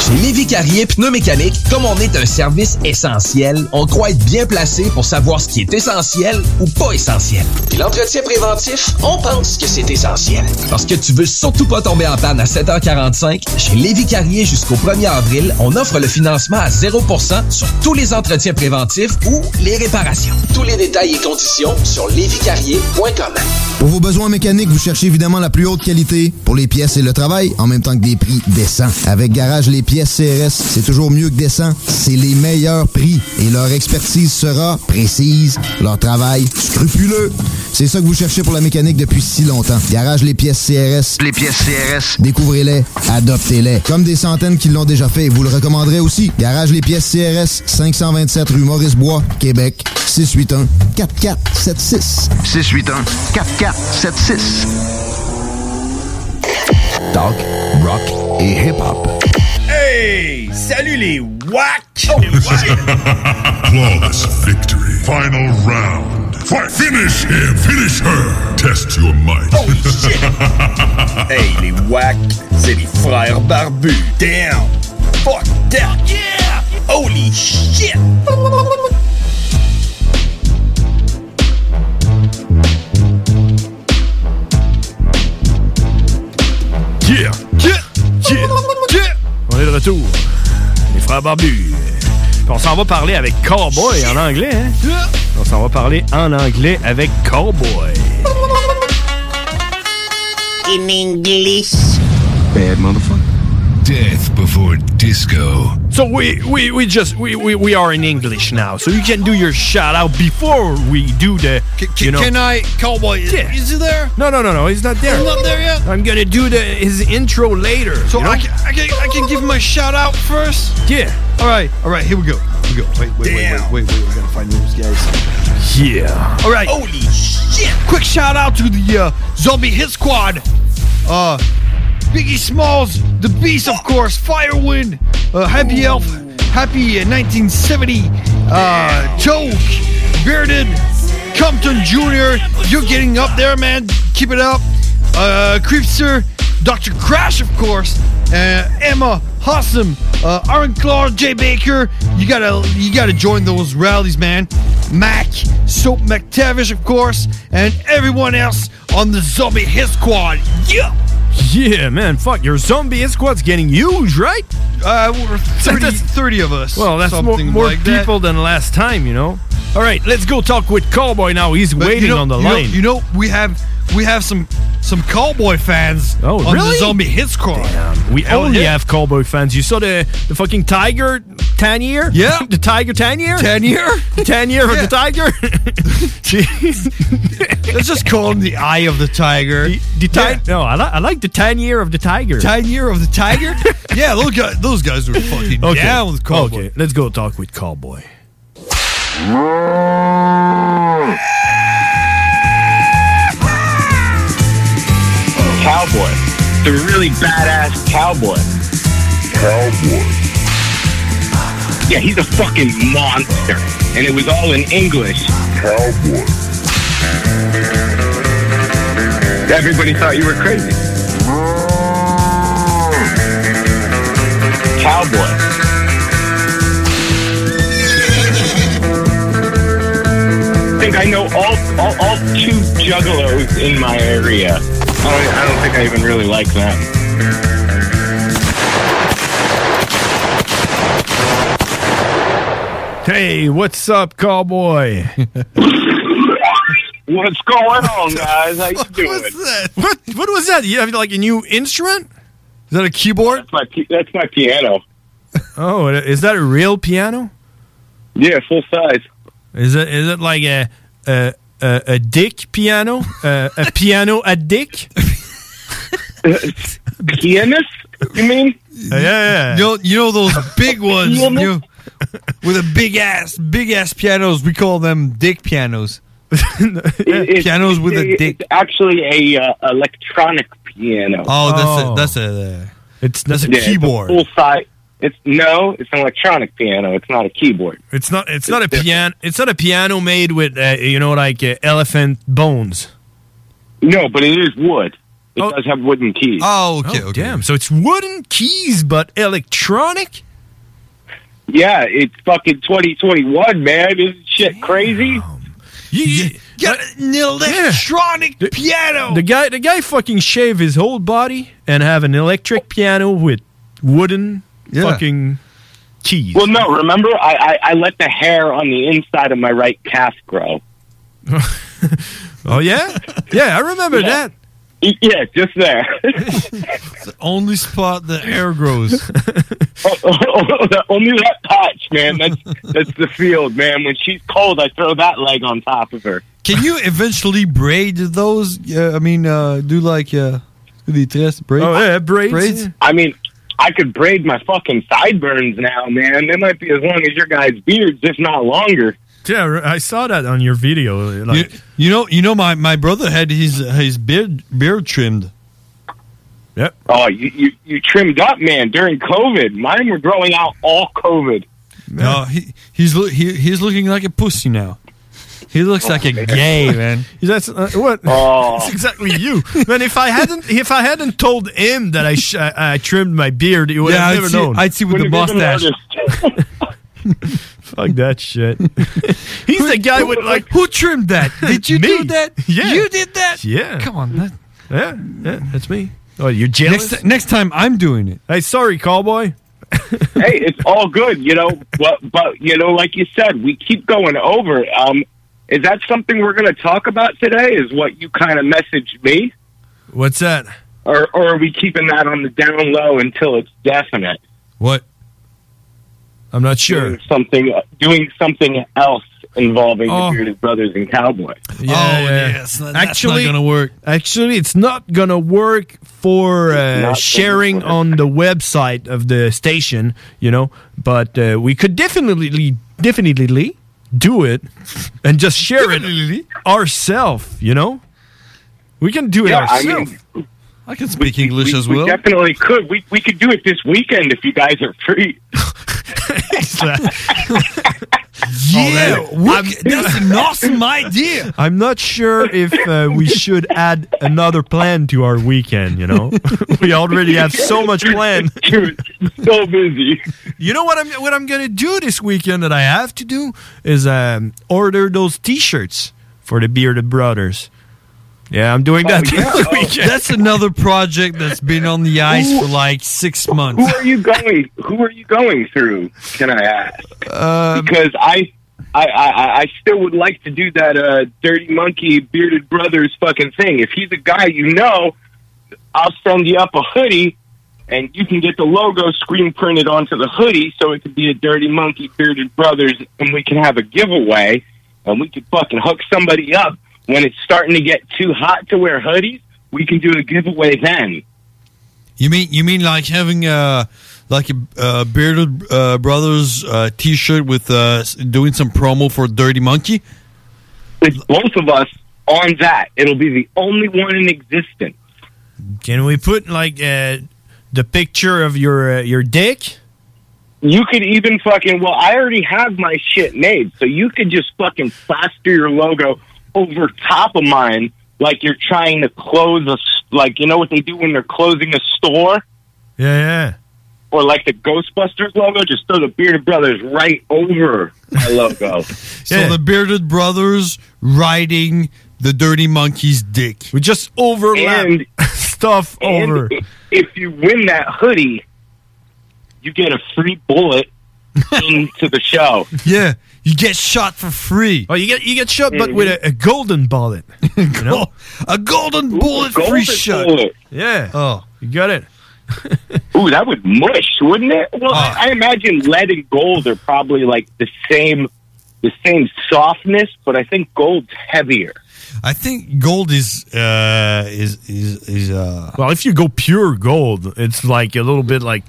[SPEAKER 1] Chez Lévi Carrier Pneumécanique, comme on est un service essentiel, on croit être bien placé pour savoir ce qui est essentiel ou pas essentiel. Puis l'entretien préventif, on pense que c'est essentiel. Parce que tu veux surtout pas tomber en panne à 7h45, chez Lévi Carrier jusqu'au 1er avril, on offre le financement à 0% sur tous les entretiens préventifs ou les réparations. Tous les détails et conditions sur lévicarrier.com.
[SPEAKER 18] Pour vos besoins mécaniques, vous cherchez évidemment la plus haute qualité pour les pièces et le travail, en même temps que des prix décents. Avec Garage Les Pièces CRS, c'est toujours mieux que décent. C'est les meilleurs prix et leur expertise sera précise, leur travail scrupuleux. C'est ça que vous cherchez pour la mécanique depuis si longtemps. Garage Les Pièces CRS. Les pièces CRS. Découvrez-les, adoptez-les. Comme des centaines qui l'ont déjà fait, vous le recommanderez aussi. Garage Les Pièces CRS, 527 rue Maurice-Bois, Québec, 681 4476.
[SPEAKER 2] 681 4476. Talk, rock et hip-hop.
[SPEAKER 11] Hey! Salut les WAC!
[SPEAKER 31] Flawless victory. Final round. Fight. Finish him. Finish her. Test your might. *laughs*
[SPEAKER 11] Oh, hey les WAC, c'est les frères barbus. Damn! Fuck that! Yeah! Holy shit!
[SPEAKER 31] Yeah!
[SPEAKER 12] Yeah! Yeah! Yeah! On est de retour. Les frères barbus. Puis on s'en va parler avec Cowboy en anglais, hein? On s'en va parler en anglais avec Cowboy.
[SPEAKER 20] In English.
[SPEAKER 9] Bad motherfucker. Death before disco.
[SPEAKER 12] So we we we just we, we we are in English now. So you can do your shout out before we do the you know.
[SPEAKER 22] Can I, Cowboy? Is,
[SPEAKER 12] Yeah.
[SPEAKER 22] is he there?
[SPEAKER 12] No no no no, he's not there.
[SPEAKER 22] He's not there yet?
[SPEAKER 12] I'm gonna do the his intro later.
[SPEAKER 22] So
[SPEAKER 12] you know?
[SPEAKER 22] I, can, I can I can give my shout out first.
[SPEAKER 12] Yeah.
[SPEAKER 22] All right. All right. Here we go. Here we go. Wait. Wait. Wait. Wait. Wait. We gotta find those guys.
[SPEAKER 12] Yeah.
[SPEAKER 22] All right. Holy shit! Quick shout out to the uh, Zombie Hit Squad. Uh, Biggie Smalls, The Beast, of course, Firewind, uh, Happy Elf, Happy uh, 1970, uh, Joke, Bearded, Compton Jr. You're getting up there, man. Keep it up. Uh, Creepster, Dr. Crash, of course, uh, Emma, Hossam, uh, Aaron Clark, Jay Baker. You gotta, you gotta join those rallies, man. Mac, Soap McTavish, of course, and everyone else on the Zombie Hit Squad. Yeah.
[SPEAKER 12] Yeah, man, fuck, your zombie hit squad's getting huge, right?
[SPEAKER 22] Uh, we're 30, 30 of us.
[SPEAKER 12] Well, that's more,
[SPEAKER 22] something
[SPEAKER 12] more
[SPEAKER 22] like that.
[SPEAKER 12] people than last time, you know? Oh. All right, let's go talk with Cowboy now. He's
[SPEAKER 22] But
[SPEAKER 12] waiting
[SPEAKER 22] you know,
[SPEAKER 12] on the
[SPEAKER 22] you know-
[SPEAKER 12] line.
[SPEAKER 22] you know, we have we have some some cowboy fans
[SPEAKER 12] Oh,
[SPEAKER 22] on
[SPEAKER 12] really?
[SPEAKER 22] the Zombie Hit Squad.
[SPEAKER 12] we
[SPEAKER 22] Hell
[SPEAKER 12] only
[SPEAKER 22] yeah.
[SPEAKER 12] have *laughs* Cowboy fans. You saw the, the fucking Tiger Tanier?
[SPEAKER 22] Yeah.
[SPEAKER 12] *laughs* the Tiger Tanier?
[SPEAKER 22] Tanier?
[SPEAKER 12] *laughs* The Tanier of
[SPEAKER 22] Yeah.
[SPEAKER 12] the Tiger? *laughs*
[SPEAKER 22] Let's just call him the Eye of the Tiger. The,
[SPEAKER 12] ti- No, I, li- I like the Tanier of the Tiger.
[SPEAKER 22] Tanier of the
[SPEAKER 12] *laughs*
[SPEAKER 22] Tiger? yeah, those guys, those guys were fucking
[SPEAKER 12] Okay.
[SPEAKER 22] down with cowboy.
[SPEAKER 12] Okay, let's go talk with Cowboy.
[SPEAKER 8] Cowboy. The really badass cowboy. Cowboy. Yeah, he's a fucking monster. And it was all in English. Cowboy. Everybody thought you were crazy. Cowboy. think I know all, all, all two juggalos in my area. I don't, I don't think I even really like them.
[SPEAKER 12] Hey, what's up,
[SPEAKER 22] *laughs*
[SPEAKER 12] cowboy?
[SPEAKER 8] What's going
[SPEAKER 12] *laughs*
[SPEAKER 8] on, guys? How you doing?
[SPEAKER 12] What what was that? You have like a new instrument? Is that a keyboard?
[SPEAKER 8] That's my, pi- that's my piano.
[SPEAKER 12] Oh, is that a real piano?
[SPEAKER 8] Yeah, full size.
[SPEAKER 12] Is it is it like a a a, a dick piano? uh, a piano a dick?
[SPEAKER 8] *laughs* Pianist? You
[SPEAKER 12] *laughs*
[SPEAKER 8] mean?
[SPEAKER 12] Yeah, yeah.
[SPEAKER 22] You know, you know those
[SPEAKER 8] *laughs*
[SPEAKER 22] big ones you know, with a big ass, big ass pianos. We call them dick pianos.
[SPEAKER 8] *laughs* It- it's-
[SPEAKER 22] pianos with a
[SPEAKER 8] it's
[SPEAKER 22] dick.
[SPEAKER 8] actually a uh, electronic piano.
[SPEAKER 22] Oh, that's a that's a
[SPEAKER 12] it's
[SPEAKER 22] that's a
[SPEAKER 8] Yeah,
[SPEAKER 22] keyboard.
[SPEAKER 8] It's a full size. It's no, it's an electronic piano. It's not a keyboard.
[SPEAKER 12] It's not it's not a piano it's not a piano made with uh, you know like uh, elephant bones.
[SPEAKER 8] No, but it is wood. It does have wooden keys.
[SPEAKER 12] Oh, okay, okay. Damn. So it's wooden keys but electronic?
[SPEAKER 8] Yeah, it's fucking 2021, man. Isn't shit crazy?
[SPEAKER 12] You, got an electronic piano. The guy, the guy, fucking shave his whole body and have an electric piano with wooden fucking keys.
[SPEAKER 8] Well, no. Remember, I, I I let the hair on the inside of my right calf grow. *laughs*
[SPEAKER 12] Oh yeah, yeah, I
[SPEAKER 8] *laughs*
[SPEAKER 12] remember that.
[SPEAKER 8] Yeah, just
[SPEAKER 22] *laughs*
[SPEAKER 8] there.
[SPEAKER 22] The only spot the hair grows.
[SPEAKER 8] *laughs* Oh, oh, oh, that- only that patch, man. That's that's the field, man. When she's cold, I throw that leg on top of her.
[SPEAKER 22] Can you eventually braid those? Yeah, I mean, uh, do like uh, the dress braids?
[SPEAKER 12] Oh,
[SPEAKER 22] Braids?
[SPEAKER 8] I mean, I could braid my fucking sideburns now, man. They might be as long as your guys' beards, if not longer.
[SPEAKER 12] Yeah, re- I saw that on your video. uh, Like,
[SPEAKER 22] You know, you know, my, my brother had his uh, his beard beard trimmed.
[SPEAKER 12] Yep.
[SPEAKER 8] Oh, you, you you trimmed up, man. During COVID, mine were growing out all COVID.
[SPEAKER 22] No, Uh, he he's loo- he, he's looking like a pussy now. He looks like a gay man.
[SPEAKER 12] that's uh, what? *laughs*
[SPEAKER 8] Oh.
[SPEAKER 12] That's exactly you. Man, if I hadn't, if I hadn't told him that I sh- I, I trimmed my beard, he would
[SPEAKER 22] Yeah,
[SPEAKER 12] have
[SPEAKER 22] I'd
[SPEAKER 12] never
[SPEAKER 22] see-
[SPEAKER 12] known.
[SPEAKER 22] I'd see with Would the have been an mustache.
[SPEAKER 12] *laughs* Fuck that
[SPEAKER 22] *laughs*
[SPEAKER 12] shit. He's the guy with like
[SPEAKER 22] who trimmed
[SPEAKER 12] *laughs*
[SPEAKER 22] that? Did you do that?
[SPEAKER 12] Yeah.
[SPEAKER 22] you did that.
[SPEAKER 12] Yeah.
[SPEAKER 22] come on. That,
[SPEAKER 12] Yeah, yeah, that's me. Oh, you're jealous.
[SPEAKER 22] Next, next time, I'm doing it.
[SPEAKER 12] Hey, sorry, cowboy.
[SPEAKER 8] hey, it's all good, you know. But but you know, like you said, we keep going over. Um, is that something we're going to talk about today? Is what you kind of messaged me,
[SPEAKER 12] What's that?
[SPEAKER 8] or or are we keeping that on the down low until it's definite?
[SPEAKER 12] What? I'm not sure.
[SPEAKER 8] Doing something doing something else involving
[SPEAKER 12] Oh.
[SPEAKER 8] the bearded brothers and cowboy.
[SPEAKER 12] oh, yes. actually,
[SPEAKER 22] *laughs*
[SPEAKER 12] gonna work. Actually, it's not gonna work for uh,
[SPEAKER 8] gonna
[SPEAKER 12] sharing on the website of the station, you know. But uh, we could definitely, definitely do it and just share it ourselves, you know. We can do it
[SPEAKER 8] Yeah, I mean,
[SPEAKER 12] ourselves.
[SPEAKER 22] I can speak English
[SPEAKER 8] we, we definitely could. We we could do it this weekend if you guys are free.
[SPEAKER 12] Oh, yeah, that's an awesome idea. I'm not sure if uh, we should add another plan to our weekend. You
[SPEAKER 8] *laughs*
[SPEAKER 12] know, *laughs* we already have so much plan.
[SPEAKER 8] so busy.
[SPEAKER 12] You know what I'm what I'm gonna do this weekend that I have to do
[SPEAKER 8] Oh,
[SPEAKER 12] is um, order those T-shirts for the Bearded Brothers. Yeah, I'm
[SPEAKER 8] Oh,
[SPEAKER 12] doing that this *laughs* weekend.
[SPEAKER 22] That's another project that's been on the ice for like six months.
[SPEAKER 8] Who are you going? Who are you going through? Can I ask? because I, I, I, I still would like to do that uh, dirty monkey bearded brothers fucking thing. If he's a guy you know, I'll send you up a hoodie, and you can get the logo screen printed onto the hoodie, so it could be a dirty monkey bearded brothers, and we can have a giveaway, and we could fucking hook somebody up when it's starting to get too hot to wear hoodies. We can do a giveaway then.
[SPEAKER 22] You mean you mean like having a like a uh, bearded uh, brothers uh, T-shirt with uh, s- doing some promo for Dirty Monkey?
[SPEAKER 8] It's both of us on that. It'll be the only one in existence.
[SPEAKER 12] Can we put like uh, the picture of your uh, your dick?
[SPEAKER 8] You could even fucking well, I already have my shit made, so you could just fucking plaster your logo over top of mine, like you're trying to close a s- like you know what they do when they're closing a store.
[SPEAKER 12] Yeah, yeah.
[SPEAKER 8] or like the Ghostbusters logo, just throw the Bearded Brothers right over my
[SPEAKER 12] *laughs*
[SPEAKER 8] logo.
[SPEAKER 22] So the bearded brothers riding the dirty monkey's dick. We just
[SPEAKER 12] overlap
[SPEAKER 8] And-
[SPEAKER 12] *laughs* stuff
[SPEAKER 8] And
[SPEAKER 12] over.
[SPEAKER 8] i- If you win that hoodie, you get a free bullet *laughs* into the show.
[SPEAKER 22] Yeah, you get shot for free.
[SPEAKER 12] Oh, you get you get shot,
[SPEAKER 8] Mm-hmm.
[SPEAKER 12] but with a, a golden bullet.
[SPEAKER 22] *laughs*
[SPEAKER 12] you know?
[SPEAKER 22] A golden bullet
[SPEAKER 12] golden
[SPEAKER 22] free shot.
[SPEAKER 12] bullet.
[SPEAKER 22] Yeah. Oh,
[SPEAKER 12] you got
[SPEAKER 22] *laughs*
[SPEAKER 12] it.
[SPEAKER 8] Ooh, that would mush, wouldn't it? Well,
[SPEAKER 22] Ah.
[SPEAKER 8] I I imagine lead and gold are probably like the same, the same softness, but I think gold's heavier.
[SPEAKER 22] I think gold is uh, is is is uh.
[SPEAKER 12] Well, if you go pure gold, it's like a little bit like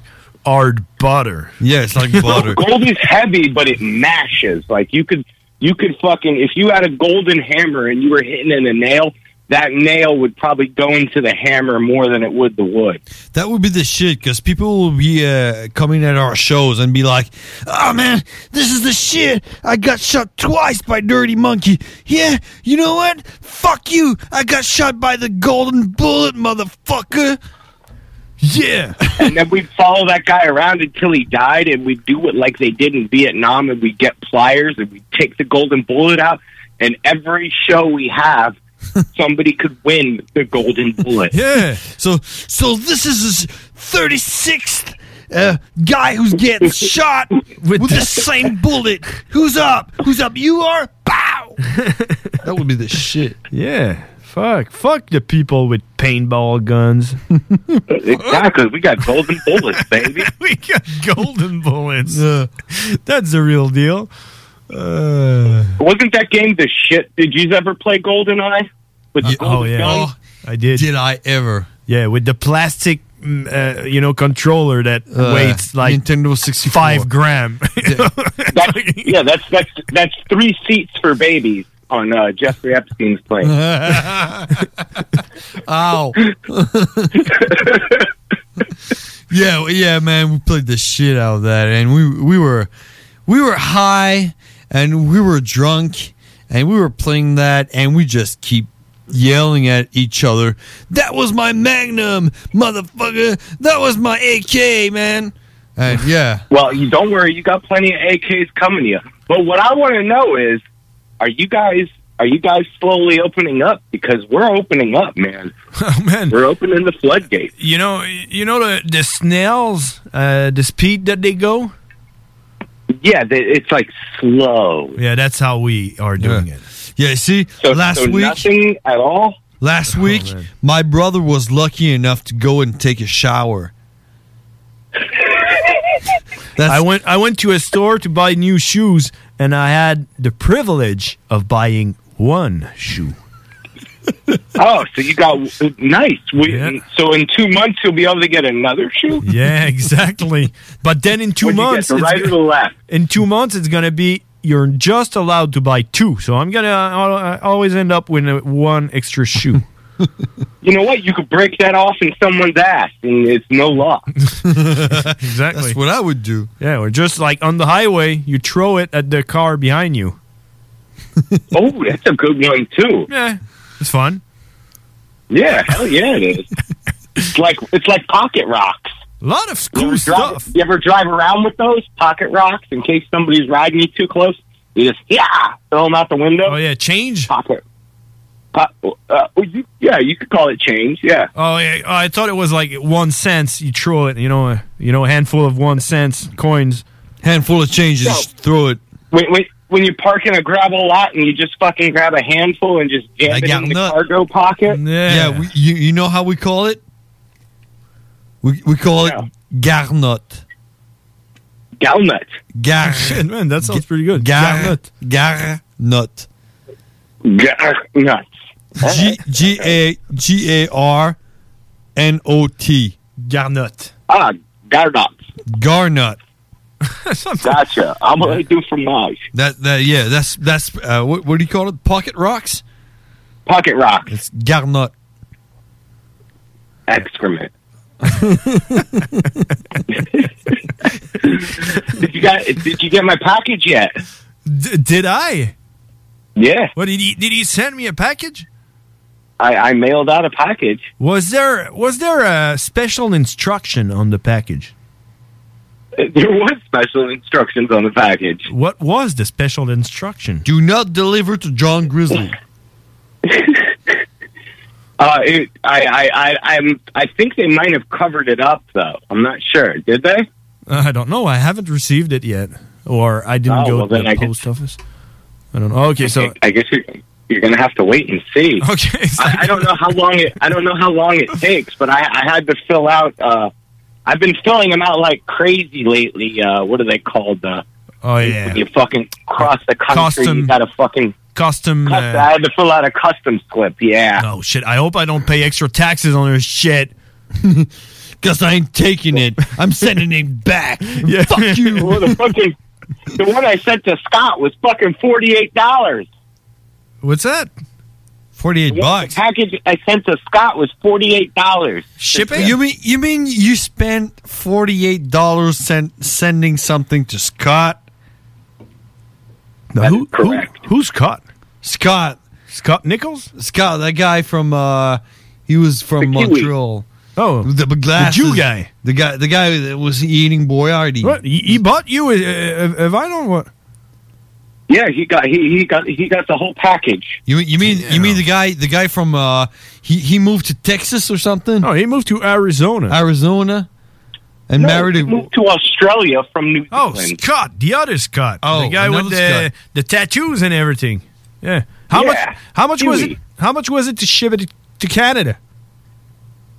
[SPEAKER 12] hard butter.
[SPEAKER 22] Yeah, it's like
[SPEAKER 8] *laughs* Gold is heavy, but it mashes. Like you could, you could fucking if you had a golden hammer and you were hitting in a nail, that nail would probably go into the hammer more than it would the wood.
[SPEAKER 22] That would be the shit because people will be uh, coming at our shows and be like, "Oh man, this is the shit! I got shot twice by Dirty Monkey. Yeah, you know what? Fuck you! I got shot by the Golden Bullet, motherfucker."
[SPEAKER 12] Yeah.
[SPEAKER 8] *laughs* and then we'd follow that guy around until he died, and we'd do it like they did in Vietnam, and we'd get pliers and we'd take the golden bullet out. And every show we
[SPEAKER 12] *laughs*
[SPEAKER 8] have, somebody could win the golden bullet.
[SPEAKER 22] Yeah. Eh, So so this is his thirty sixth uh, guy who's getting shot with, the same bullet. Who's up? Who's up? You are. Bow. *laughs* that would be the shit.
[SPEAKER 12] Yeah. Fuck. Fuck the people with paintball
[SPEAKER 22] *laughs*
[SPEAKER 12] guns.
[SPEAKER 8] exactly. We got golden bullets,
[SPEAKER 12] *laughs*
[SPEAKER 8] baby.
[SPEAKER 12] we got golden bullets. That's the real deal. Uh,
[SPEAKER 8] Wasn't that game the shit? Did you ever play Golden Eye? With the golden
[SPEAKER 12] oh yeah,
[SPEAKER 8] gun?
[SPEAKER 12] I did. Did
[SPEAKER 22] I ever?
[SPEAKER 12] Yeah, with the plastic, mm, uh, you know, controller that
[SPEAKER 8] Uh,
[SPEAKER 12] weighs like
[SPEAKER 22] Nintendo sixty five
[SPEAKER 12] gram.
[SPEAKER 8] That- yeah, *laughs* that's that's that's three seats for babies on uh, Jeffrey Epstein's
[SPEAKER 12] *laughs*
[SPEAKER 8] plane.
[SPEAKER 22] *laughs* Ow. *laughs* yeah, well, yeah, man, we played the shit out of that, and we we were we were high, and we were drunk, and we were playing that, and we just keep yelling at each other. That was my Magnum, motherfucker. That was my AK, man.
[SPEAKER 8] *laughs*
[SPEAKER 22] And yeah,
[SPEAKER 8] Well, you don't worry, you got plenty of AKs coming to you. But what I want to know is, are you guys are you guys slowly opening up? Because we're opening up, man.
[SPEAKER 12] *laughs* Oh man,
[SPEAKER 8] we're opening the floodgates.
[SPEAKER 12] you know, you know the the snails, uh, the speed that they go.
[SPEAKER 8] Yeah, they, it's like slow.
[SPEAKER 12] Yeah, that's how we are doing it.
[SPEAKER 22] yeah. See,
[SPEAKER 8] So
[SPEAKER 22] last
[SPEAKER 8] so
[SPEAKER 22] week
[SPEAKER 8] nothing at all.
[SPEAKER 12] Oh,
[SPEAKER 22] Last week, my brother was lucky enough to go and take a shower.
[SPEAKER 8] *laughs*
[SPEAKER 12] I went I went to a store to buy new shoes, and I had the privilege of buying one
[SPEAKER 22] *laughs*
[SPEAKER 12] shoe.
[SPEAKER 8] Oh, so you got nice. We, So in two months you'll be able to get another shoe.
[SPEAKER 12] Yeah, exactly. but then in 2
[SPEAKER 8] What'd you
[SPEAKER 12] months,
[SPEAKER 8] get, the right
[SPEAKER 12] it's-
[SPEAKER 8] or the left?
[SPEAKER 12] In two months, it's gonna be you're just allowed to buy two. So I'm gonna uh, always end up with uh, one extra shoe.
[SPEAKER 8] You know what? You could break that off in someone's ass, and it's no law.
[SPEAKER 23] *laughs*
[SPEAKER 12] exactly.
[SPEAKER 22] That's what I would do.
[SPEAKER 12] Yeah, or just like on the highway, you throw it at the car behind you.
[SPEAKER 8] oh, that's a good one too.
[SPEAKER 12] Yeah, it's fun.
[SPEAKER 8] Yeah, hell yeah, it is. it's like it's like pocket rocks.
[SPEAKER 12] A lot of
[SPEAKER 8] cool stuff. You ever drive around with those pocket rocks in case somebody's riding you too close? You just yeah, throw them out the window. Oh
[SPEAKER 12] yeah, change
[SPEAKER 8] pocket. Pop, uh, oh, you, yeah, you could call it change. Yeah.
[SPEAKER 12] Oh yeah, oh, I thought it was like one cent. You throw it, you know, uh, you know, a handful of one cents coins,
[SPEAKER 22] handful of changes, throw it.
[SPEAKER 8] When, when, when you park in a gravel lot and you just fucking grab a handful and just jam it in the cargo pocket.
[SPEAKER 22] Yeah, we, you you know how we call it? We we call it garnot.
[SPEAKER 8] Garnot.
[SPEAKER 22] Gar.
[SPEAKER 12] Shit, *laughs* man, that sounds pretty good.
[SPEAKER 22] Gar. Garnot.
[SPEAKER 8] Garnot.
[SPEAKER 22] G G A G A R N O T.
[SPEAKER 12] Garnot.
[SPEAKER 8] Ah, garnot.
[SPEAKER 12] *laughs*
[SPEAKER 22] Garnot.
[SPEAKER 8] gotcha. I'm gonna do from Mars.
[SPEAKER 22] That that yeah. That's that's uh, what, what do you call it? Pocket rocks.
[SPEAKER 8] Pocket rocks.
[SPEAKER 22] It's garnot.
[SPEAKER 12] *laughs*
[SPEAKER 8] Excrement. did you got? Did you get my package yet?
[SPEAKER 12] D- did I?
[SPEAKER 8] Yeah.
[SPEAKER 12] What did he? Did he send me a package?
[SPEAKER 8] I, I mailed out a package. *laughs*
[SPEAKER 12] Was there was there a special instruction on the package?
[SPEAKER 8] There was special instructions on the package.
[SPEAKER 23] What was the special instruction? Oh,
[SPEAKER 22] Do not deliver to John Grizzly.
[SPEAKER 8] Uh, it, I, I, I, I'm, I think they might have covered it up, though. I'm not sure. Did they?
[SPEAKER 23] Uh, I don't know. I haven't received it yet, or I didn't
[SPEAKER 8] Oh,
[SPEAKER 23] go
[SPEAKER 8] well,
[SPEAKER 23] to
[SPEAKER 8] then
[SPEAKER 23] the
[SPEAKER 8] I guess-
[SPEAKER 23] post office. I don't know. Okay, so
[SPEAKER 8] I guess you're, you're going to have to wait and see.
[SPEAKER 23] Okay. *laughs*
[SPEAKER 8] I, I don't know how long it. I don't know how long it takes, but I, I had to fill out. Uh, I've been filling them out like crazy lately. Uh, what are they called? Uh,
[SPEAKER 23] oh yeah,
[SPEAKER 8] when you fucking cross the country.
[SPEAKER 23] Custom-
[SPEAKER 8] You got to fucking.
[SPEAKER 23] custom.
[SPEAKER 8] I
[SPEAKER 23] Uh,
[SPEAKER 8] had to fill out a custom slip. Yeah.
[SPEAKER 23] oh shit! I hope I don't pay extra taxes on this shit.
[SPEAKER 22] *laughs* Because I ain't taking it. I'm sending
[SPEAKER 23] *laughs*
[SPEAKER 22] it back. Fuck you.
[SPEAKER 8] Well, the fucking the one I sent to Scott was fucking forty eight dollars.
[SPEAKER 23] What's that?
[SPEAKER 22] Forty-eight bucks.
[SPEAKER 8] The package I sent to Scott was forty eight dollars.
[SPEAKER 22] Shipping? You mean you mean you spent forty eight dollars sent sending something to Scott?
[SPEAKER 23] No, who, correct. who's Scott?
[SPEAKER 22] Scott.
[SPEAKER 23] Scott Nichols.
[SPEAKER 22] Scott, that guy from uh, he was from uh,
[SPEAKER 23] The Kiwi.
[SPEAKER 22] Montreal.
[SPEAKER 23] Oh,
[SPEAKER 22] the glasses,
[SPEAKER 23] Jew guy.
[SPEAKER 22] The guy, the guy that was eating Boyardi.
[SPEAKER 23] What? He, he bought you a, a, a, a vinyl? What?
[SPEAKER 8] Yeah, he got he, he got he got the whole package.
[SPEAKER 22] You you mean you mean the guy the guy from uh he he moved to Texas or something?
[SPEAKER 23] Oh, he moved to Arizona.
[SPEAKER 22] Arizona, and
[SPEAKER 8] No,
[SPEAKER 22] married
[SPEAKER 8] he
[SPEAKER 22] a
[SPEAKER 8] moved to Australia from New
[SPEAKER 23] Oh,
[SPEAKER 8] Zealand.
[SPEAKER 23] Scott, the other Scott,
[SPEAKER 8] Oh,
[SPEAKER 23] the guy with
[SPEAKER 8] another
[SPEAKER 23] the
[SPEAKER 8] Scott.
[SPEAKER 23] the tattoos and everything. Yeah. How much? How much was it? How much was it to ship it to Canada?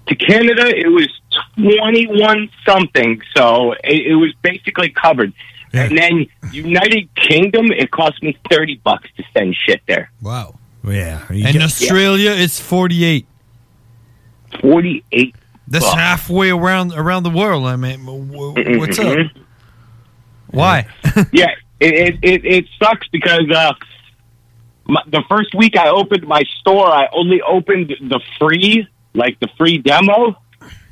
[SPEAKER 8] To Canada, it was twenty one something, so it, it was basically covered. And then United Kingdom, it cost me thirty bucks to send shit there.
[SPEAKER 22] Wow.
[SPEAKER 23] Yeah.
[SPEAKER 22] In Australia, it's forty eight.
[SPEAKER 8] Forty eight.
[SPEAKER 22] That's
[SPEAKER 8] bucks.
[SPEAKER 22] halfway around around the world. I mean, wh- wh- what's up?
[SPEAKER 8] Mhm.
[SPEAKER 22] Why?
[SPEAKER 8] *laughs* yeah, it, it it it sucks because uh, my, the first week I opened my store, I only opened the free, like the free demo,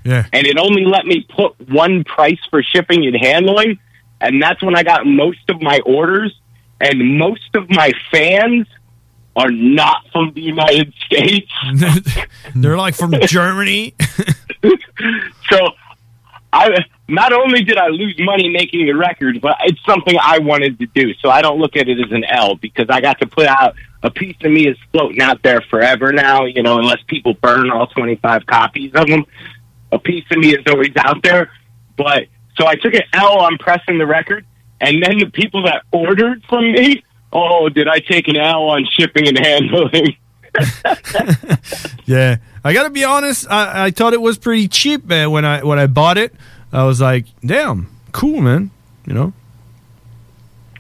[SPEAKER 23] Yeah.
[SPEAKER 8] and it only let me put one price for shipping and handling, and that's when I got most of my orders, and most of my fans are not from the United States.
[SPEAKER 23] *laughs* They're like from Germany.
[SPEAKER 8] *laughs* So I not only did I lose money making a record, but it's something I wanted to do. So I don't look at it as an L because I got to put out a piece of me is floating out there forever now, you know, unless people burn all 25 copies of them. A piece of me is always out there. But so I took an L on pressing the record. And then the people that ordered from me, oh, did I take an L on shipping and handling? *laughs*
[SPEAKER 23] Yeah, I gotta be honest. I, I thought it was pretty cheap man, when I when I bought it. I was like, damn, cool, man. You know.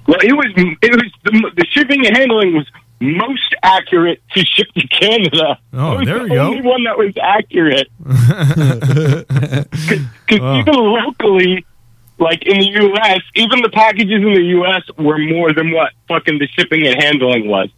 [SPEAKER 8] Well, it was it was the, the shipping and handling was most accurate to ship to Canada.
[SPEAKER 23] Oh,
[SPEAKER 8] It was
[SPEAKER 23] there
[SPEAKER 8] the
[SPEAKER 23] you go.
[SPEAKER 8] Only one that was accurate because even locally, like in the U.S., even the packages in the U.S. were more than what fucking the shipping and handling was.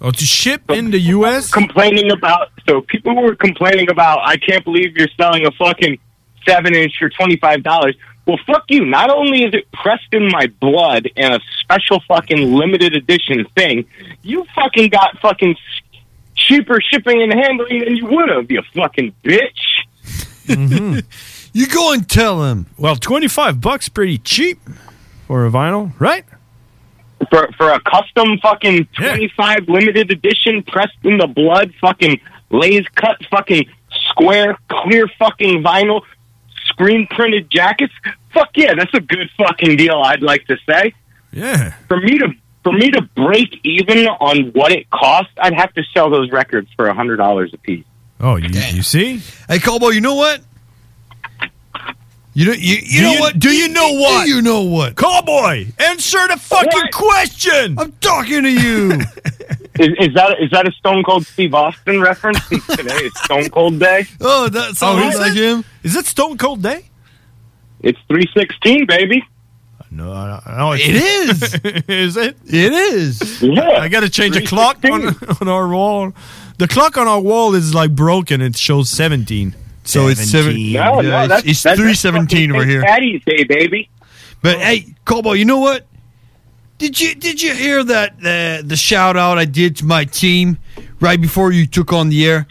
[SPEAKER 23] Oh, to ship in the U.S.
[SPEAKER 8] Complaining about so people were complaining about I can't believe you're selling a fucking seven inch for twenty five dollars. Well, fuck you. Not only is it pressed in my blood and a special fucking limited edition thing, you fucking got fucking s- cheaper shipping and handling than you would have. You fucking bitch.
[SPEAKER 22] *laughs*
[SPEAKER 23] You go and tell him. Mm-hmm. Well, twenty five bucks, pretty cheap for a vinyl, right?
[SPEAKER 8] for for a custom fucking twenty five limited edition pressed in the blood fucking lays cut fucking square clear fucking vinyl screen printed jackets. Fuck yeah, that's a good fucking deal. I'd like to say.
[SPEAKER 23] Yeah.
[SPEAKER 8] For me to for me to break even on what it cost, I'd have to sell those records for a hundred dollars a piece.
[SPEAKER 23] Oh, you, you see?
[SPEAKER 22] Hey, Cowboy, you know what? You know, you, you know what? Do you know what? Do you know what?
[SPEAKER 23] Cowboy, answer the fucking question.
[SPEAKER 22] I'm talking to you.
[SPEAKER 8] *laughs* Is, is that is that a Stone Cold Steve Austin reference? Because Today is Stone Cold Day.
[SPEAKER 22] Oh, that
[SPEAKER 23] sounds
[SPEAKER 8] is
[SPEAKER 23] like
[SPEAKER 8] it?
[SPEAKER 22] him.
[SPEAKER 23] Is it Stone Cold Day?
[SPEAKER 8] It's three sixteen, baby.
[SPEAKER 23] No, I don't- no,
[SPEAKER 8] It is.
[SPEAKER 23] *laughs* is it?
[SPEAKER 22] It is.
[SPEAKER 8] Yeah.
[SPEAKER 23] I got to change the clock on, *laughs* on our wall. The clock on our wall is like broken. It shows seventeen.
[SPEAKER 22] So it's seven-
[SPEAKER 8] No, no, that's that's-
[SPEAKER 22] it's
[SPEAKER 8] that's
[SPEAKER 22] 317
[SPEAKER 8] fucking
[SPEAKER 22] over here.
[SPEAKER 8] St. Patty's Day, baby.
[SPEAKER 22] But hey, Cowboy, you know what? Did you did you hear that uh, the shout out I did to my team right before you took on the air?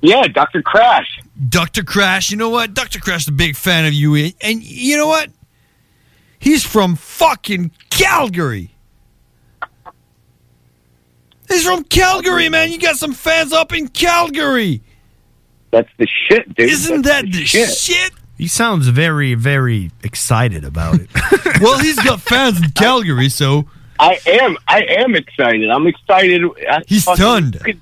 [SPEAKER 8] Yeah, Doctor Crash.
[SPEAKER 22] Doctor Crash, you know what? Doctor Crash is a big fan of you, and- and you know what? He's from fucking Calgary. He's from Calgary, man. You got some fans up in Calgary.
[SPEAKER 8] That's the shit, dude.
[SPEAKER 22] Isn't
[SPEAKER 8] That's
[SPEAKER 22] that the shit?
[SPEAKER 12] He sounds very, very excited about it.
[SPEAKER 22] *laughs* well, he's
[SPEAKER 8] *laughs*
[SPEAKER 22] got fans in Calgary, so
[SPEAKER 8] I am. I am excited. I'm excited. I
[SPEAKER 22] He's
[SPEAKER 8] fucking-
[SPEAKER 22] stunned.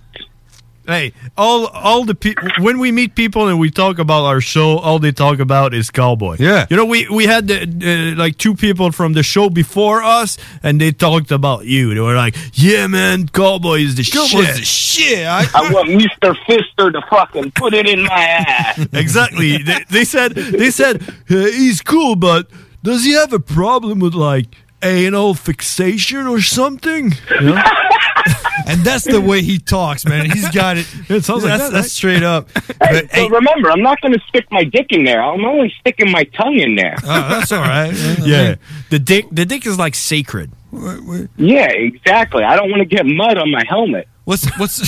[SPEAKER 12] Hey, all all the people when we meet people and we talk about our show, all they talk about is cowboy.
[SPEAKER 22] Yeah.
[SPEAKER 12] you know we we had the, uh, like two people from the show before us, and they talked about you. They were like, "Yeah, man, cowboy is the
[SPEAKER 8] Cowboy's
[SPEAKER 12] shit."
[SPEAKER 8] the
[SPEAKER 22] shit. I,
[SPEAKER 8] want Mr. Fister to fucking put it in my
[SPEAKER 22] *laughs*
[SPEAKER 8] ass.
[SPEAKER 12] exactly. They, they said they said uh, he's cool, but does he have a problem with like anal fixation or something? You know?
[SPEAKER 22] *laughs* and that's the way he talks, man. He's got it.
[SPEAKER 12] It sounds like
[SPEAKER 22] that's,
[SPEAKER 12] that,
[SPEAKER 22] that's
[SPEAKER 12] right?
[SPEAKER 22] straight up.
[SPEAKER 8] Hey, but remember, I'm not going to stick my dick in there. I'm only sticking my tongue in there.
[SPEAKER 22] Oh, that's all right.
[SPEAKER 12] *laughs* yeah, the dick the dick is like sacred.
[SPEAKER 8] Yeah, exactly. I don't want to get mud on my helmet.
[SPEAKER 22] What's *laughs* what's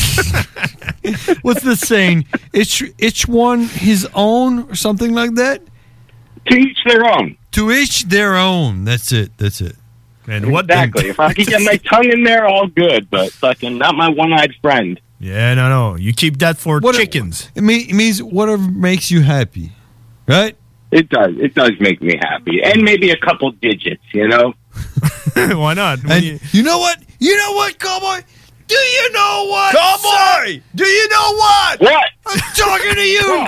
[SPEAKER 22] what's the saying? Each each one his own or something like that.
[SPEAKER 8] To each their own.
[SPEAKER 22] To each their own. That's it. That's it. And
[SPEAKER 8] exactly? if I can get my tongue in there, all good. But fucking not my one-eyed friend.
[SPEAKER 12] Yeah, no, no. You keep that for chickens.
[SPEAKER 22] It, mean, it means whatever makes you happy, right?
[SPEAKER 8] It does. It does make me happy, and maybe a couple digits. You know.
[SPEAKER 12] *laughs* Why not?
[SPEAKER 22] And you, know what? You know what, cowboy? Do you know what? Cowboy! Do you know what?
[SPEAKER 8] What?
[SPEAKER 22] I'm talking to you.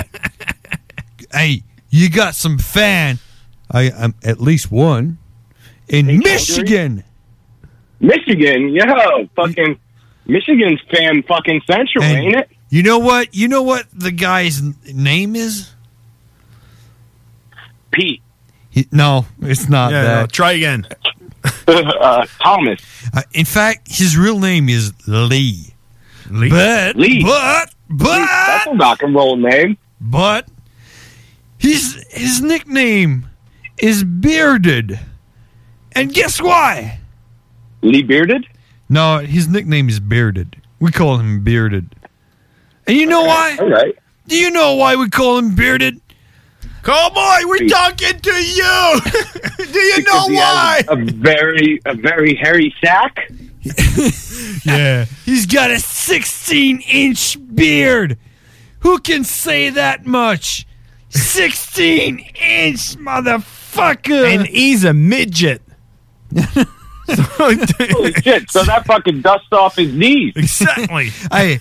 [SPEAKER 22] hey, you got some fan. I, I'm at least one in Michigan.
[SPEAKER 8] Michigan, yo, fucking Michigan's fan fucking central, ain't it?
[SPEAKER 22] You know what? You know what the guy's n- name is?
[SPEAKER 8] Pete.
[SPEAKER 22] He- no, it's not
[SPEAKER 8] Yeah,
[SPEAKER 22] that.
[SPEAKER 8] no,
[SPEAKER 12] try again.
[SPEAKER 8] *laughs* uh, Thomas.
[SPEAKER 22] Uh, in fact, his real name is Lee.
[SPEAKER 12] Lee.
[SPEAKER 22] But,
[SPEAKER 8] Lee.
[SPEAKER 22] but, but. That's
[SPEAKER 8] a rock and roll name.
[SPEAKER 22] But his his nickname is Bearded. And guess why?
[SPEAKER 8] Lee Bearded?
[SPEAKER 22] No, his nickname is Bearded. We call him Bearded. And you know why?
[SPEAKER 8] All right.
[SPEAKER 22] Do you know why we call him Bearded? Cowboy, we're talking to you. *laughs* Do you
[SPEAKER 8] Because he has A very, a very hairy
[SPEAKER 22] *laughs*
[SPEAKER 8] sack.
[SPEAKER 12] yeah.
[SPEAKER 22] He's got a 16 inch beard. Who can say that much? 16 inch motherfucker.
[SPEAKER 12] And he's a midget.
[SPEAKER 8] Holy shit! So that fucking dusts off his knees.
[SPEAKER 12] Exactly.
[SPEAKER 22] *laughs* Hey,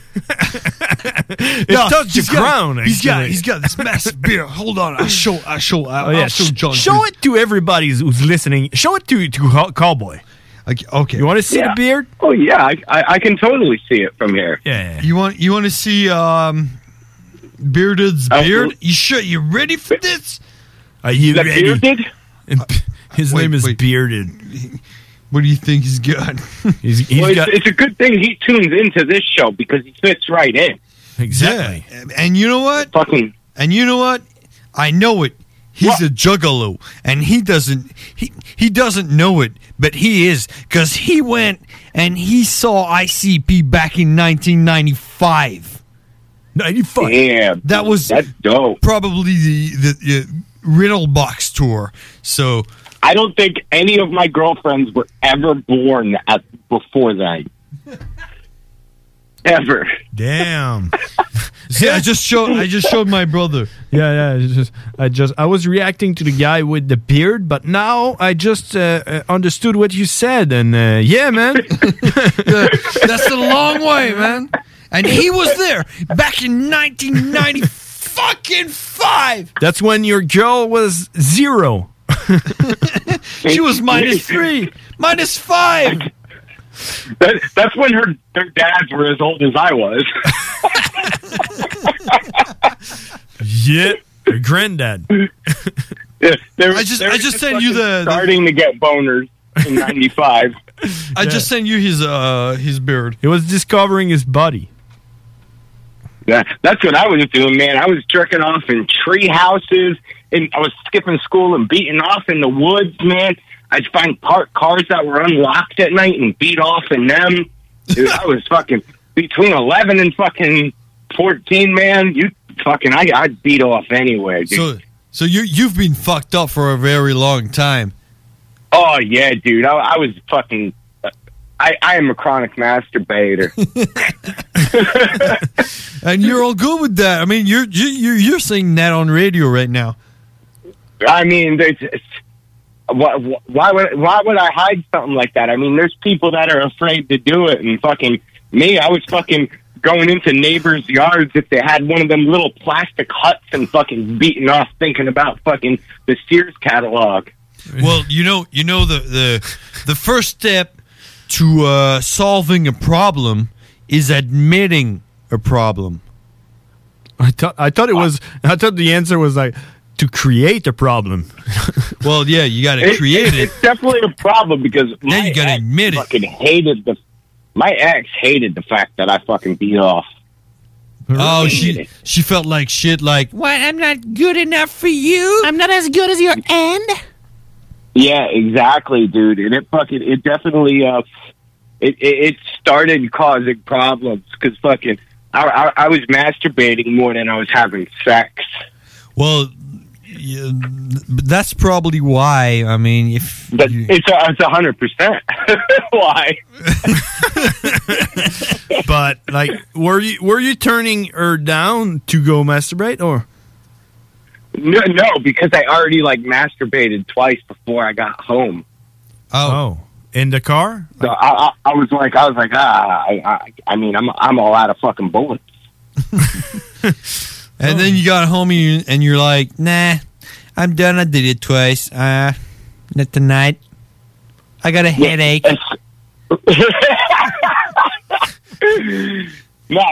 [SPEAKER 12] It touched the
[SPEAKER 22] he's got-
[SPEAKER 12] ground,
[SPEAKER 22] He's got
[SPEAKER 12] actually.
[SPEAKER 22] he's got this massive beard. Hold on, I show I show I,
[SPEAKER 12] Oh, yeah.
[SPEAKER 22] I'll show
[SPEAKER 12] Sh-
[SPEAKER 22] Uh, John.
[SPEAKER 12] Show it to everybody who's listening. Show it to, to Cow- Cowboy.
[SPEAKER 22] Okay. okay.
[SPEAKER 12] You want to see the beard?
[SPEAKER 8] Oh yeah, I, I, I can totally see it from here.
[SPEAKER 12] Yeah.
[SPEAKER 22] You want you want to see um, bearded's
[SPEAKER 8] Oh,
[SPEAKER 22] beard?
[SPEAKER 8] well-
[SPEAKER 22] You sure you ready for this?
[SPEAKER 12] Are Uh, you
[SPEAKER 8] Is that
[SPEAKER 12] ready?
[SPEAKER 8] bearded?
[SPEAKER 12] And *laughs* p- his name is Bearded.
[SPEAKER 22] What do you think he's got? *laughs*
[SPEAKER 12] He's, he's
[SPEAKER 8] well,
[SPEAKER 12] got
[SPEAKER 8] it's, it's a good thing he tunes into this show because he fits right in.
[SPEAKER 12] exactly.
[SPEAKER 22] And you know what?
[SPEAKER 8] Fucking.
[SPEAKER 22] And you know what? I know it. He's a juggalo, and he doesn't he he doesn't know it, but he is because he went and he saw ICP back in 1995.
[SPEAKER 12] 95.
[SPEAKER 8] Damn,
[SPEAKER 22] that was
[SPEAKER 8] that's dope.
[SPEAKER 22] Probably the the uh, Riddle Box tour. So
[SPEAKER 8] I don't think any of my girlfriends were ever born at, before
[SPEAKER 22] *laughs*
[SPEAKER 8] then. ever.
[SPEAKER 22] *laughs*
[SPEAKER 12] Damn.
[SPEAKER 22] yeah, I just showed I just showed my brother.
[SPEAKER 12] *laughs* Yeah, yeah. it's just, I just, I was reacting to the guy with the beard, but now I just uh, uh, understood what you said, and uh, yeah,
[SPEAKER 22] *laughs*
[SPEAKER 12] man.
[SPEAKER 22] That's a long way, man. And he was there back in 1990 fucking five.
[SPEAKER 12] That's when your girl was zero.
[SPEAKER 22] She was minus three, minus five.
[SPEAKER 8] That, that's when her their dads were as old as I was.
[SPEAKER 12] Yeah, your granddad.
[SPEAKER 8] They were-
[SPEAKER 22] I just-
[SPEAKER 8] they were
[SPEAKER 22] I just sent you
[SPEAKER 8] fucking
[SPEAKER 22] the- the-
[SPEAKER 8] starting to get boners in '95.
[SPEAKER 22] I just sent you his uh his beard.
[SPEAKER 12] He was discovering his body.
[SPEAKER 8] Yeah, that's what I was doing, man. I was jerking off in tree houses, and I was skipping school and beating off in the woods, man. I'd find parked cars that were unlocked at night and beat off in them. Dude, I was fucking between eleven and fucking fourteen, man. You fucking, I, I'd beat off anywhere, dude.
[SPEAKER 22] So so you you've been fucked up for a very long time.
[SPEAKER 8] Oh yeah, dude. I, I was fucking. I, I am a chronic masturbator.
[SPEAKER 22] and you're all good with that. I mean, you're you- you're you're saying that on radio right now.
[SPEAKER 8] I mean, there's why, why would why would I hide something like that? I mean, there's people that are afraid to do it, and fucking me, I was fucking going into neighbors' yards if they had one of them little plastic huts and fucking beating off, thinking about fucking the Sears catalog.
[SPEAKER 22] *laughs* Well, you know, you know the the the first step to uh, solving a problem is admitting a problem.
[SPEAKER 23] I thought I thought it was I thought the answer was like to create a problem. *laughs*
[SPEAKER 22] well, yeah, you got
[SPEAKER 8] It- it- It's definitely a problem because my you gotta ex admit it. fucking hated the. My ex hated the fact that I fucking beat off.
[SPEAKER 22] Oh, she she felt like shit. Like What? I'm not good enough for you?
[SPEAKER 32] I'm not as good as your end?
[SPEAKER 8] Yeah, exactly, dude. And it fucking it definitely uh it it, it started causing problems because fucking I, I I was masturbating more than I was having sex.
[SPEAKER 22] well, yeah, but that's probably why. I mean, if
[SPEAKER 8] But it's a, it's a hundred percent *laughs*
[SPEAKER 22] *laughs*
[SPEAKER 8] why. *laughs*
[SPEAKER 23] but like, were you were you turning
[SPEAKER 12] er,
[SPEAKER 23] her down to go masturbate or?
[SPEAKER 8] No, no, because I already like masturbated twice before I got home.
[SPEAKER 23] Oh. in the car?
[SPEAKER 8] So I, I I was like I was like ah I, I I mean I'm I'm all out of fucking bullets.
[SPEAKER 22] and then you got home and, you, and you're like, nah, I'm done. I did it twice. Uh, not tonight. I got a headache.
[SPEAKER 8] No,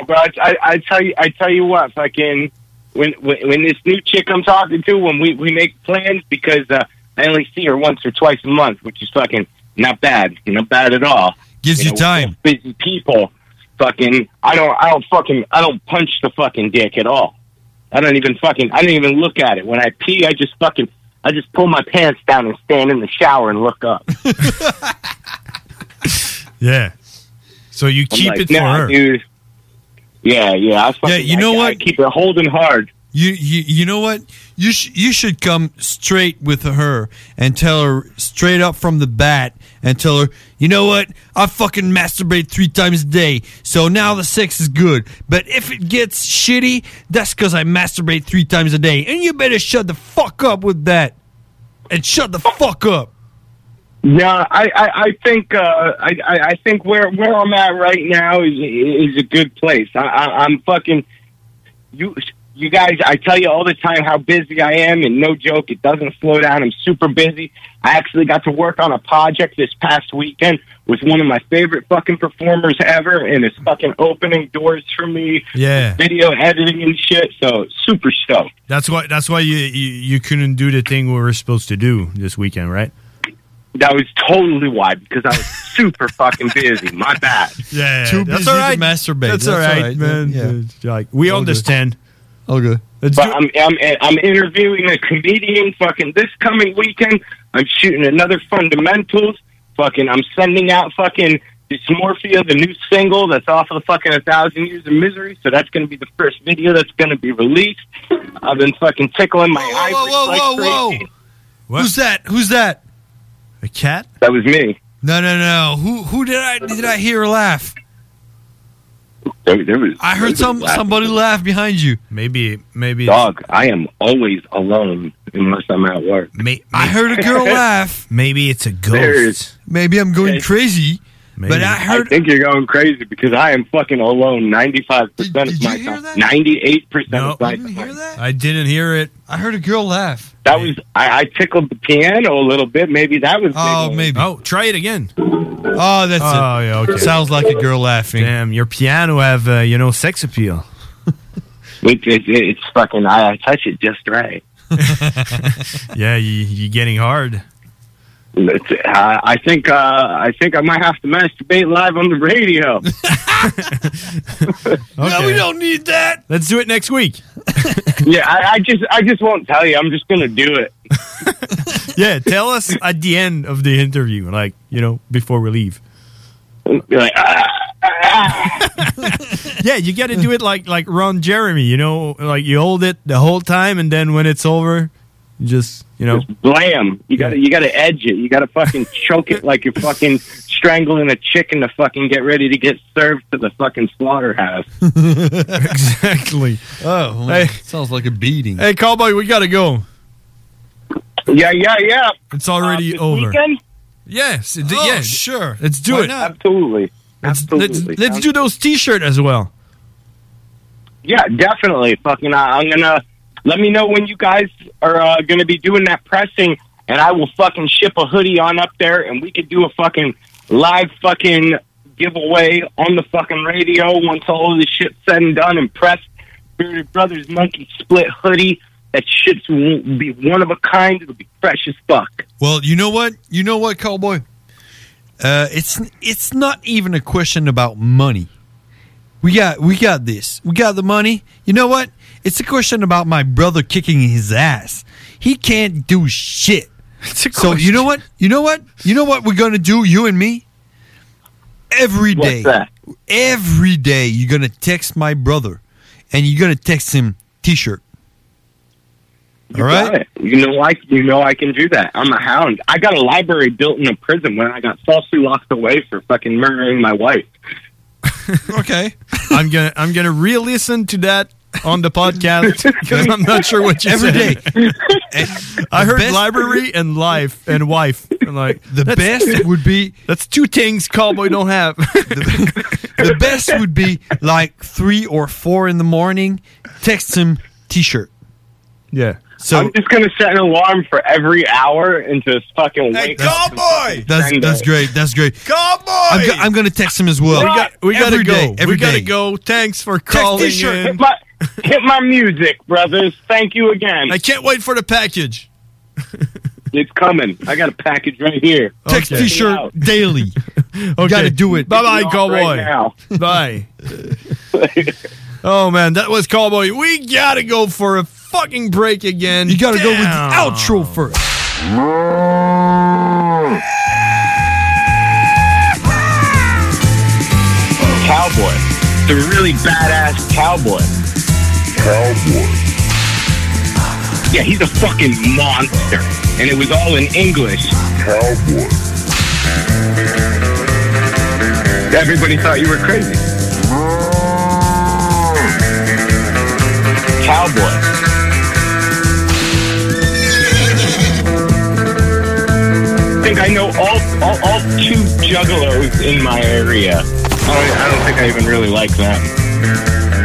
[SPEAKER 8] bro. I, I, I tell you, I tell you what, fucking when, when when this new chick I'm talking to, when we we make plans because uh, I only see her once or twice a month, which is fucking not bad, not bad at all.
[SPEAKER 22] Gives you time.
[SPEAKER 8] Busy people, fucking. I don't, I don't fucking, I don't punch the fucking dick at all. I don't even fucking, I don't even look at it. When I pee, I just fucking, I just pull my pants down and stand in the shower and look up.
[SPEAKER 23] Yeah. So you
[SPEAKER 8] I'm
[SPEAKER 23] keep
[SPEAKER 8] like,
[SPEAKER 23] it for
[SPEAKER 8] "Nah,
[SPEAKER 23] her.
[SPEAKER 8] dude. Yeah, yeah. I fucking, yeah, you know what? I keep it holding hard.
[SPEAKER 22] You, you you know what? You sh- you should come straight with her and tell her straight up from the bat and tell her, you know what? I fucking masturbate three times a day, so now the sex is good. But if it gets shitty, that's because I masturbate three times a day, and you better shut the fuck up with that, and shut the fuck up.
[SPEAKER 8] Yeah, I, I, I think uh, I, I I think where where I'm at right now is is a good place. I, I, I'm fucking you you guys. I tell you all the time how busy I am, and no joke, it doesn't slow down. I'm super busy. I actually got to work on a project this past weekend with one of my favorite fucking performers ever, and it's fucking opening doors for me.
[SPEAKER 23] Yeah.
[SPEAKER 8] video editing and shit. So super stoked.
[SPEAKER 23] That's why. That's why you, you you couldn't do the thing we were supposed to do this weekend, right?
[SPEAKER 8] That was totally why because I was super fucking busy. My bad.
[SPEAKER 23] Yeah,
[SPEAKER 8] Too
[SPEAKER 23] that's
[SPEAKER 8] busy
[SPEAKER 23] all
[SPEAKER 8] to
[SPEAKER 23] right.
[SPEAKER 8] masturbate.
[SPEAKER 23] That's,
[SPEAKER 8] That's
[SPEAKER 23] all right,
[SPEAKER 8] all right.
[SPEAKER 23] man.
[SPEAKER 8] Yeah.
[SPEAKER 23] It's Like we
[SPEAKER 8] All good.
[SPEAKER 23] understand.
[SPEAKER 22] All good.
[SPEAKER 8] but I'm, I'm I'm interviewing a comedian. Fucking this coming weekend, I'm shooting another fundamentals. Fucking, I'm sending out fucking Dysmorphia, the new single that's off of the fucking A Thousand Years of Misery. So that's going to be the first video that's going to be released. I've been fucking tickling my eyes.
[SPEAKER 22] Whoa whoa whoa whoa! Who's that? Who's that?
[SPEAKER 23] A cat?
[SPEAKER 8] That was me.
[SPEAKER 22] No no no! Who who did I did I hear laugh?
[SPEAKER 8] There, there was,
[SPEAKER 22] I
[SPEAKER 8] there
[SPEAKER 22] heard
[SPEAKER 8] was
[SPEAKER 22] some
[SPEAKER 8] laughing.
[SPEAKER 22] somebody laugh behind you.
[SPEAKER 23] Maybe maybe
[SPEAKER 8] Dog, I am always alone unless I'm at work.
[SPEAKER 23] May,
[SPEAKER 22] I heard a
[SPEAKER 8] *laughs*
[SPEAKER 22] girl laugh.
[SPEAKER 23] Maybe it's a
[SPEAKER 8] There's-
[SPEAKER 23] ghost.
[SPEAKER 22] Maybe I'm going crazy, but I heard.
[SPEAKER 8] think you're going crazy because I am fucking alone 95% of my time. 98% of my time.
[SPEAKER 23] I didn't hear it.
[SPEAKER 22] I heard a girl laugh.
[SPEAKER 8] That was
[SPEAKER 23] *laughs*
[SPEAKER 8] I, I tickled the piano a little bit. Maybe that was.
[SPEAKER 22] Oh, maybe.
[SPEAKER 23] Oh, try it again.
[SPEAKER 22] Oh, that's
[SPEAKER 23] oh,
[SPEAKER 22] it.
[SPEAKER 23] yeah, okay.
[SPEAKER 22] Sounds like a girl laughing.
[SPEAKER 23] Damn, your piano have uh, you know sex appeal. *laughs*
[SPEAKER 8] It, it, it- it's fucking. I, I touch it just right.
[SPEAKER 23] yeah, you you getting hard.
[SPEAKER 8] It's, I, I think. Uh, I think I might have to masturbate live on
[SPEAKER 23] *laughs*
[SPEAKER 8] the radio.
[SPEAKER 22] No, we don't need that.
[SPEAKER 23] Let's do it next week.
[SPEAKER 8] *laughs* yeah, I, I just. I just won't tell you. I'm just gonna do it.
[SPEAKER 23] *laughs*
[SPEAKER 12] *laughs*
[SPEAKER 23] Yeah, tell us at the end of the interview, like you know before we leave.
[SPEAKER 8] You're like, "Ah."
[SPEAKER 12] *laughs*
[SPEAKER 23] yeah, you got to do it like like Ron Jeremy, you know, like you hold it the whole time, and then when it's over, You just you know.
[SPEAKER 8] Blam! You gotta you gotta edge it. You gotta fucking choke it like you're fucking strangling a chicken to fucking get ready to get served to the fucking slaughterhouse.
[SPEAKER 12] exactly.
[SPEAKER 22] Oh,
[SPEAKER 12] Hey.
[SPEAKER 22] sounds like a beating.
[SPEAKER 12] Hey, cowboy, we gotta go.
[SPEAKER 8] Yeah, yeah, yeah. Uh,
[SPEAKER 12] It's already over.
[SPEAKER 8] Weekend?
[SPEAKER 12] Yes. it-
[SPEAKER 8] Oh,
[SPEAKER 12] yeah.
[SPEAKER 8] sure.
[SPEAKER 12] Let's do
[SPEAKER 8] Why
[SPEAKER 12] it.
[SPEAKER 8] not? Absolutely.
[SPEAKER 12] Let's, let's,
[SPEAKER 8] Absolutely.
[SPEAKER 12] let's do those T-shirt as well.
[SPEAKER 8] Yeah, definitely. Fucking, I, I'm gonna let me know when you guys are uh, gonna be doing that pressing, and I will fucking ship a hoodie on up there, and we could do a fucking live fucking giveaway on the fucking radio once all of this shit said and done and pressed. Bearded Brothers Monkey Split hoodie. That shit will be one of a kind. It'll be fresh as fuck.
[SPEAKER 22] Well, you know what? You know what, cowboy? Uh, it's it's not even a question about money. We got we got this. We got the money. You know what? It's a question about my brother kicking his ass. He can't do shit. So you know what? You know what? You know what we're gonna do, you and me? Every day. Every day you're gonna text my brother and you're gonna text him t shirt.
[SPEAKER 8] You All right. You know, I you know I can do that. I'm a hound. I got a library built in a prison when I got falsely locked away for fucking murdering my wife.
[SPEAKER 22] okay.
[SPEAKER 12] I'm gonna I'm gonna re-listen to that on the podcast because I'm not sure what you
[SPEAKER 22] Every
[SPEAKER 12] said. *laughs* I heard
[SPEAKER 22] best-
[SPEAKER 12] library and life and wife. And like
[SPEAKER 22] *laughs*
[SPEAKER 12] *laughs*
[SPEAKER 22] The best would be
[SPEAKER 12] that's two things cowboy don't
[SPEAKER 22] *laughs*
[SPEAKER 12] have.
[SPEAKER 22] the best would be like three or four in the morning. Text him T-shirt.
[SPEAKER 12] Yeah.
[SPEAKER 22] So
[SPEAKER 8] I'm just gonna set an alarm for every hour and just fucking
[SPEAKER 22] Hey,
[SPEAKER 8] wake up.
[SPEAKER 22] that's-
[SPEAKER 8] and
[SPEAKER 22] That's
[SPEAKER 8] send
[SPEAKER 22] that's
[SPEAKER 8] it.
[SPEAKER 22] great. That's great.
[SPEAKER 12] Cowboy,
[SPEAKER 22] I'm, go- I'm gonna text him as well.
[SPEAKER 12] we got we gotta
[SPEAKER 22] Every
[SPEAKER 12] go.
[SPEAKER 22] day, every
[SPEAKER 12] we gotta
[SPEAKER 22] day.
[SPEAKER 12] go. Thanks for calling
[SPEAKER 22] t-shirt.
[SPEAKER 12] in.
[SPEAKER 22] Hit
[SPEAKER 8] my, hit my music, brothers. Thank you again.
[SPEAKER 12] I can't wait for the package. *laughs*
[SPEAKER 8] it's coming. I got a package right here.
[SPEAKER 22] Text T-shirt
[SPEAKER 12] *laughs*
[SPEAKER 22] daily.
[SPEAKER 12] Okay.
[SPEAKER 22] Gotta do it.
[SPEAKER 12] Bye bye,
[SPEAKER 8] Right
[SPEAKER 12] cowboy.
[SPEAKER 8] now.
[SPEAKER 12] *laughs*
[SPEAKER 8] *laughs*
[SPEAKER 12] Bye. oh man, that was cowboy. We gotta go for a fucking break again. You
[SPEAKER 22] gotta go with the
[SPEAKER 12] outro
[SPEAKER 22] first.
[SPEAKER 8] Mm. Cowboy, the really badass cowboy. Cowboy. Yeah, he's a fucking monster, and it was all in English. Cowboy. Everybody thought you were crazy. Cowboy. I think I know all, all, all two juggalos in my area. I don't, I don't think I even really like them.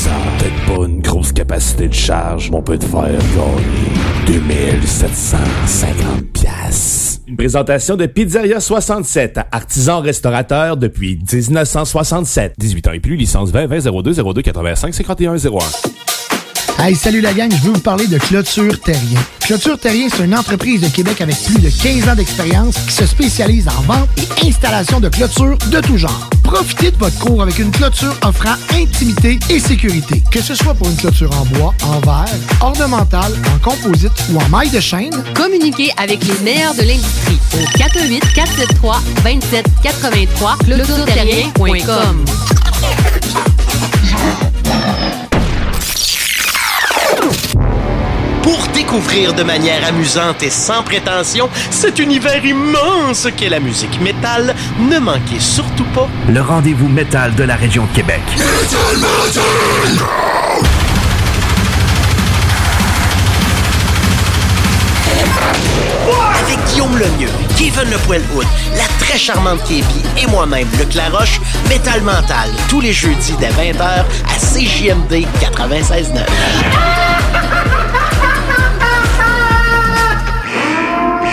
[SPEAKER 5] ans. Peut-être pas une grosse capacité de charge, mais on peut te faire gagner 2750 piastres. Une présentation de Pizzeria 67, artisan restaurateur depuis 1967. 18 ans et plus, licence 20 20 02 02 85 51 01.
[SPEAKER 27] Hey, salut la gang, je veux vous parler de Clôture Terrien. Clôture Terrien, c'est une entreprise de Québec avec plus de 15 ans d'expérience qui se spécialise en vente et installation de clôtures de tout genre. Profitez de votre cours avec une clôture offrant intimité et sécurité. Que ce soit pour une clôture en bois, en verre, ornementale, en composite ou en maille de chaîne,
[SPEAKER 7] Communiquez avec les meilleurs de l'industrie au 418 473 2783 clodoterrien.com.
[SPEAKER 33] Pour découvrir de manière amusante et sans prétention cet univers immense qu'est la musique métal, ne manquez surtout pas
[SPEAKER 30] Le rendez-vous métal de la région de Québec.
[SPEAKER 33] Coulommieux, Kevin Le Poilhout, la très charmante Képi et moi-même, Luc Laroche, Métal Mental, tous les jeudis dès 20h à CJMD 96.9.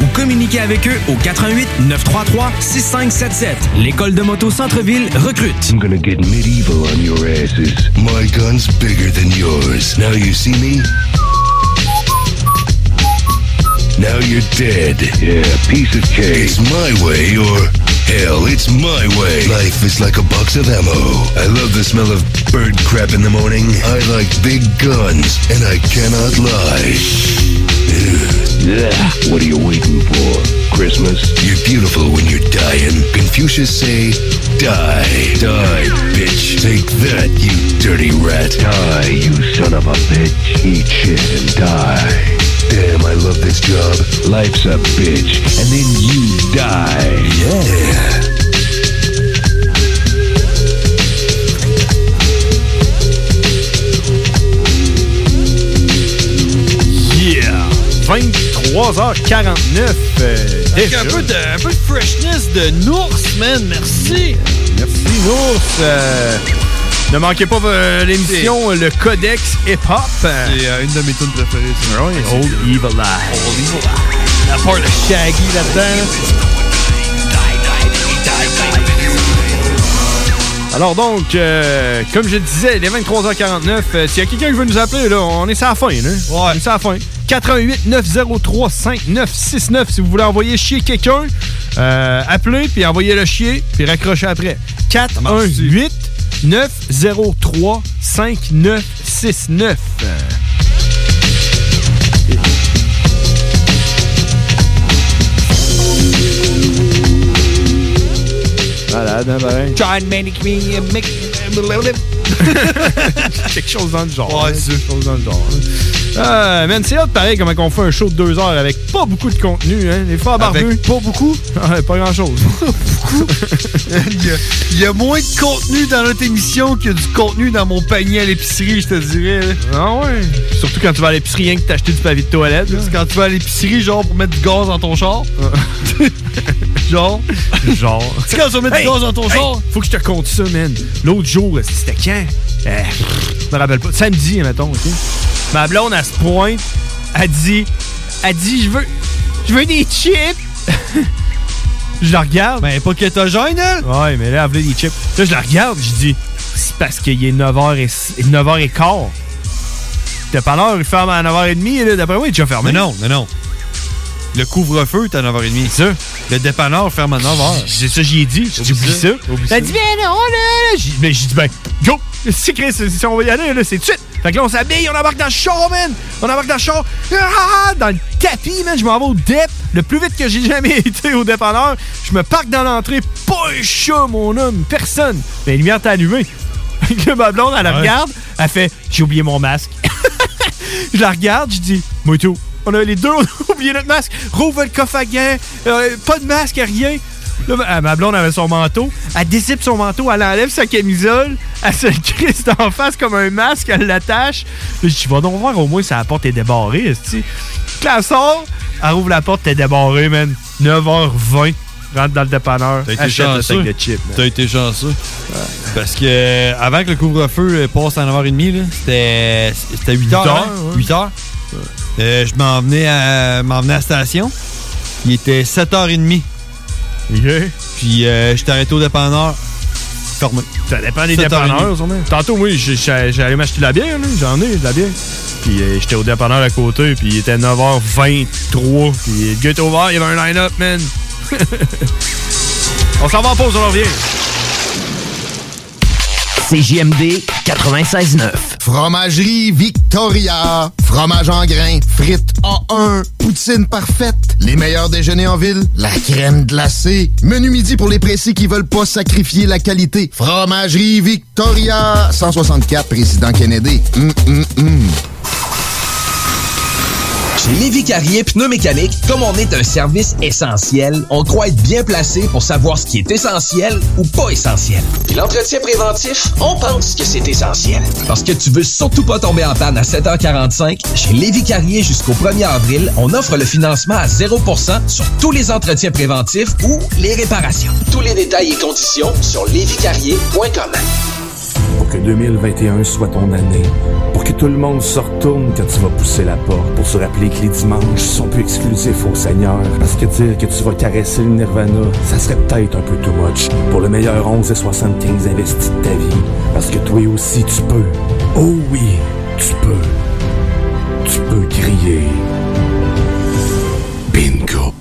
[SPEAKER 24] ou communiquez avec eux au 88 933 6577. L'école de moto Centre-ville recrute.
[SPEAKER 9] I'm gonna get medieval on your asses. My gun's bigger than yours. Now you see me? Now you're dead. Yeah, piece of cake. It's my way or hell, it's my way. Life is like a box of ammo. I love the smell of bird crap in the morning. I like big guns, and I cannot lie. Yeah. What are you waiting for? Christmas? You're beautiful when you're dying. Confucius say, die, die, bitch. Take that, you dirty rat. Die, you son of a bitch. Eat shit and die. Damn, I love this job. Life's a bitch. And then you die. Yeah.
[SPEAKER 12] Yeah! 23h49. euh,
[SPEAKER 6] Avec
[SPEAKER 12] déjà.
[SPEAKER 6] un peu, de, un peu de freshness de Nours, man. Merci.
[SPEAKER 12] Merci, Nours. Euh, ne manquez pas euh, l'émission Le Codex Hip Hop. C'est
[SPEAKER 6] euh, une de mes tunes préférées.
[SPEAKER 12] Old
[SPEAKER 6] Old
[SPEAKER 12] Evil Eye.
[SPEAKER 6] Evil Eye. La part de Shaggy là-dedans.
[SPEAKER 12] Alors donc, euh, comme je disais, il est 23h49. euh, S'il y a quelqu'un qui veut nous appeler, là, on est à la fin. Là. On est à la fin. 88 903 5969 si vous voulez envoyer chier quelqu'un. euh, appelez, puis envoyez le chier, puis raccrochez après. 418 903 *laughs* 5969 Malade, hein, pareil.
[SPEAKER 6] John Manic Me.
[SPEAKER 22] *laughs*
[SPEAKER 12] *laughs* Quelque chose dans le genre. Ouais, c'est quelque chose dans le genre. Ah, man, c'est hot pareil comment on fait un show de deux heures avec pas beaucoup de contenu, hein. Les fois barbus. pas beaucoup? pas grand chose.
[SPEAKER 6] il, y a, il y a moins de contenu dans notre émission que du contenu dans mon panier à l'épicerie, je te dirais.
[SPEAKER 12] Ah ouais? Surtout quand tu vas à l'épicerie, rien que t'acheter du pavé de toilette.
[SPEAKER 6] Quand tu vas à l'épicerie, genre pour mettre du gaz dans ton
[SPEAKER 12] *laughs*
[SPEAKER 6] char. genre.
[SPEAKER 12] genre.
[SPEAKER 6] Tu sais, quand tu vas mettre du gaz dans ton char?
[SPEAKER 12] Faut que je te compte ça, man. L'autre jour, euh, c'était quand? Euh, je me rappelle pas. Samedi, mettons, OK? Ma blonde, elle se pointe. Elle dit... Elle dit, je veux... Je veux des chips! *laughs* je la regarde. Mais Ben, pas kétogène, elle! Ouais, mais là, elle voulait des chips. Là, je la regarde, je dis... C'est parce qu'il est 9h et... 9h15. T'es pas l'heure, il ferme à 9h30, là. D'après moi, il est déjà fermé.
[SPEAKER 6] Mais non, mais non. Le couvre-feu est à 9h30.
[SPEAKER 12] Ça.
[SPEAKER 6] Le dépanneur ferme à 9h.
[SPEAKER 12] C'est ça, j'y ai dit. J'ai oublié ça.
[SPEAKER 6] ça.
[SPEAKER 12] Elle dit, ben non, là, là. J'ai- Mais j'ai dit, ben, go! *laughs* Si Chris, si on va y aller, là, c'est tout de suite. Fait que là, on s'habille, on embarque dans le char, man! On embarque dans le char, *laughs* Ah, dans le tapis, man! Je m'en vais au dep, le plus vite que j'ai jamais *laughs* été au dépanneur. Je me parque dans l'entrée, pas un chat, mon homme, personne. Mais la lumière est allumée. *laughs* Fait que ma blonde, elle la regarde, elle fait, j'ai oublié mon masque. je la regarde, je dis, Moito, on a les deux, *laughs* on a oublié notre masque. Rouvre le coffre à gants, euh, pas de masque, rien. Là, ma- ma blonde avait son manteau, elle dissipe son manteau, elle enlève sa camisole, elle se le *laughs* crisse d'en face comme un masque, elle l'attache. Là, Je dis, va donc voir, au moins, sa porte est débarrée, esti. Quand elle sort, elle ouvre la porte, t'es débarrée, man. 9h20, rentre dans le dépanneur,
[SPEAKER 6] T'as été
[SPEAKER 12] achète le
[SPEAKER 6] chanceux.
[SPEAKER 12] sac de chips, man.
[SPEAKER 6] T'as été chanceux. Parce que euh, avant que le couvre-feu euh, passe à 9h30, là, c'était c'était 8h.
[SPEAKER 12] Huit heures,
[SPEAKER 6] hein?
[SPEAKER 12] ouais.
[SPEAKER 6] 8 heures. Euh, je m'en venais, à- m'en venais à la station. Il était 7h30. Puis euh, j'étais arrêté au dépanneur. Fermé.
[SPEAKER 12] Ça dépend des dépanneurs, sûrement. Tantôt, oui, j'ai- j'ai- j'allais m'acheter de la bière, là. j'en ai de la bière. Puis euh, j'étais au dépanneur à côté, puis il était 9h23, puis le gars était ouvert, il y avait un line-up, man. *laughs* on s'en va en pause, on en revient.
[SPEAKER 30] CJMD 96.9.
[SPEAKER 18] Fromagerie Victoria. Fromage en grains, frites A1, poutine parfaite, les meilleurs déjeuners en ville, la crème glacée, menu midi pour les pressés qui veulent pas sacrifier la qualité. Fromagerie Victoria. 164 Président Kennedy. Hum, hum, hum.
[SPEAKER 1] Chez Lévi Carrier Pneumécanique, comme on est un service essentiel, on croit être bien placé pour savoir ce qui est essentiel ou pas essentiel. Puis l'entretien préventif, on pense que c'est essentiel. Parce que tu veux surtout pas tomber en panne à 7h45, chez Lévi Carrier jusqu'au 1er avril, on offre le financement à 0% sur tous les entretiens préventifs ou les réparations. Tous les détails et conditions sur lévicarrier.com.
[SPEAKER 5] Pour que 2021 soit ton année. Pour que tout le monde se retourne quand tu vas pousser la porte. Pour se rappeler que les dimanches sont plus exclusifs au Seigneur. Parce que dire que tu vas caresser le Nirvana, ça serait peut-être un peu too much. Pour le meilleur 11 et 75 investis de ta vie. Parce que toi aussi tu peux. Oh oui, tu peux. Tu peux crier. Bingo.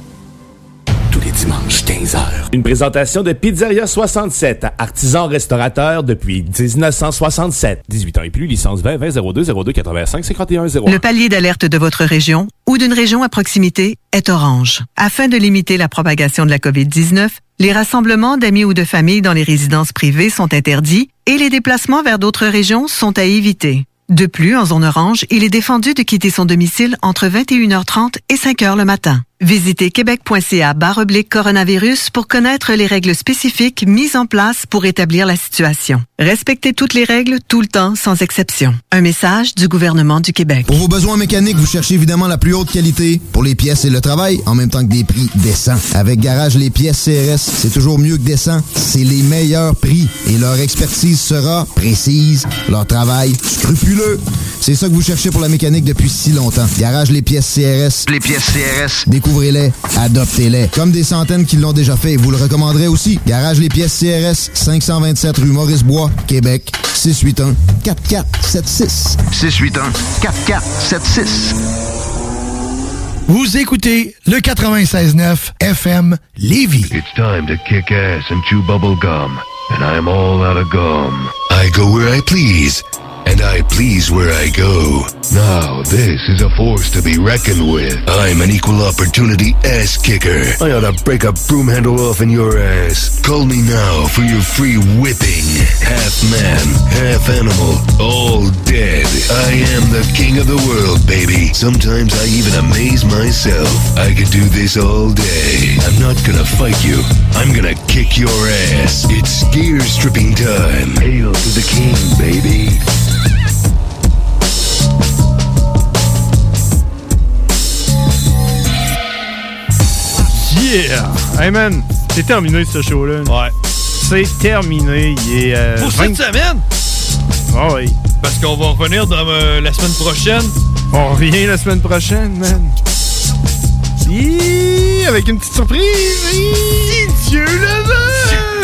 [SPEAKER 5] Tous les dimanches, 15h.
[SPEAKER 17] Une présentation de Pizzeria 67, artisan restaurateur depuis 1967. 18 ans et plus, licence 20 20 02 02 85 51 01.
[SPEAKER 20] Le palier d'alerte de votre région ou d'une région à proximité est orange. Afin de limiter la propagation de la COVID-19, les rassemblements d'amis ou de famille dans les résidences privées sont interdits et les déplacements vers d'autres régions sont à éviter. De plus, en zone orange, il est défendu de quitter son domicile entre 21h30 et 5h le matin. Visitez québec.ca barre oblique coronavirus pour connaître les règles spécifiques mises en place pour établir la situation. Respectez toutes les règles tout le temps sans exception. Un message du gouvernement du Québec.
[SPEAKER 18] Pour vos besoins mécaniques, vous cherchez évidemment la plus haute qualité pour les pièces et le travail, en même temps que des prix décents. Avec Garage, les pièces CRS, c'est toujours mieux que décent. C'est les meilleurs prix et leur expertise sera précise, leur travail scrupuleux. C'est ça que vous cherchez pour la mécanique depuis si longtemps. Garage, les pièces CRS. Les pièces CRS. Découvrez-les, adoptez-les. Comme des centaines qui l'ont déjà fait, vous le recommanderez aussi. Garage, les pièces CRS, 527 rue Maurice-Bois, Québec, 681-4476.
[SPEAKER 34] 681-4476.
[SPEAKER 27] Vous écoutez le 96.9 FM Lévis.
[SPEAKER 9] It's time to kick ass and chew bubble gum, and I'm all out of gum. I go where I please, and I please where I go. Now, this is a force to be reckoned with. I'm an equal opportunity ass kicker. I ought to break a broom handle off in your ass. Call me now for your free whipping. Half man, half animal, all dead. I am the king of the world, baby. Sometimes I even amaze myself. I could do this all day. I'm not gonna fight you. I'm gonna kick your ass. It's gear stripping time. Hail to the king, baby.
[SPEAKER 12] Yeah! Hey man, c'est terminé ce show-là. Ouais. C'est terminé. Il est. euh,
[SPEAKER 6] Pour
[SPEAKER 12] 20
[SPEAKER 6] cette semaine?
[SPEAKER 12] Ah oui.
[SPEAKER 6] Parce qu'on va revenir dans, euh, la semaine prochaine.
[SPEAKER 12] On revient la semaine prochaine, man. Hi, Avec une petite surprise. Hi, Dieu le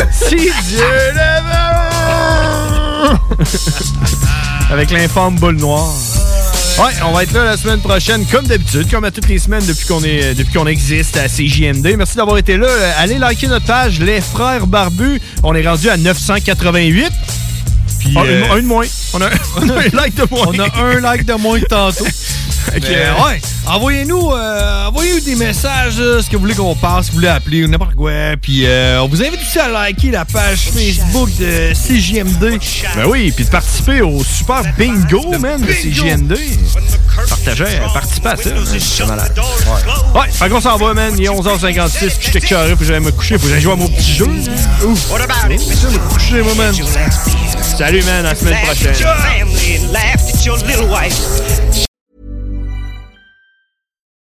[SPEAKER 6] *laughs*
[SPEAKER 12] veut. Si Dieu le veut. Avec l'informe boule noire. Ouais, on va être là la semaine prochaine, comme d'habitude, comme à toutes les semaines depuis qu'on est depuis qu'on existe à CJMD. Merci d'avoir été là. Euh, Allez liker notre page, Les Frères Barbus. On est rendu à 988. Puis,
[SPEAKER 6] Ah,
[SPEAKER 12] euh,
[SPEAKER 6] une-
[SPEAKER 12] un de moins. On a, *laughs* on a un like de moins.
[SPEAKER 6] On a un like de moins que
[SPEAKER 12] *laughs*
[SPEAKER 6] tantôt.
[SPEAKER 12] Fait que,
[SPEAKER 6] Mais,
[SPEAKER 12] euh,
[SPEAKER 6] ouais, envoyez-nous euh, envoyez des messages, euh, ce que vous voulez qu'on passe, si vous voulez appeler ou n'importe quoi. Puis euh, on vous invite aussi à liker la page Facebook de CJMD.
[SPEAKER 12] Ben oui, puis de participer au super bingo, man, de CJMD. Partagez, euh, participez à ça. man. C'est malade. Ouais, ouais fait qu'on s'en va, man. Il est 11h56, puis j'étais carré, puis j'allais me coucher, puis j'allais jouer à mon petit jeu. Ouf. Coucher, moi, man. Salut, man, à la semaine
[SPEAKER 11] Laughed at
[SPEAKER 12] prochaine.
[SPEAKER 11] your family and laughed at your little wife.